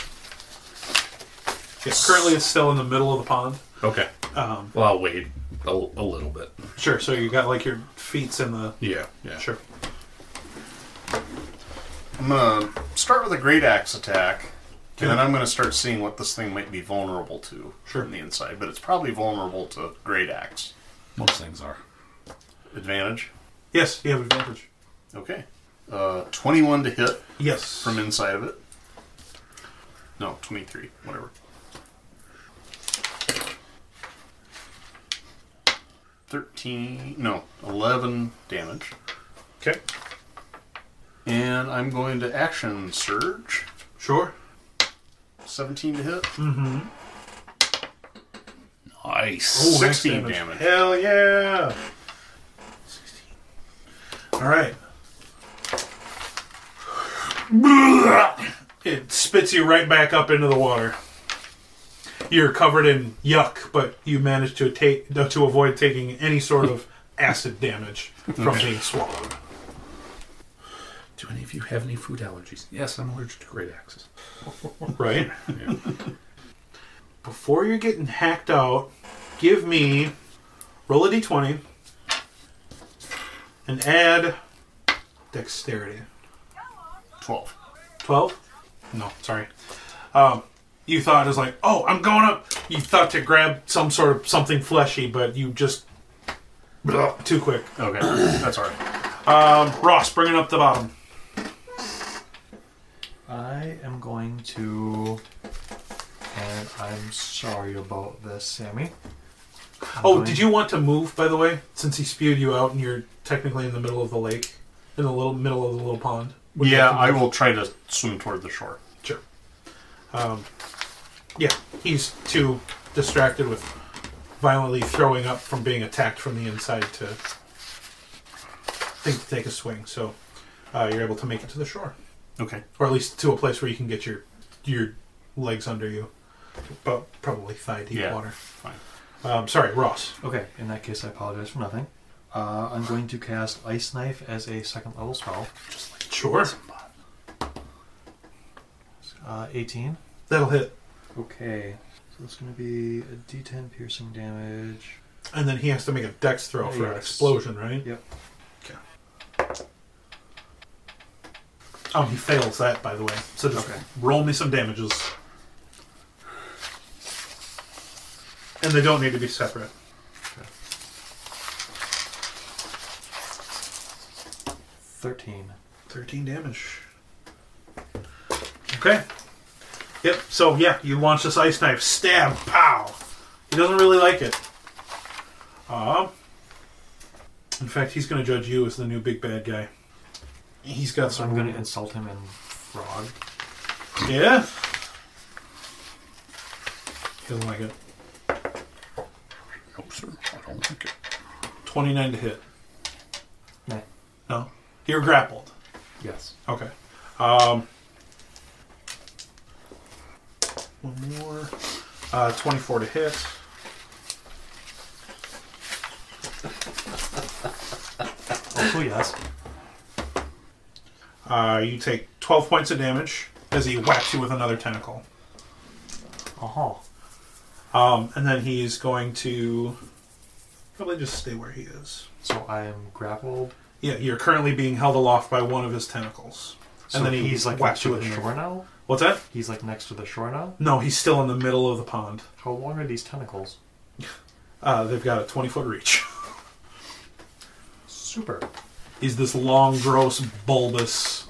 Yeah, currently it's still in the middle of the pond. Okay. Um, Well, I'll wait a, a little bit. sure. So you got like your feet's in the. Yeah. Yeah. Sure. I'm gonna start with a great axe attack, and then I'm gonna start seeing what this thing might be vulnerable to Sure. from the inside. But it's probably vulnerable to great axe Most things are. advantage. Yes, you have advantage. Okay, uh, 21 to hit Yes. from inside of it. No, 23, whatever. 13, no, 11 damage. Okay. And I'm going to action surge. Sure. 17 to hit. Nice. Oh, that's 16 damage. Hell yeah! All right. It spits you right back up into the water. You're covered in yuck, but you manage to take to avoid taking any sort of acid damage from being swallowed. Do any of you have any food allergies? Yes, I'm allergic to great axes. Right? Before you're getting hacked out, give me roll a d20 and add dexterity. 12. 12? No, sorry. Um, you thought it was like, oh, I'm going up. You thought to grab some sort of something fleshy, but you just. Too quick. *clears throat* Uh, Okay, that's alright. Ross, bringing up the bottom. I am going to. And I'm sorry about this, Sammy. Oh, did you want to move, by the way? Since he spewed you out and you're technically in the middle of the lake, in the little middle of the little pond. Would you Yeah, like to I move? will try to swim toward the shore. Sure. Um, yeah, he's too distracted with violently throwing up from being attacked from the inside to think to take a swing. So uh, you're able to make it to the shore, Okay. or at least to a place where you can get your your legs under you, but probably thigh deep Yeah. water. Fine. Um, sorry, Ross. Okay, in that case, I apologize for nothing. Uh, I'm going to cast Ice Knife as a second level spell. Sure, Uh, 18. that'll hit. Okay, so it's going to be a d10 piercing damage. And then he has to make a dex throw for an Yes. explosion, right? Yep. Okay. Oh, he fails that, by the way. So just roll me some damages. And they don't need to be separate. Thirteen. 13 damage. Okay. Yep. So yeah, you launch this ice knife. Stab. Pow. He doesn't really like it. Um. In fact, he's going to judge you as the new big bad guy. He's got some. I'm going to insult him in frog. Yeah. He doesn't like it. Oh, No, sir. I don't think it. 29 to hit. No. No? You're grappled. Yes. Okay. Um, one more. Uh, 24 to hit. Oh yes. Uh, you take 12 points of damage as he whacks you with another tentacle. Uh Uh-huh. huh. Um, and then he's going to probably just stay where he is. So I am grappled. Yeah, you're currently being held aloft by one of his tentacles. So and then he he's like whacks next you to with the shore another. now. What's that? He's like next to the shore now. No, he's still in the middle of the pond. How long are these tentacles? Uh, they've got a 20 foot reach. *laughs* Super. He's this long, gross, bulbous.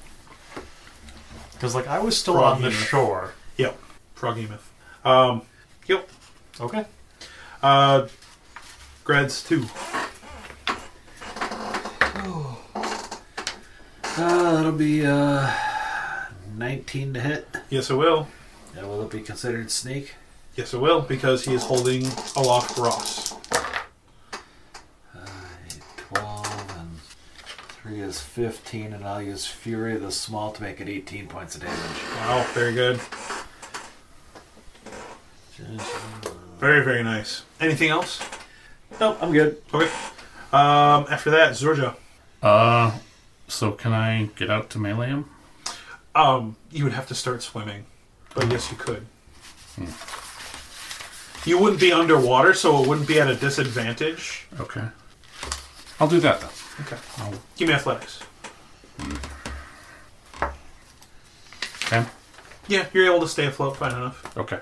Because like I was still Frog on the unit. shore. Yep, Frogemoth. Um, yep. Okay. Uh, grads two. Uh, that'll be uh, 19 to hit. Yes, I will. And will it be considered sneak? Yes, I will because he is holding aloft Ross. 12 and 3 is 15, and I'll use Fury of the Small to make it 18 points of damage. Wow, very good. Very, very nice. Anything else? Nope, I'm good. Okay. Um, after that, Zorja. Uh, so can I get out to melee him? Um, you would have to start swimming, but yes, you could. You wouldn't be underwater, so it wouldn't be at a disadvantage. Okay. I'll do that then. Okay. I'll, Give me athletics. okay. Yeah, you're able to stay afloat fine enough. Okay.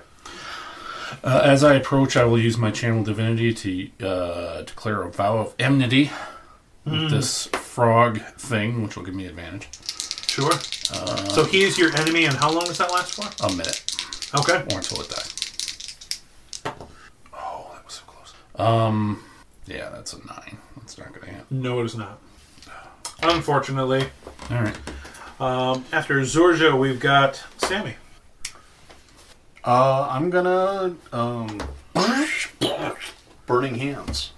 Uh, as I approach, I will use my channel divinity to uh, declare a vow of enmity Hmm. with this frog thing, which will give me advantage. Sure. so he is your enemy, and how long does that last for? A minute Okay. or until it dies. Oh, that was so close. Um, yeah, that's a nine. That's not gonna hit. No, it is not. Unfortunately. All right. Um, after Zorja, we've got Sammy. Uh, I'm gonna um, burning hands,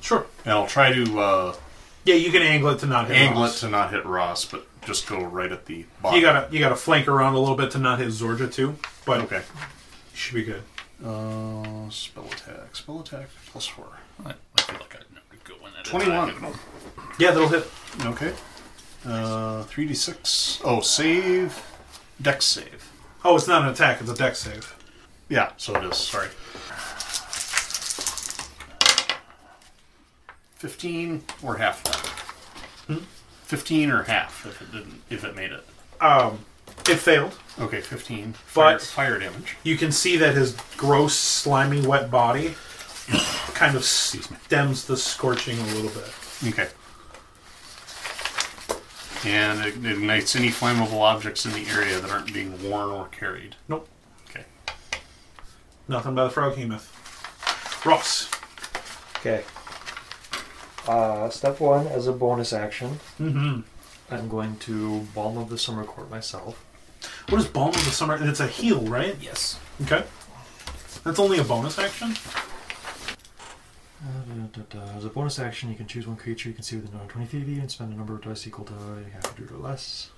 Sure. and I'll try to uh, Yeah, you can angle it to not hit angle it Ross. to not hit Ross, but just go right at the bottom. You gotta you gotta flank around a little bit to not hit Zorja too, but okay. you should be good. Uh, spell attack, spell attack, plus four. I, I feel like I know to go in at it. 21. Yeah, that'll hit. Okay. Uh, 3d6. Oh, save. Dex save. Oh, it's not an attack; it's a deck save. Yeah, so it is. Sorry. 15 or half that. Hmm? 15 or half if it didn't if it made it. Um, it failed. Okay, 15. Fire, But- fire damage. You can see that his gross, slimy, wet body *coughs* kind of stems the scorching a little bit. Okay. And it ignites any flammable objects in the area that aren't being worn or carried. Nope, Okay. nothing by the frog hemoth. Ross, Okay. Uh, step one, as a bonus action, mm-hmm. I'm going to Balm of the Summer Court myself. what is Balm of the Summer? It's a heal, right? Yes. Okay, that's only a bonus action. Uh, As a bonus action, you can choose one creature you can see within another 20 feet of you and spend a number of dice equal to half a dude or less.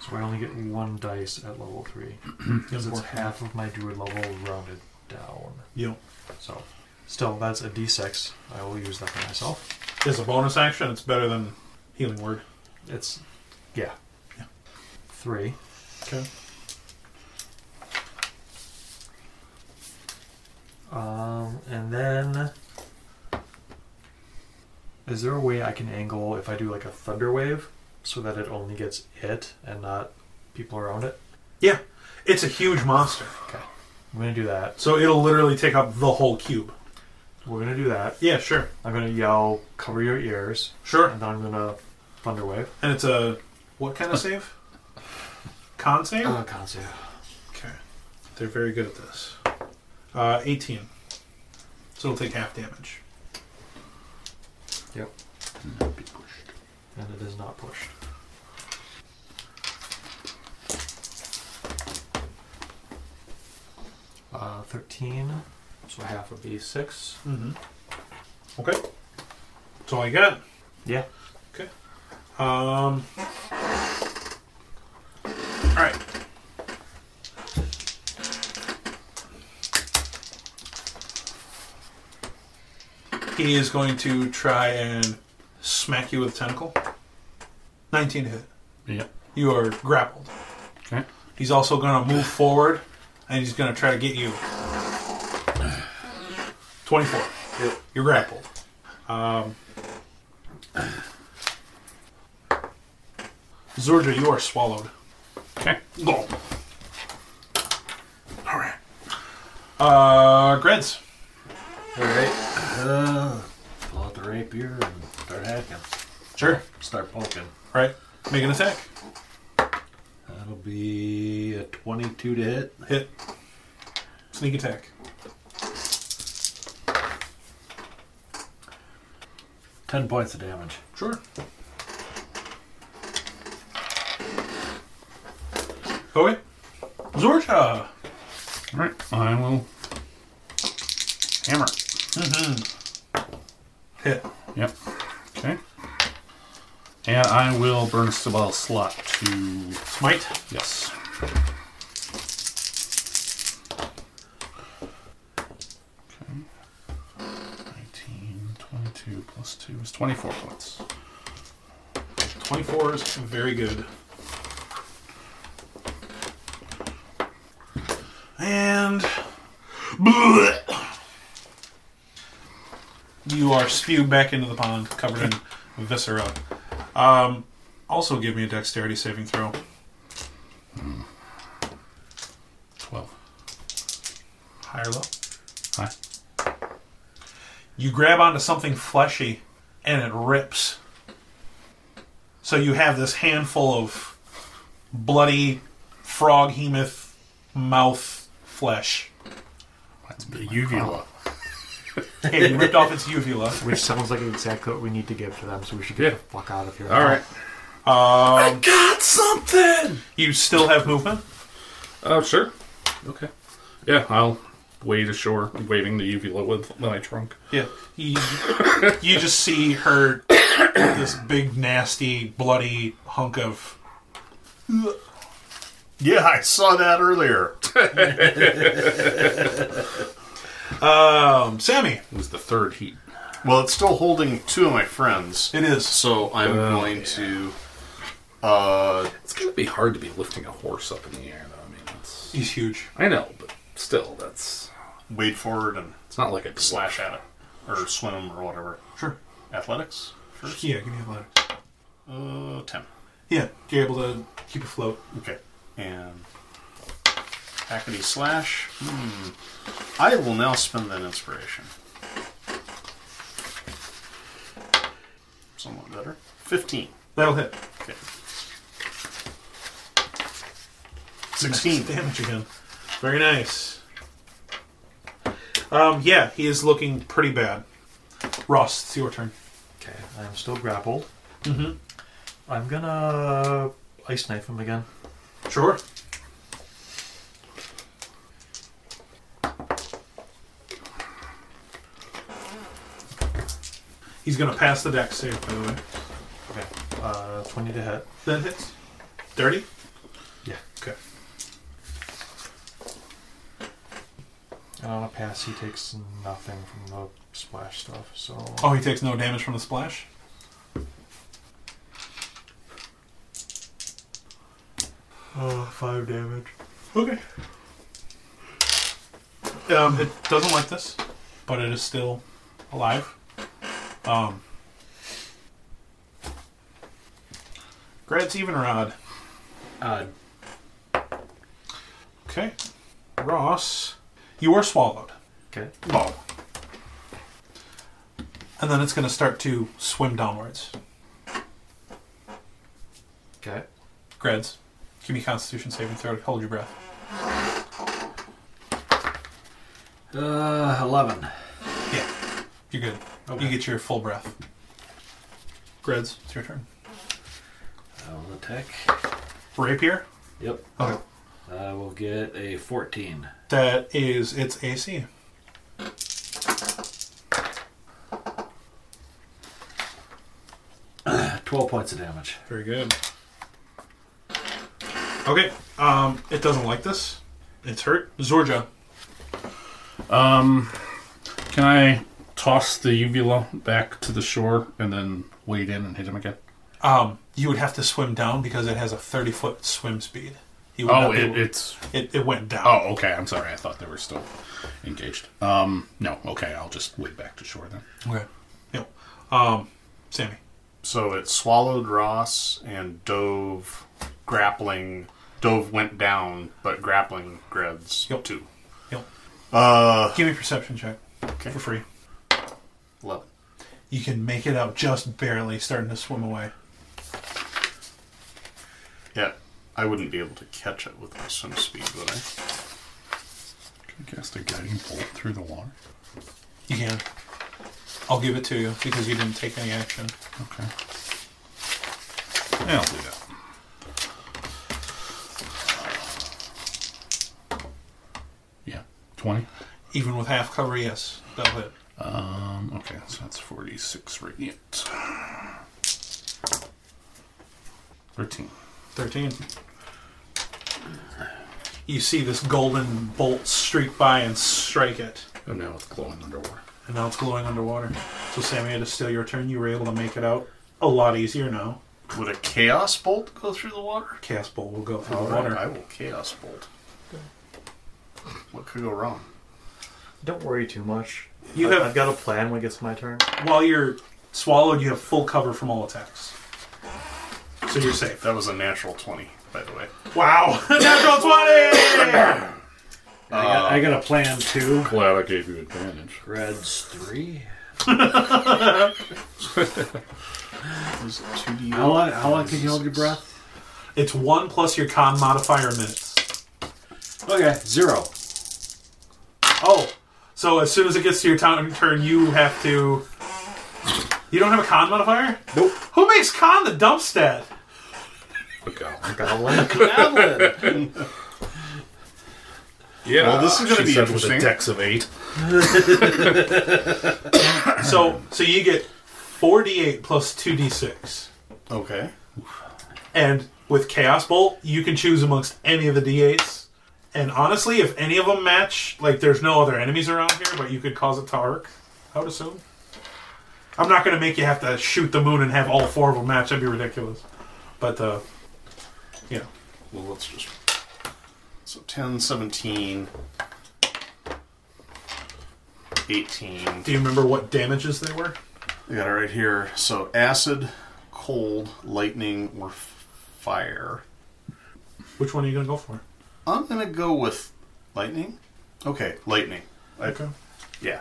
So I only get one dice at level 3. Because it's half of my druid level rounded down. You So, still, that's a d6. I will use that for myself. as a bonus action, it's better than healing word. It's, yeah. Three. Okay. Um, and then, is there a way I can angle if I do like a thunder wave so that it only gets hit and not people around it? Yeah, it's a huge monster, I'm gonna do that. so it'll literally take up the whole cube. We're gonna do that. Yeah, sure, I'm gonna yell, cover your ears, sure. and then I'm gonna thunder wave. And it's a what kind of save? Con save? Uh. Oh, con save. Okay. They're very good at this. Uh, 18. So it'll take half damage. Yep. And it is not pushed. Uh, 13, so half would be 6. Mm-hmm. Okay. That's all I got. Yeah. Okay. Um. All right. He is going to try and smack you with tentacle. 19 to hit. Yep. You are grappled. Okay. He's also going to move forward and he's going to try to get you. 24. You're grappled. Um, Zorja, you are swallowed. Okay. Go. All right. Uh, Grins. All right. Uh, pull out the rapier and start hacking. Sure. Start poking. Right. Make an attack. That'll be a 22 to hit. Hit. Sneak attack. Ten points of damage. Sure. Okay. Zorja. All right. I will hammer. Hit. Yep. Okay. And I will burn a Sabal slot to Smite. yes. Okay. 19, 22 plus two is twenty-four points. 24 is very good. And. You are spewed back into the pond, covered in viscera. Um, also, give me a dexterity saving throw. Twelve. Higher low. Hi. You grab onto something fleshy and it rips. So you have this handful of bloody frog hemoth mouth flesh. That's the uvula. Hey, you ripped off its uvula. Which sounds like exactly what we need to give to them, so we should get the fuck out of here. All right. Um, Got something. you still have movement? Oh, sure. Okay. Yeah, I'll wade ashore, waving the uvula with my trunk. Yeah. You, you just see her, this big, nasty, bloody hunk of. Yeah, I saw that earlier. Um, Sammy! It was the third heat. Well, it's still holding two of my friends, Oh, It is. so I'm going to. Uh, It's gonna be hard to be lifting a horse up in the air, though. I mean, that's He's huge. I know, but still, that's wade forward and it's not like a slash at it, or swim or whatever. Sure. Athletics first. Yeah, give me athletics. Uh, ten. Yeah, you're able to keep afloat. Okay. And hackety slash. Hmm. I will now spend that inspiration. Somewhat better. Fifteen. That'll hit. Okay. Sixteen. damage again. Very nice. Um, yeah, he is looking pretty bad. Ross, it's your turn. Okay, I'm still grappled. Mm-hmm. I'm gonna ice knife him again. Sure. He's gonna pass the deck save, by the way. Okay, uh, 20 to hit. That hits. Dirty? Yeah. Okay. And on a pass, he takes nothing from the splash stuff, so. Oh, he takes no damage from the splash? Oh, five damage. Okay. Um, it doesn't like this, but it is still alive. Um, Grad's even rod. Uh, Odd. Okay. Ross, you are swallowed. Okay. Oh. And then it's going to start to swim downwards. Okay. Grads. Give me Constitution saving throw. Hold your breath. Uh, 11. Yeah, you're good. You get your full breath. Grids, it's your turn. I will attack. Rapier. Yep. Okay. I will get a 14. Oh. That is its AC. Uh, 12 points of damage. Very good. Okay. Um, it doesn't like this. It's hurt. Zorja. Um, can I toss the uvula back to the shore and then wade in and hit him again? Um, you would have to swim down because it has a 30 foot swim speed. You would Oh, not be it, able- it's it it went down. oh okay. I'm sorry. I thought they were still engaged. Um, no. Okay, I'll just wade back to shore then. Okay. Yep. Um, Sammy. So it swallowed Ross and dove grappling. Dove went down, but grappling Gred's Yep. too. Yep. Uh, Give me a perception check for free. 11. You can make it out just barely, starting to swim away. Yeah, I wouldn't be able to catch it with my swim speed, would I? Can I cast a guiding bolt through the water? You can. I'll give it to you because you didn't take any action. Okay. Yeah, I'll do that. Yeah, twenty. Even with half cover, yes, that'll hit. Um, okay, so that's 46 radiant. 13. 13. You see this golden bolt streak by and strike it, And now it's glowing underwater. and now it's glowing underwater. So, Sammy, it is still your turn. You were able to make it out a lot easier now. Would a chaos bolt go through the water? Cast bolt will go through All the right, water. I will chaos bolt. What could go wrong? Don't worry too much. You I- have- I've got a plan when it gets my turn. While you're swallowed, you have full cover from all attacks. So you're safe. That was a natural 20, by the way. Wow! *laughs* Natural 20! I, got, I got a plan too. Glad I gave you advantage. Reds 3. Was it 2D? How long, how long can you hold your breath? It's one plus your con modifier in minutes. Okay, zero. Oh, so as soon as it gets to your town turn, you have to. You don't have a con modifier? Nope. Who makes con the dump stat? Yeah. Well, this is gonna she be said interesting. With a dex of eight. So, so you get 4d8 plus 2d6. Okay. And with Chaos Bolt, you can choose amongst any of the d8s. And honestly, if any of them match, like there's no other enemies around here, but you could cause it to arc, I would assume. I'm not going to make you have to shoot the moon and have all four of them match. That'd be ridiculous. But, uh, you know. Well, let's just. So 10, 17, 18. Do you remember what damages they were? I got it right here. So acid, cold, lightning, or f- fire. Which one are you going to go for? I'm gonna go with lightning. Okay, lightning. I- Okay. Yeah,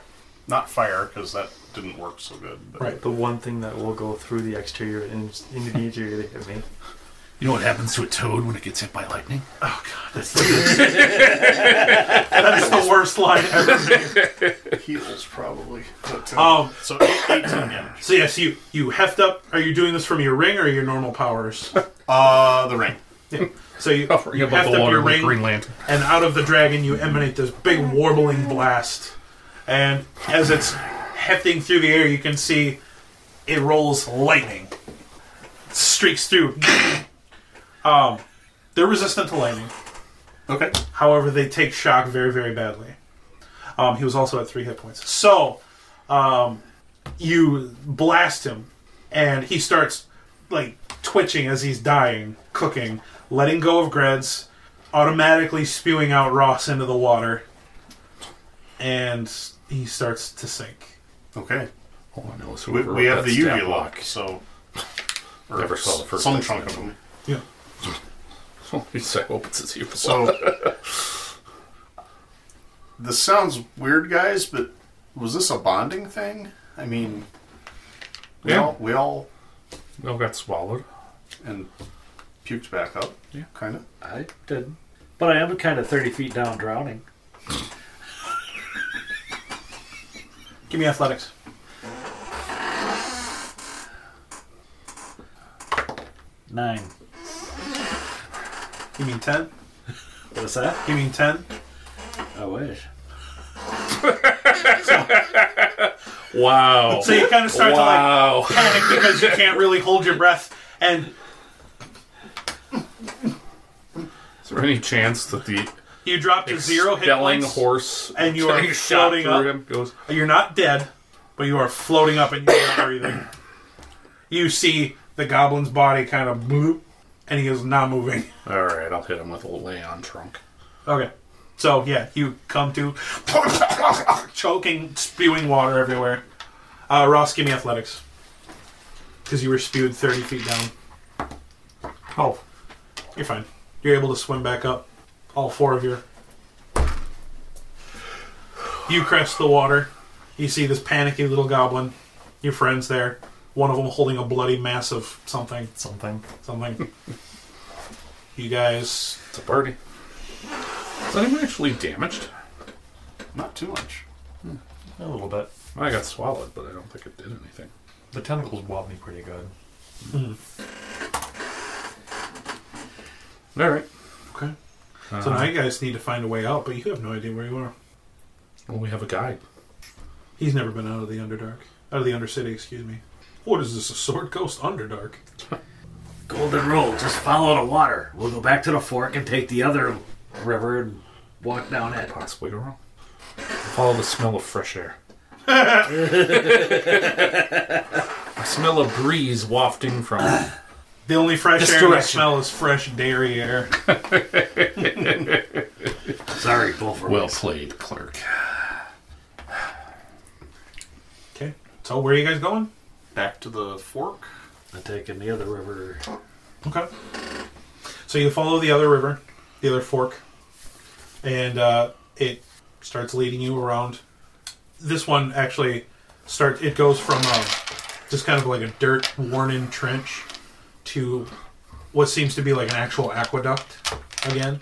not fire because that didn't work so good. But Right. The one thing that will go through the exterior and into the interior to hit me. You know what happens to a toad when it gets hit by lightning? That's the worst line ever. heals probably. But, uh, Um, so eight- 18 damage. so yes, you you heft up. Are you doing this from your ring or your normal powers? Uh, the ring. Yeah. *laughs* So you, you above heft the up water your with ring, Green Lantern. and out of the dragon you emanate this big warbling blast. And as it's hefting through the air, you can see it rolls lightning, streaks through. *laughs* um, they're resistant to lightning. Okay. However, they take shock very, very badly. Um, he was also at three hit points. So, um, you blast him, and he starts like twitching as he's dying, cooking, letting go of Greds, automatically spewing out Ross into the water, and he starts to sink. Okay. Oh, I know. So We, we have the stat UV lock, block. so *laughs* Never saw the first some thing. chunk of them. Yeah. I hope it's as you. So this sounds weird, guys, but was this a bonding thing? I mean, we Yeah. all we all Oh, No, got swallowed. and Cubed's back up. Yeah, kind of. *laughs* I did. But I am kind of 30 feet down drowning. Give me athletics. Nine. You mean ten? What's that? You mean ten? I wish. Wow. So you kind of start to wow. like panic because you can't really hold your breath, and Is there any chance that the you drop to zero hit expelling points, horse and you are getting shot floating through up. him goes? You're not dead, but you are floating up and you don't know everything. You see the goblin's body kind of move, and he is not moving. *laughs* All right, I'll hit him with a lay on trunk. Okay. So yeah, you come to *laughs* choking, spewing water everywhere. Uh, Ross, give me athletics because you were spewed thirty feet down. Oh, Twelve. You're fine. You're able to swim back up. All four of you. You crest the water. You see this panicky little goblin. Your friends there. One of them holding a bloody mass of something. Something. *laughs* Something. you guys. It's a party. Is anyone actually damaged? Not too much. A little bit. I got swallowed, but I don't think it did anything. The tentacles wobbed me pretty good. All right. Okay. So now you guys need to find a way out, but you have no idea where you are. Well, we have a guide. He's never been out of the Underdark. Out of the Undercity, excuse me. What is this, a Sword Coast Underdark? Golden rule just follow the water. We'll go back to the fork and take the other river and walk down it. Possibly wrong. Follow the smell of fresh *laughs* air. I smell a breeze wafting from. The only fresh This air I direction. smell is fresh dairy air. Sorry, both of well us. played, clerk. Okay. So where are you guys going? Back to the fork. I'm taking the other river. Okay. So you follow the other river, the other fork, and uh, it starts leading you around. This one actually starts. It goes from um, just kind of like a dirt, worn-in trench to what seems to be like an actual aqueduct again,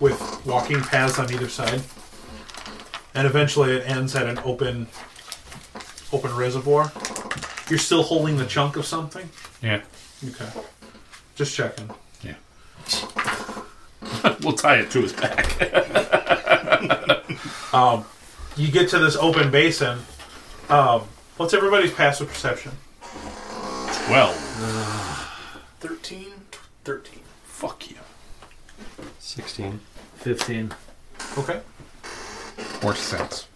with walking paths on either side, and eventually it ends at an open, open reservoir. You're still holding the chunk of something. Yeah. Okay. Just checking. Yeah. *laughs* we'll tie it to his back. *laughs* You get to this open basin. Um, what's everybody's passive perception? Well, 13? 13. fuck you. 16. 15. Okay. Or sense.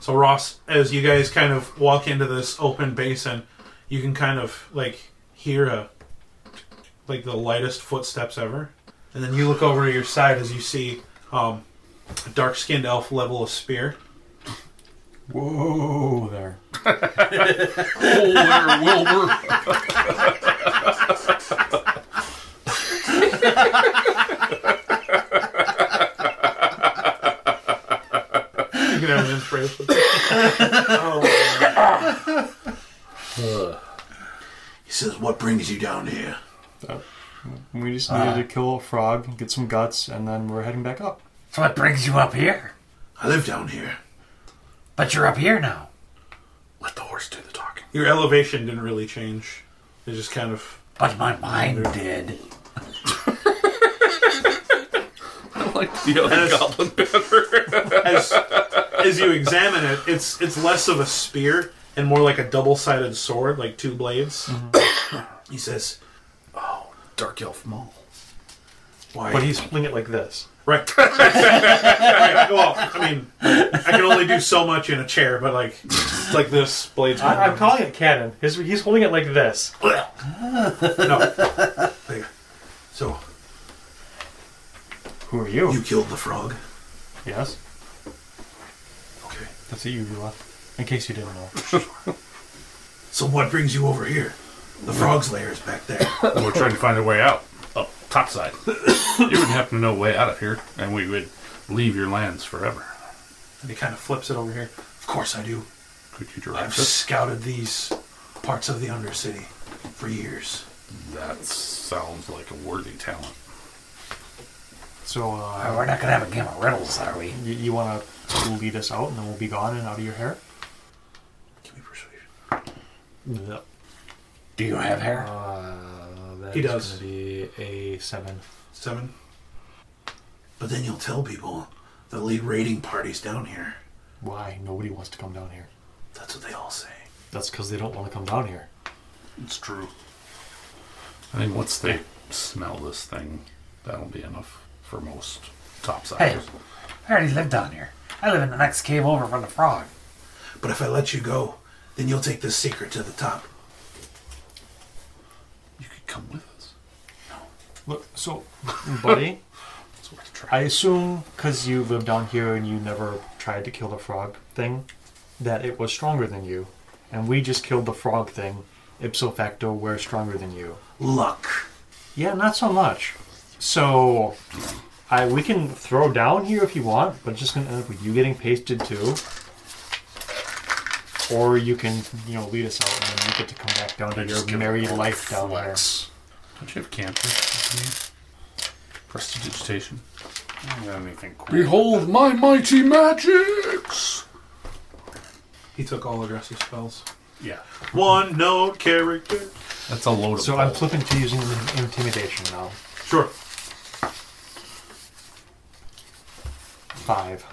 So Ross, as you guys kind of walk into this open basin, you can kind of like hear a like the lightest footsteps ever, and then you look over to your side as you see um, a dark-skinned elf level a spear. Whoa there. Oh, there, Wilbur. You can have an *laughs* inspiration. He says, What brings you down here? We just needed to kill a frog, get some guts, and then we're heading back up. So what brings you up here? I live down here. But you're up here now. Let the horse do the talking. Your elevation didn't really change. It just kind of But my mind did. I like the other goblin better. as as you examine it, it's it's less of a spear and more like a double-sided sword, like two blades. he says, Dark elf mall. "Why?" But he's holding it like this. right. *laughs* right. Well, I mean, I can only do so much in a chair, but like like this blades. I, I'm calling it cannon. His, he's holding it like this. no. Like, so Who are you? You killed the frog. Yes. Okay. That's a uvula. In case you didn't know. So what brings you over here? The frog's lair is back *coughs* there. We're trying to find a way out. Up top *coughs* side. you would have to know a way out of here, and we would leave your lands forever. and he kind of flips it over here. of course I do. Could you I've direct us? scouted these parts of the Undercity for years. That sounds like a worthy talent. So uh, Oh, we're not gonna have a game of riddles, are we? You, you want to lead us out, and then we'll be gone and out of your hair. Give me persuasion. No. Do you have hair? Uh, that He is does. gonna Be a seven. Seven. But then you'll tell people the lead raiding party's down here. Why nobody wants to come down here? That's what they all say. That's because they don't want to come down here. It's true. I think once they smell this thing, that'll be enough for most Hey, topsiders. I already live down here. I live in the next cave over from the frog. But if I let you go, then you'll take this secret to the top. You could come with us. Look, so, *laughs* buddy, I assume because you live down here and you never tried to kill the frog thing, that it was stronger than you, and we just killed the frog thing. Ipso facto, we're stronger than you. Luck. Yeah, not so much. So, I we can throw down here if you want, but it's just gonna end up with you getting pasted too. Or you can, you know, lead us out and then you get to come back down to your merry life down there. Don't you have cancer? Prestidigitation. I don't have anything cool. Behold my mighty magics! He took all aggressive spells. Yeah. One note character. That's a load of. So I'm flipping to using the intimidation now. Sure. Five.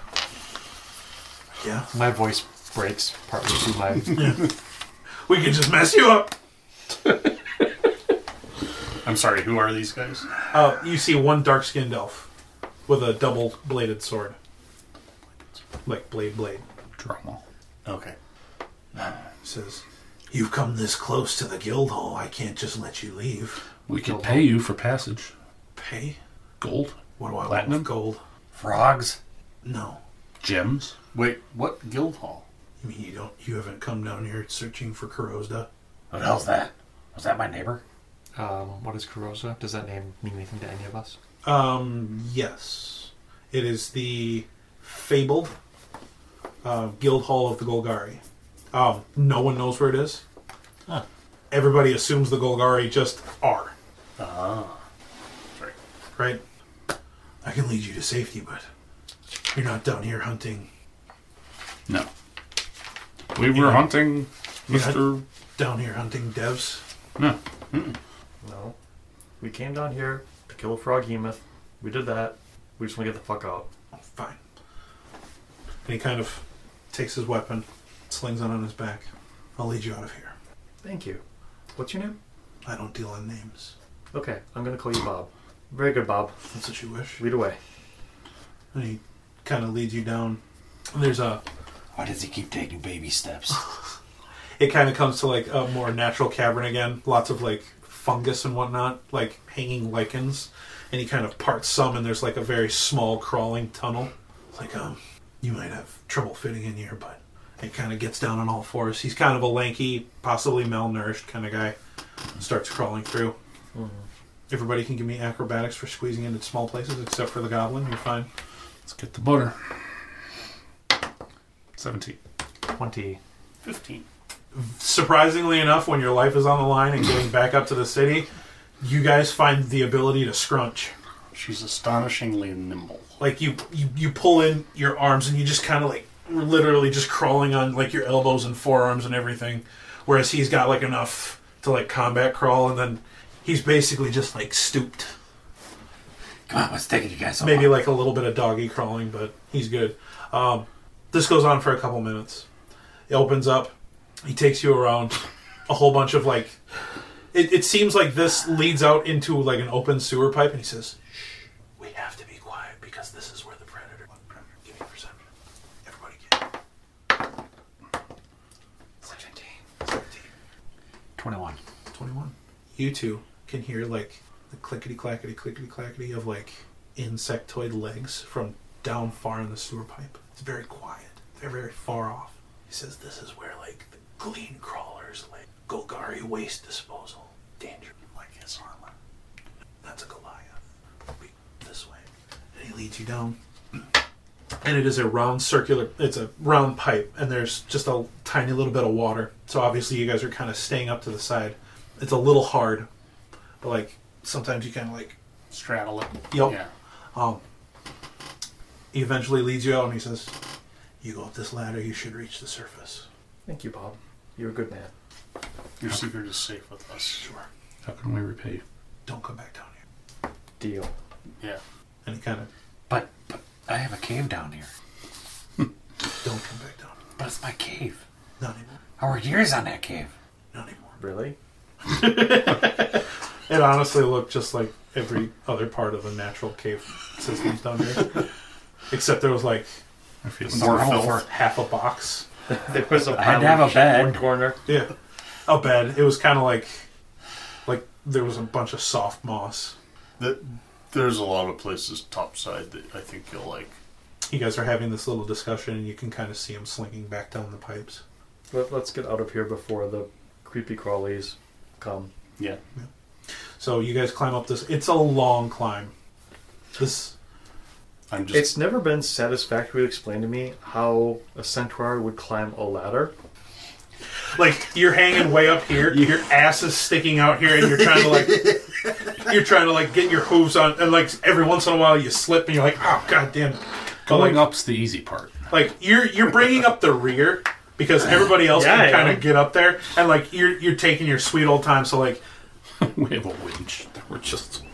Yeah. My voice breaks partly through my. We can just mess you up. I'm sorry, who are these guys? Uh, you see one dark skinned elf with a double bladed sword. Like blade blade. drama. Okay. Says, You've come this close to the guild hall. I can't just let you leave. We could pay you for passage. Pay? Gold, What do I want Platinum? with gold? Frogs? No. gems. *laughs* Wait, what guild hall? I mean, you don't. You haven't come down here searching for Corozda. What the hell's that? Was that my neighbor? Um, what is Corrosa? Does that name mean anything to any of us? Um, yes, it is the fabled uh, Guild Hall of the Golgari. Um, no one knows where it is. Everybody assumes the Golgari just are. Ah, right. Right. I can lead you to safety, but you're not down here hunting. No. We were hunting Mr. Down here hunting devs. No. No. We came down here to kill a frog hemoth. We did that. We just want to get the fuck out. Fine. And he kind of takes his weapon, slings it on his back. I'll lead you out of here. Thank you. What's your name? I don't deal in names. Okay, I'm gonna call you Bob. Very good, Bob. That's what you wish. Lead away. And he kind of leads you down. And there's a. Why does he keep taking baby steps? It kind of comes to like a more natural cavern again. Lots of like fungus and whatnot, like hanging lichens. And he kind of parts some, and there's like a very small crawling tunnel. It's like, um, you might have trouble fitting in here, but it kind of gets down on all fours. He's kind of a lanky, possibly malnourished kind of guy. Starts crawling through. Everybody can give me acrobatics for squeezing into small places, except for the goblin. You're fine. Let's get the butter. 17. 20. 15. surprisingly enough, when your life is on the line and getting back up to the city, you guys find the ability to scrunch. She's astonishingly nimble. Like you, you, you pull in your arms and you just kind of like we're literally just crawling on like your elbows and forearms and everything. Whereas he's got like enough to like combat crawl, and then he's basically just like stooped. Come on, what's taking you guys so Maybe long? like a little bit of doggy crawling, but he's good. Um, this goes on for a couple minutes. It opens up. He takes you around a whole bunch of like. It, it seems like this leads out into like an open sewer pipe, and he says, "Shh, we have to be quiet because this is where the predator." What predator? Give me perception. Everybody get. 17, 17, 21. 21. You two can hear like the clickety clackety clickety clackety of like insectoid legs from down far in the sewer pipe. It's very quiet. They're very far off. He says this is where like the glean crawlers like Golgari waste disposal. Danger like his armor. That's a Goliath. Be this way. And he leads you down. And it is a round circular it's a round pipe and there's just a tiny little bit of water. So obviously you guys are kind of staying up to the side. It's a little hard. But like sometimes you kind of like straddle it. Yep. Yeah. Um, he eventually leads you out and he says, You go up this ladder, you should reach the surface. Thank you, Bob. You're a good man. Your secret is safe with us. Sure. How can we repay you? Don't come back down here. Deal. Yeah. And he kind of, But, but I have a cave down here. Don't come back down. But it's my cave. Not anymore. I worked years on that cave. Not anymore. Really? It honestly looked just like every other part of the natural cave systems down here. Except there was like I feel More sorry. filth. half a box. There was a I had to have a bed. corner. Yeah. A bed. It was kind of like, like there was a bunch of soft moss. That there's a lot of places topside that I think you'll like. You guys are having this little discussion, and you can kind of see him slinking back down the pipes. Let, let's get out of here before the creepy crawlies come. Yeah. So you guys climb up this. It's a long climb. This I'm just It's never been satisfactorily explained to me how a centaur would climb a ladder. like you're hanging way up *laughs* here, your ass is sticking out here, and you're trying to like *laughs* you're trying to like get your hooves on, and like every once in a while you slip, and you're like, oh god damn. it." But, Going like, up's the easy part. *laughs* like you're you're bringing up the rear because everybody else Yeah, can I kind am. of get up there, and like you're you're taking your sweet old time. So like We have a winch. We're just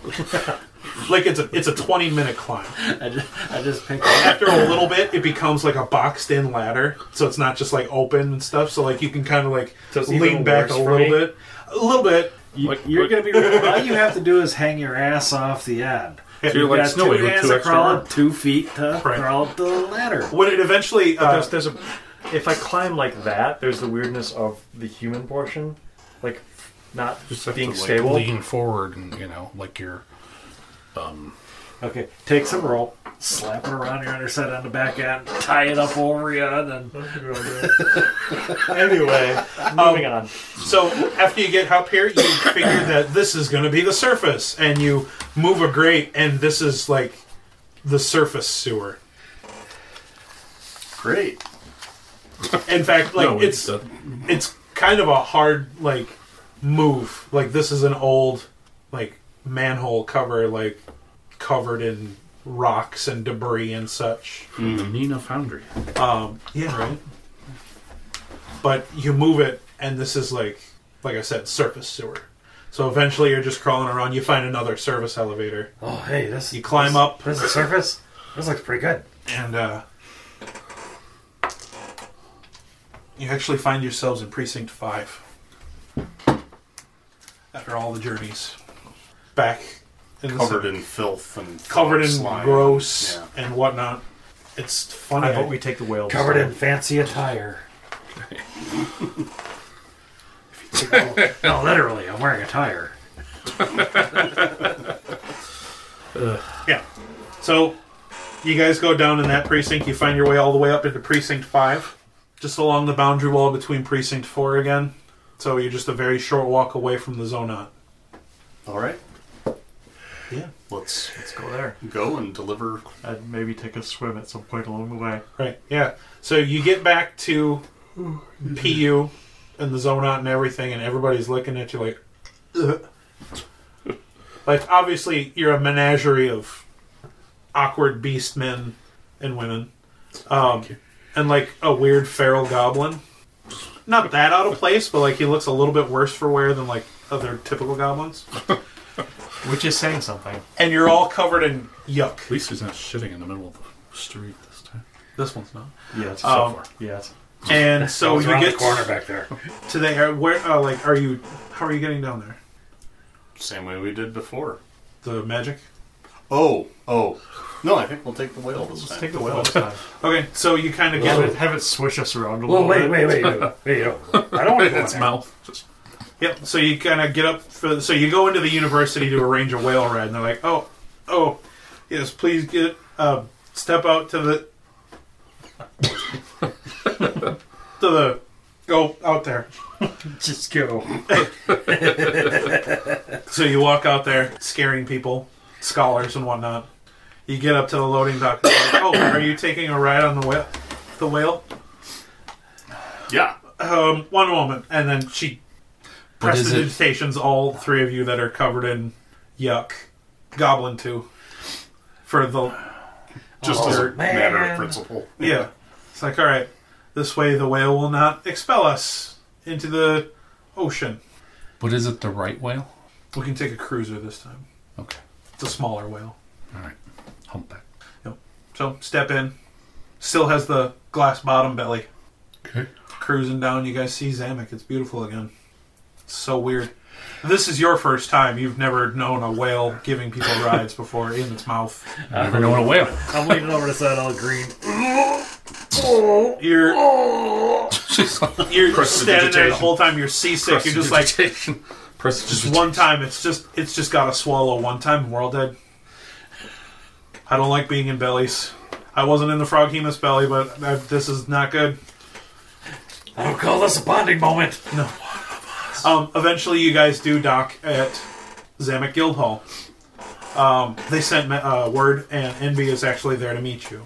like it's a it's a twenty minute climb. I just, I just picked after a little bit, it becomes like a boxed in ladder, so it's not just like open and stuff. So like you can kind of like So it's lean even back a worse for little me? bit, a little bit. You, you're going to be. All you have to do is hang your ass off the end. you're like That's two snowy with hands two to extra crawl arms. up, two feet to Right. crawl up the ladder. When it eventually, *laughs* uh, There's, there's a, if I climb like that, there's the weirdness of the human portion, like not just have being to, like, stable. lean forward and you know, like you're Okay, take some rope, slap it around your underside on the back end, tie it up over you, and then *laughs* Um, anyway, moving on. so after you get up here, you figure that this is going to be the surface, and you move a grate, and this is like the surface sewer. great. In fact, like No, it's uh, it's kind of a hard like move. Like this is an old like manhole cover, like covered in rocks and debris and such. the Nina Foundry. Yeah. Right. But you move it, and this is like, like I said, surface sewer. So eventually, you're just crawling around. You find another service elevator. oh hey, this You climb up, This is the surface. This looks pretty good. and uh, you actually find yourselves in precinct five. After all the journeys, back in the Covered city. in filth and covered in slime. gross Yeah. and whatnot. It's funny. I vote we take the whales. Covered in fancy attire. no, literally, I'm wearing attire. Yeah. So you guys go down in that precinct. You find your way all the way up into precinct five, just along the boundary wall between precinct four again. So you're just a very short walk away from the zone out. All right. Yeah. Let's Let's go there. go and deliver. I'd maybe take a swim at some point along the way. Right. Yeah. So you get back to PU and the zone out and everything, and everybody's looking at you like, Ugh. like obviously you're a menagerie of awkward beast men and women, um, and like a weird feral goblin. Not that out of place, but like he looks a little bit worse for wear than like other typical goblins. Which is saying something. And you're all covered in yuck. At least he's not shitting in the middle of the street this time. This one's not. Yes. Um, yes. And I so was Oh, you around get the corner back there. to the area where uh, like are you? How are you getting down there? Same way we did before. The magic. Oh, oh. No, I think we'll take the whale this Let's time. take the whale this time. Okay, so you kind of have, get it, have it swish us around a Well, little wait, bit. wait, wait, *laughs* wait, wait. wait no. I don't want to go in Its there. mouth. Just Yep. So you kind of get up. For, so you go into the university to arrange a whale ride, and they're like, "Oh, oh, yes, please get uh, step out to the *laughs* to the go out there." Just go. So you walk out there, scaring people, scholars and whatnot. You get up to the loading dock. And they're like, oh, are you taking a ride on the whale? The whale? Yeah. Um, one moment, and then she What is it? Prestidigitations, all three of you that are covered in yuck, goblin too, for the Just Oh, as a man. matter of principle. yeah. It's like all right, this way the whale will not expel us into the ocean. But is it the right whale? We can take a cruiser this time. Okay. It's a smaller whale. All right. Humpback. So step in. Still has the glass bottom belly. Okay. Cruising down, you guys see Zamek. It's beautiful again. It's so weird. This is your first time. You've never known a whale giving *laughs* people rides before in its mouth. I never known a whale. I'm leaning over to side all green. You're *laughs* She's like, you're standing there the whole time. You're seasick. You're just like *laughs* *laughs* Prestidigitation. just one time. It's just it's just got to swallow one time. And we're all dead. I don't like being in bellies. I wasn't in the frog hemus belly, but I, this is not good. I don't call this a bonding moment. Um, eventually, you guys do dock at Zamek Guildhall. Um, they sent me- uh, word, and Envy is actually there to meet you.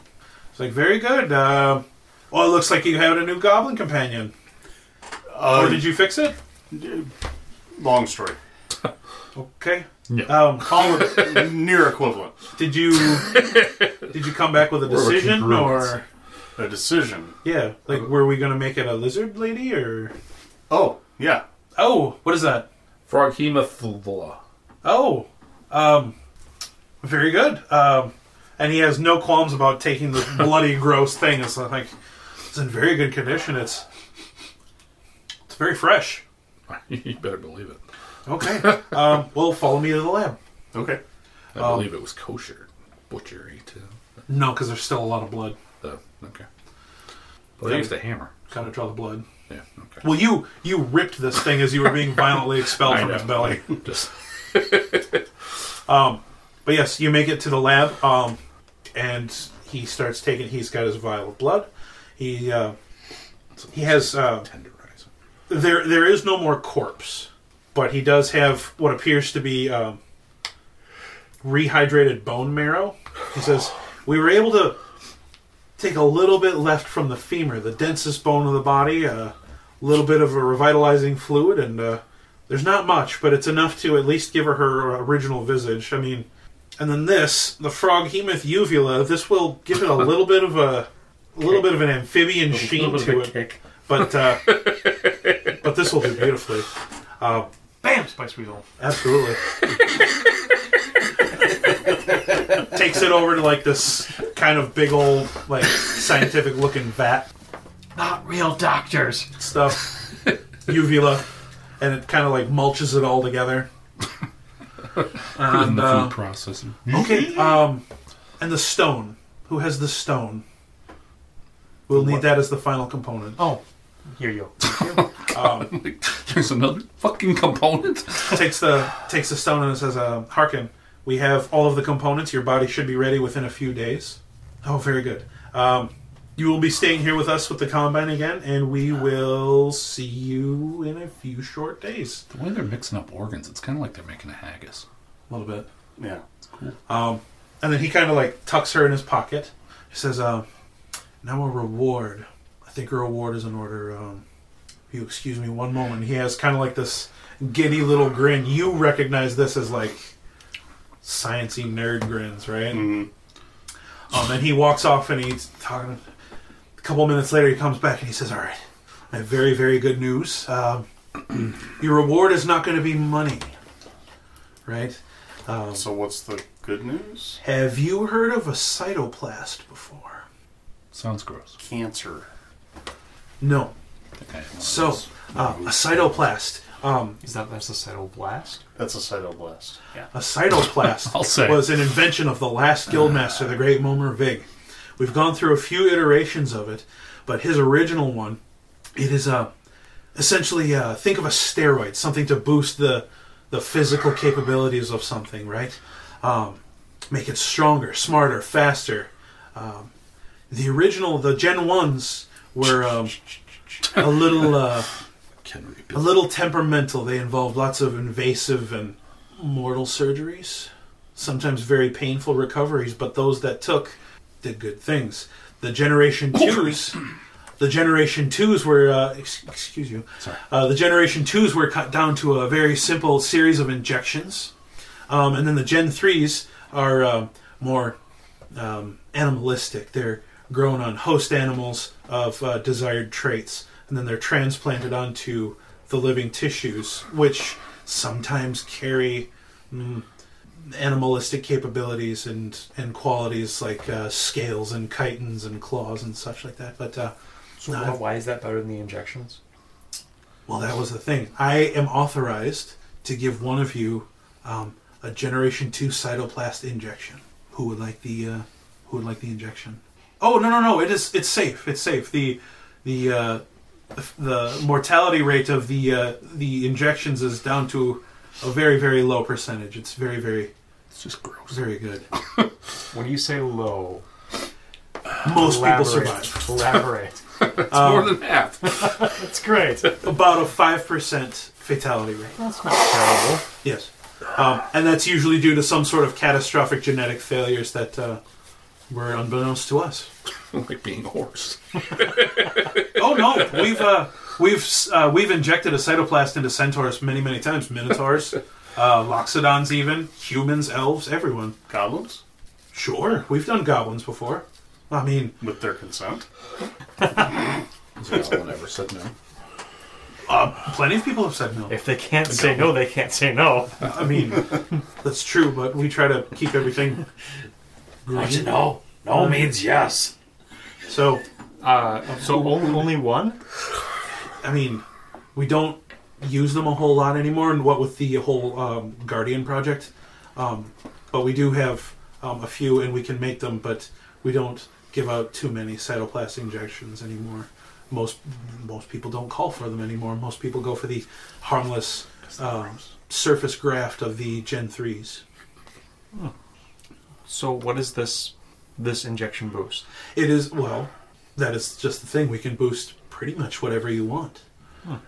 It's like, very good. Uh, well, it looks like you had a new goblin companion. or did you fix it? Long story. Okay. Um, Near equivalent. did you did you come back with a decision, or A decision. yeah, like were we gonna make it a lizard lady, or Oh, yeah. oh, what is that? Frog hemophila. Oh, um, very good. Um, and he has no qualms about taking *laughs* the bloody, gross thing. It's like it's in very good condition. It's it's very fresh. *laughs* you better believe it. *laughs* Okay. um, well, follow me to the lab. Okay. I Oh. believe it was kosher butchery too. No, because there's still a lot of blood. Though okay. Well, they used a hammer. Kind of draw the blood. Yeah. *laughs* Okay. Well, you you ripped this thing as you were being violently *laughs* expelled I from its know. belly. Just But yes, you make it to the lab, um, and he starts taking. He's got his vial of blood. He uh, he has uh, tenderize. it. there there is no more corpse, but he does have what appears to be um, rehydrated bone marrow. He says we were able to take a little bit left from the femur, the densest bone of the body, a little bit of a revitalizing fluid, and uh, there's not much, but it's enough to at least give her her original visage. I mean, and then this, the frog hemoth uvula, this will give it a little bit of a, a little bit of an amphibian sheen to it kick. but uh, but this will do beautifully. Bam! Spice Weasel. Absolutely. Takes it over to like this kind of big old like scientific looking vat Not real doctors. stuff, uvula, and it kind of like mulches it all together. in And the uh, food processing. okay, um, and the stone. Who has the stone? We'll need that as the final component. Oh, here you go. There's another fucking component. takes the takes the stone and says, uh, "Hearken, we have all of the components. Your body should be ready within a few days." Oh, very good. Um, you will be staying here with us with the combine again, and we will see you in a few short days. The way they're mixing up organs, it's kind of like they're making a haggis. A little bit, Yeah. and then he kind of like tucks her in his pocket. He says, uh, "Now a reward. I think a reward is in order." Um, if you excuse me one moment. He has kind of like this giddy little grin. You recognize this as like sciency nerd grins, right? Um, and he walks off and he's talking. A couple minutes later, he comes back and he says, All right, I have very, very good news. Um, *clears throat* your reward is not going to be money, right? So what's the good news? Have you heard of a cytoplast before? Sounds gross. Cancer. No. Think I have one. So, uh, a cytoplast. Um, Is that that's the Saddle Blast? That's a cytoblast. A cytoplast *laughs* I'll say. Ah. was an invention of the last guildmaster, the great Momer Vig. We've gone through a few iterations of it, but his original one, it is a essentially uh, think of a steroid, something to boost the the physical capabilities of something, right? Um, make it stronger, smarter, faster. Um, the original, the Gen ones were um, a little. Uh, Can rebuild. a little temperamental. They involve lots of invasive and mortal surgeries, sometimes very painful recoveries, but those that took did good things. The Generation 2s The generation twos were uh, ex- excuse you. Sorry. Uh, the generation twos were cut down to a very simple series of injections, um, and then the gen threes are uh, more um, animalistic. They're grown on host animals of uh, desired traits, and then they're transplanted onto the living tissues, which sometimes carry mm, animalistic capabilities and, and qualities like uh, scales and chitons and claws and such like that. But uh, So no, why is that better than the injections? well, that was the thing. I am authorized to give one of you um, a Generation Two cytoplast injection. Who would like the uh, Who would like the injection? Oh no no no! It is it's safe. It's safe. The the uh, the mortality rate of the uh, the injections is down to a very very low percentage. It's very very It's just gross. very *laughs* good. When you say low, Most people elaborate, survive. *laughs* Elaborate. It's more than *laughs* half. That's great. About a five percent fatality rate. That's not terrible. Yes, um, and that's usually due to some sort of catastrophic genetic failures that uh, were unbeknownst to us. like being a horse. Oh no, we've uh, we've uh, we've injected a cytoplast into centaurs many many times, minotaurs, uh, loxodons, even humans, elves, everyone. Goblins? Sure, we've done goblins before. I mean, With their consent? Is that one ever said no? plenty of people have said no. If they can't say no, they can't say no. I mean, that's true, but we try to keep everything green. No, no means yes. So So only, only one? I mean, we don't use them a whole lot anymore, and what with the whole um, Guardian project. Um, but we do have um, a few, and we can make them, but we don't give out too many cytoplast injections anymore. Most most people don't call for them anymore. Most people go for the harmless uh, surface graft of the Gen threes. So what is this this injection boost? It is well, that is just the thing. We can boost pretty much whatever you want.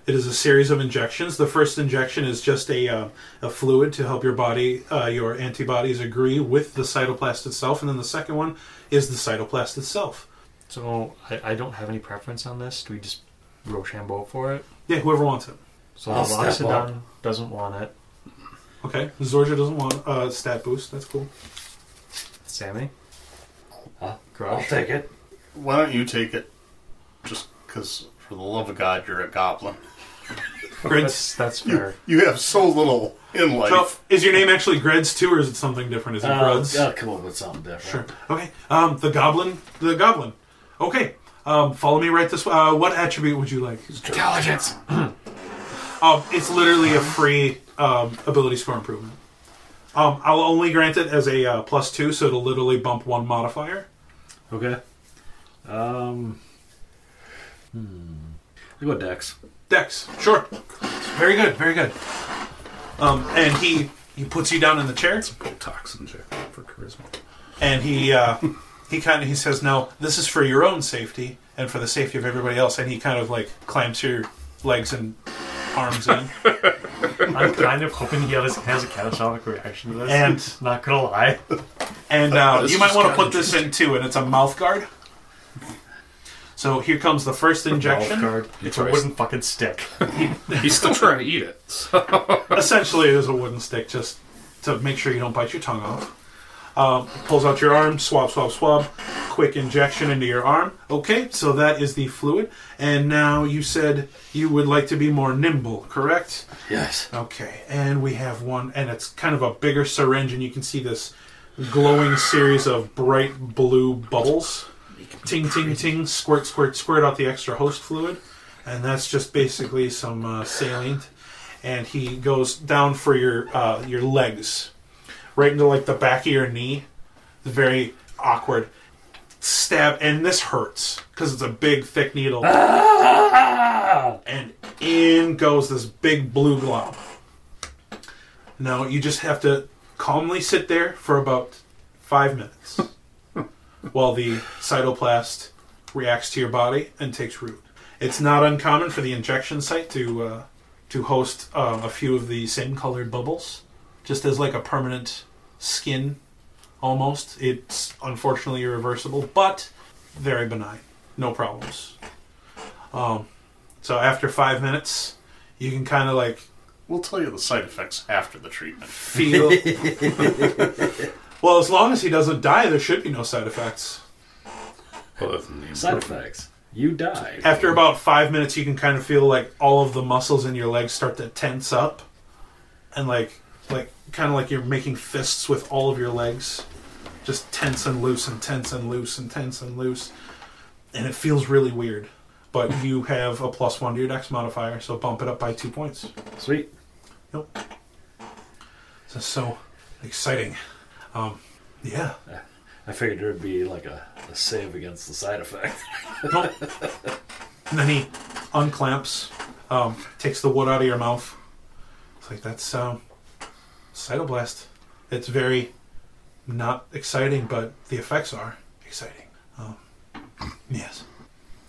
It is a series of injections. The first injection is just a uh, a fluid to help your body, uh, your antibodies agree with the cytoplast itself, and then the second one is the cytoplast itself. So I, I don't have any preference on this. Do we just Rochambeau for it? Yeah, whoever wants it. So I'll the step Loxodon doesn't want it. Okay, Zorja doesn't want a uh, stat boost. That's cool. Sammy? Huh? I'll Crush? take it. Why don't you take it? Just because, for the love of God, you're a goblin. Greds. That's, that's fair. You have so little in life. So, is your name actually Greds too, or is it something different? Is it Uh, Gruds? I'll come up with something different. Sure. Okay. Um, the goblin. The goblin. Okay. Um, follow me right this way. Uh, what attribute would you like? Intelligence. Um, it's literally a free um, ability score improvement. Um, I'll only grant it as a uh, plus two, so it'll literally bump one modifier. Okay. Um. Hmm. I go Dex. Dex, sure. Very good, very good. Um, and he he puts you down in the chair, Botox injection for charisma. and he uh, he kind of he says, "No, this is for your own safety and for the safety of everybody else." And he kind of like clamps your legs and arms *laughs* in. I'm kind of hoping he has, has a catastrophic reaction to this. And- not gonna lie. And uh, This you might is want to kinda put this in too, and it's a mouth guard. So here comes the first injection. Guard, it's a wooden fucking stick. He's still trying to eat it. So. Essentially, it is a wooden stick just to make sure you don't bite your tongue off. Um, pulls out your arm, swab, swab, swab. Quick injection into your arm. Okay, so that is the fluid. And now you said you would like to be more nimble, correct? Yes. Okay, and we have one, and it's kind of a bigger syringe, and you can see this glowing series of bright blue bubbles. Ting, ting, ting, squirt, squirt, squirt out the extra host fluid. And that's just basically some uh, saline. And he goes down for your uh, your legs, right into like the back of your knee. Very awkward. Stab, and this hurts because it's a big, thick needle and in goes this big blue glob. Now you just have to calmly sit there for about five minutes while the cytoplast reacts to your body and takes root. It's not uncommon for the injection site to uh, to host um, a few of the same colored bubbles, just as like a permanent skin. Almost, it's unfortunately irreversible, but very benign, no problems. Um, so after five minutes, you can kind of like We'll tell you the side effects after the treatment. feel. *laughs* well, as long as he doesn't die, there should be no side effects. Other than the Side improvement. effects. You die. After about five minutes, you can kind of feel like all of the muscles in your legs start to tense up, and like, like kind of like you're making fists with all of your legs, just tense and loose and tense and loose and tense and loose, and it feels really weird. But you have a plus one to your dex modifier, so bump it up by two points. Sweet. This is so exciting. Um, yeah. I figured there'd be like a, a save against the side effect. *laughs* Nope. and then he unclamps, um, takes the wood out of your mouth. It's like that's um, cytoblast. It's very not exciting, but the effects are exciting. Um, yes,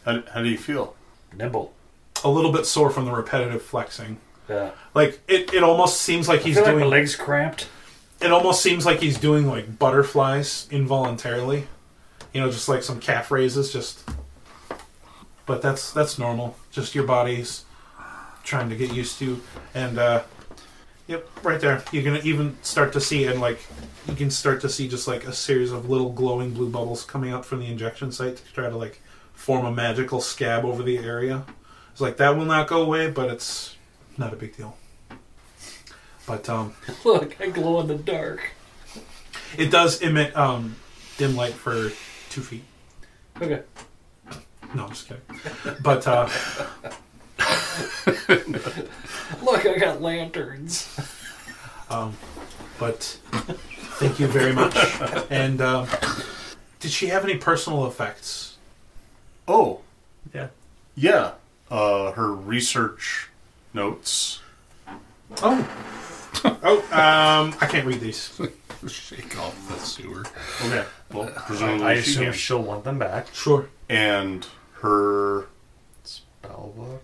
How, how do you feel? Nimble. a little bit sore from the repetitive flexing. Yeah. Like it, it almost seems like I he's feel like my doing. legs cramped. it almost seems like he's doing like butterflies involuntarily. You know, just like some calf raises, just. But that's that's normal. Just your body's trying to get used to, and uh, yep, right there. You're gonna even start to see, and like you can start to see just like a series of little glowing blue bubbles coming up from the injection site to try to like form a magical scab over the area. It's like that will not go away, but it's not a big deal. But um, Look, I glow in the dark. it does emit um, dim light for two feet. Okay. No, I'm just kidding. But uh, Look, I got lanterns. but thank you very much. And um, did she have any personal effects? Oh, Yeah. yeah. Uh, her research notes. Oh. Oh, um, I can't read these. *laughs* Shake off the sewer. Okay. Well, presumably I Uh, she assume can. she'll want them back. Sure. and her Spellbook.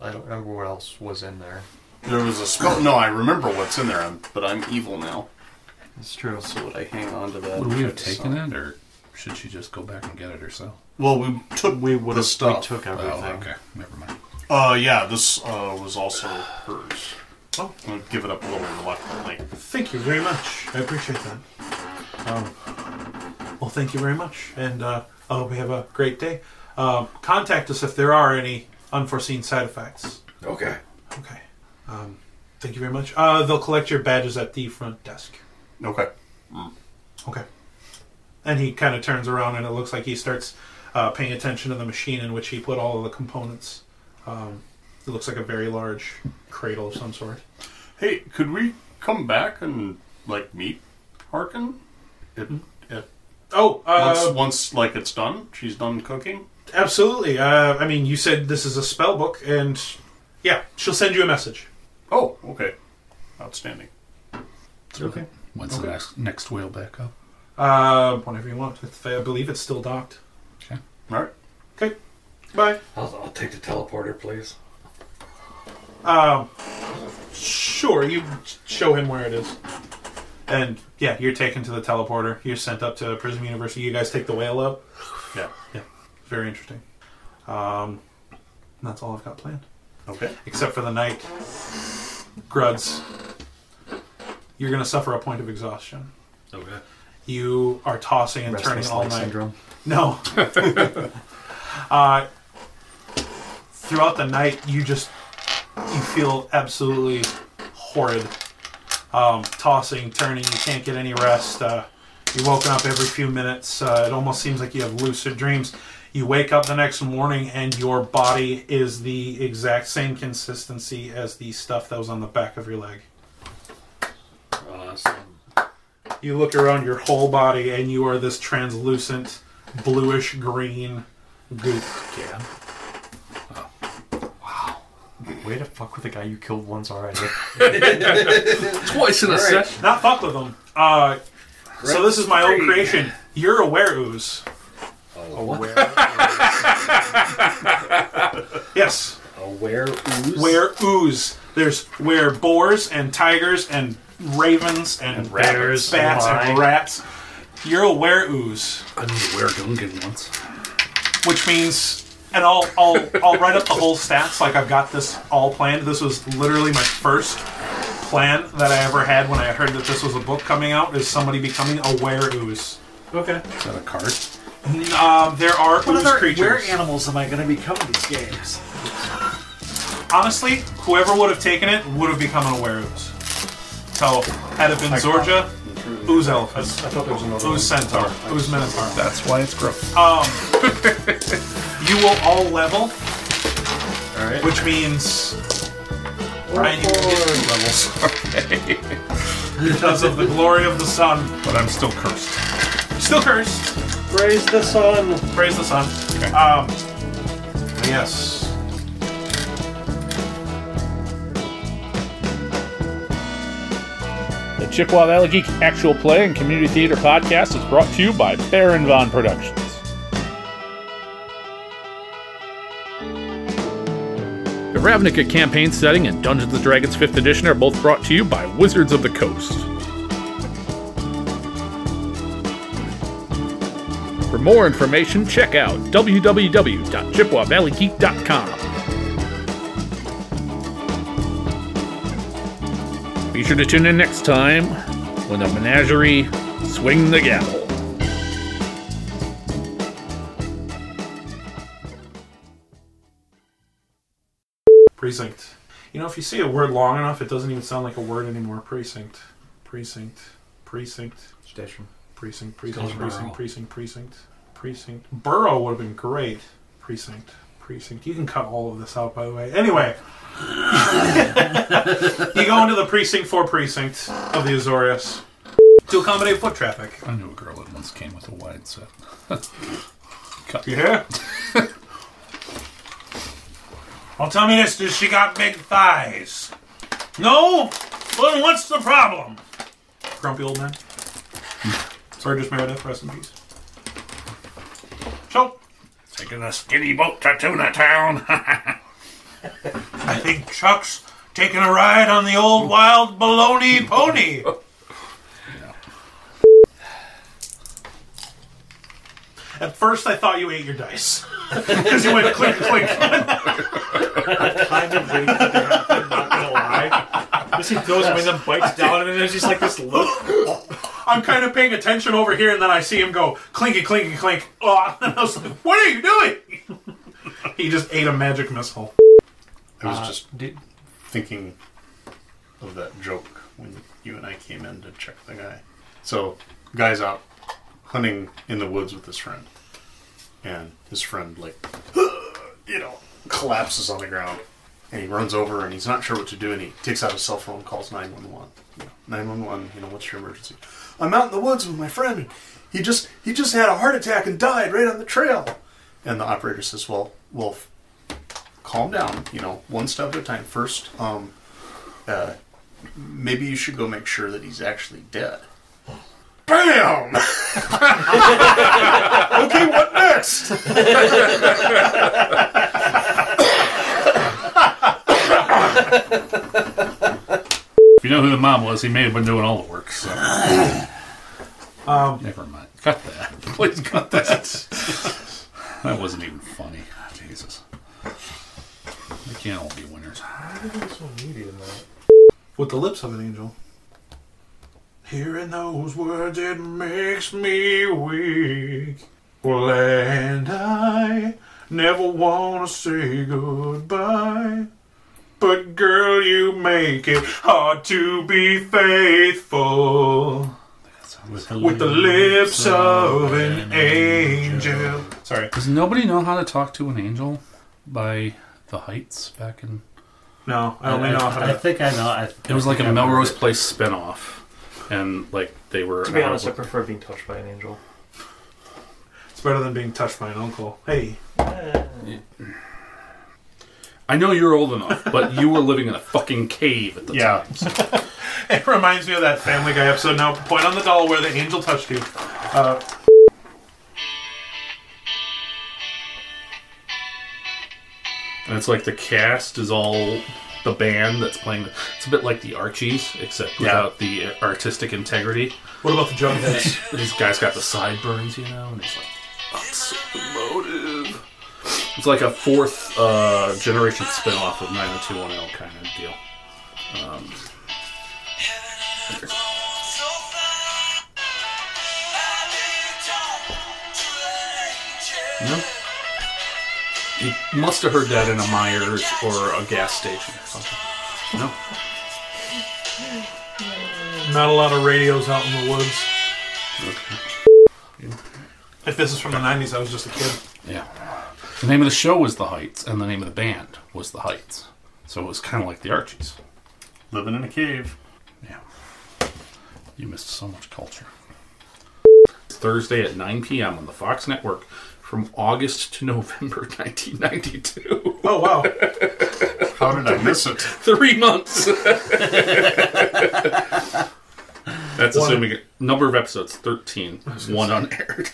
I don't remember what else was in there. there was a spell. No, I remember what's in there, I'm, but I'm evil now. It's true. So would I hang on to that? Would we have taken it, or should she just go back and get it herself? Well, we took We would have. the We stuff. took everything. Oh, okay. Never mind. Uh, yeah, this uh, was also hers. Oh. I'm gonna give it up a little reluctantly. Thank you very much. I appreciate that. Um, well, thank you very much. And uh, I hope you have a great day. Um, contact us if there are any unforeseen side effects. Okay. Okay. Um, thank you very much. Uh, they'll collect your badges at the front desk. Okay. Okay. And he kind of turns around, and it looks like he starts uh, paying attention to the machine in which he put all of the components. Um, it looks like a very large cradle of some sort. Hey, could we come back and like meet Harkin? It, it, Oh, once, uh, once like it's done, she's done cooking. absolutely. Uh, I mean, you said this is a spell book, and yeah, she'll send you a message. Oh, okay, outstanding. Okay. When's the next, next whale back up? Uh, whenever you want. It's, I believe it's still docked. All right. Okay. Bye. I'll, I'll take the teleporter, please. Um, sure, you show him where it is. And yeah, you're taken to the teleporter. You're sent up to Prism University. You guys take the whale up. Yeah. Yeah. Very interesting. Um, and that's all I've got planned. Okay. Except for the night. Gruds. You're going to suffer a point of exhaustion. Okay. You are tossing and Restless turning all leg night. syndrome. *laughs* No. uh, throughout the night, you just you feel absolutely horrid, um, tossing, turning. You can't get any rest. Uh, you're woken up every few minutes. Uh, it almost seems like you have lucid dreams. You wake up the next morning, and your body is the exact same consistency as the stuff that was on the back of your leg. Awesome. You look around your whole body, and you are this translucent, bluish green goop. Yeah. Wow. Way to fuck with the guy you killed *laughs* once already. Twice in a session. Not fuck with them. Uh, so this is my own creation. You're a were ooze. A where? *laughs* Yes, A where ooze? were ooze. There's were boars and tigers and ravens and, rabbits. bats and Lying. rats. You're a were ooze, I need to wear a Gungan once. which means and I'll I'll I'll write up the whole stats like I've got this all planned. This was literally my first plan that I ever had when I heard that this was a book coming out. Is somebody becoming a were ooze? Okay. Is that a card? Um, there are What ooze other creatures. weird animals am I going to become in these games? Honestly, whoever would have taken it would have become an aware ooze. So, had it been Zorja, ooze elephant, ooze centaur, ooze minotaur. That's why it's gross. *laughs* Um, you will all level, which means Ryan, you will get two levels *laughs* Okay. because of the glory of the sun. but I'm still cursed. Still cursed. Praise the sun. Praise the sun. Um, yes. The Chippewa Valley Geek Actual Play and Community Theater Podcast is brought to you by Baron Von Productions. The Ravnica campaign setting and Dungeons & Dragons 5th Edition are both brought to you by Wizards of the Coast. For more information, check out www.chippewaValleyGeek.com. Be sure to tune in next time when the menagerie swing the gavel. Precinct. You know, if you say a word long enough, it doesn't even sound like a word anymore. Precinct. Precinct. Precinct. Station. Precinct. Precinct. Goes Precinct. Precinct. borough. Precinct. Precinct. Burrow would have been great. Precinct. Precinct. You can cut all of this out, by the way. Anyway, you go into the precinct for precinct of the Azorius to accommodate foot traffic. I knew a girl that once came with a wide set. *laughs* Yeah. Well, tell me this: Does she got big thighs? No. Well, then what's the problem? Grumpy old *laughs* man. Sergeant Meredith, rest in peace. So, Taking a skinny boat to Tuna Town. *laughs* I think Chuck's taking a ride on the old wild baloney *laughs* pony. at first I thought you ate your dice. Because you went click, click. kind of waiting for that. I'm not gonna lie. This thing goes and then bites down, and then there's just like this look. I'm kind of paying attention over here, and then I see him go clinky, clinky, clink. Oh, *laughs* and I was like, what are you doing? *laughs* he just ate a magic missile. I was just Did, thinking of that joke when you and I came in to check the guy. So, guy's out hunting in the woods with his friend, and his friend like, *gasps* you know, collapses on the ground, and he runs over and he's not sure what to do, and he takes out his cell phone, calls nine one one, nine one one. You know, what's your emergency? I'm out in the woods with my friend. And he just he just had a heart attack and died right on the trail. And the operator says, "Well, well, calm down. You know, one step at a time. First, um, uh, maybe you should go make sure that he's actually dead. Bam! *laughs* okay, what next? If you know who the mom was, he may have been doing all the work. *laughs* So. Um, Never mind. Cut that. Please cut that. that wasn't even funny. Jesus. They can't all be winners. With the lips of an angel. Hearing those words, it makes me weak. Well, and I never want to say goodbye. But, girl, you make it hard to be faithful with the lips of an angel. Sorry. Does nobody know how to talk to an angel by the heights back in? No, I only know how I Uh, to. think I know. I, It was like a Melrose Place spinoff, and like they were. to be honest, I prefer being touched by an angel. It's better than being touched by an uncle. Hey. *laughs* I know you're old enough, but you were living in a fucking *laughs* cave at the Yeah. time. so- It reminds me of that Family Guy episode. Now, point on the doll where the angel touched you. Uh, And it's like the cast is all the band that's playing. It's a bit like the Archies, except without the artistic integrity. what about the Jugheads? *laughs* This guy's got the sideburns, you know, and he's like, "What's the motive?" It's like a fourth uh, generation spin off of 90210 kind of deal. Um, no. You must have heard that in a Myers or a gas station or something. No. Not a lot of radios out in the woods. If this is from the 90s, I was just a kid. Yeah. The name of the show was The Heights, and the name of the band was The Heights. So it was kind of like the Archies. Living in a cave. Yeah. You missed so much culture. Thursday at 9 p.m. on the Fox Network from August to *laughs* November 1992. Oh, wow. How did I miss it? Three months. That's assuming number of episodes 13, one unaired.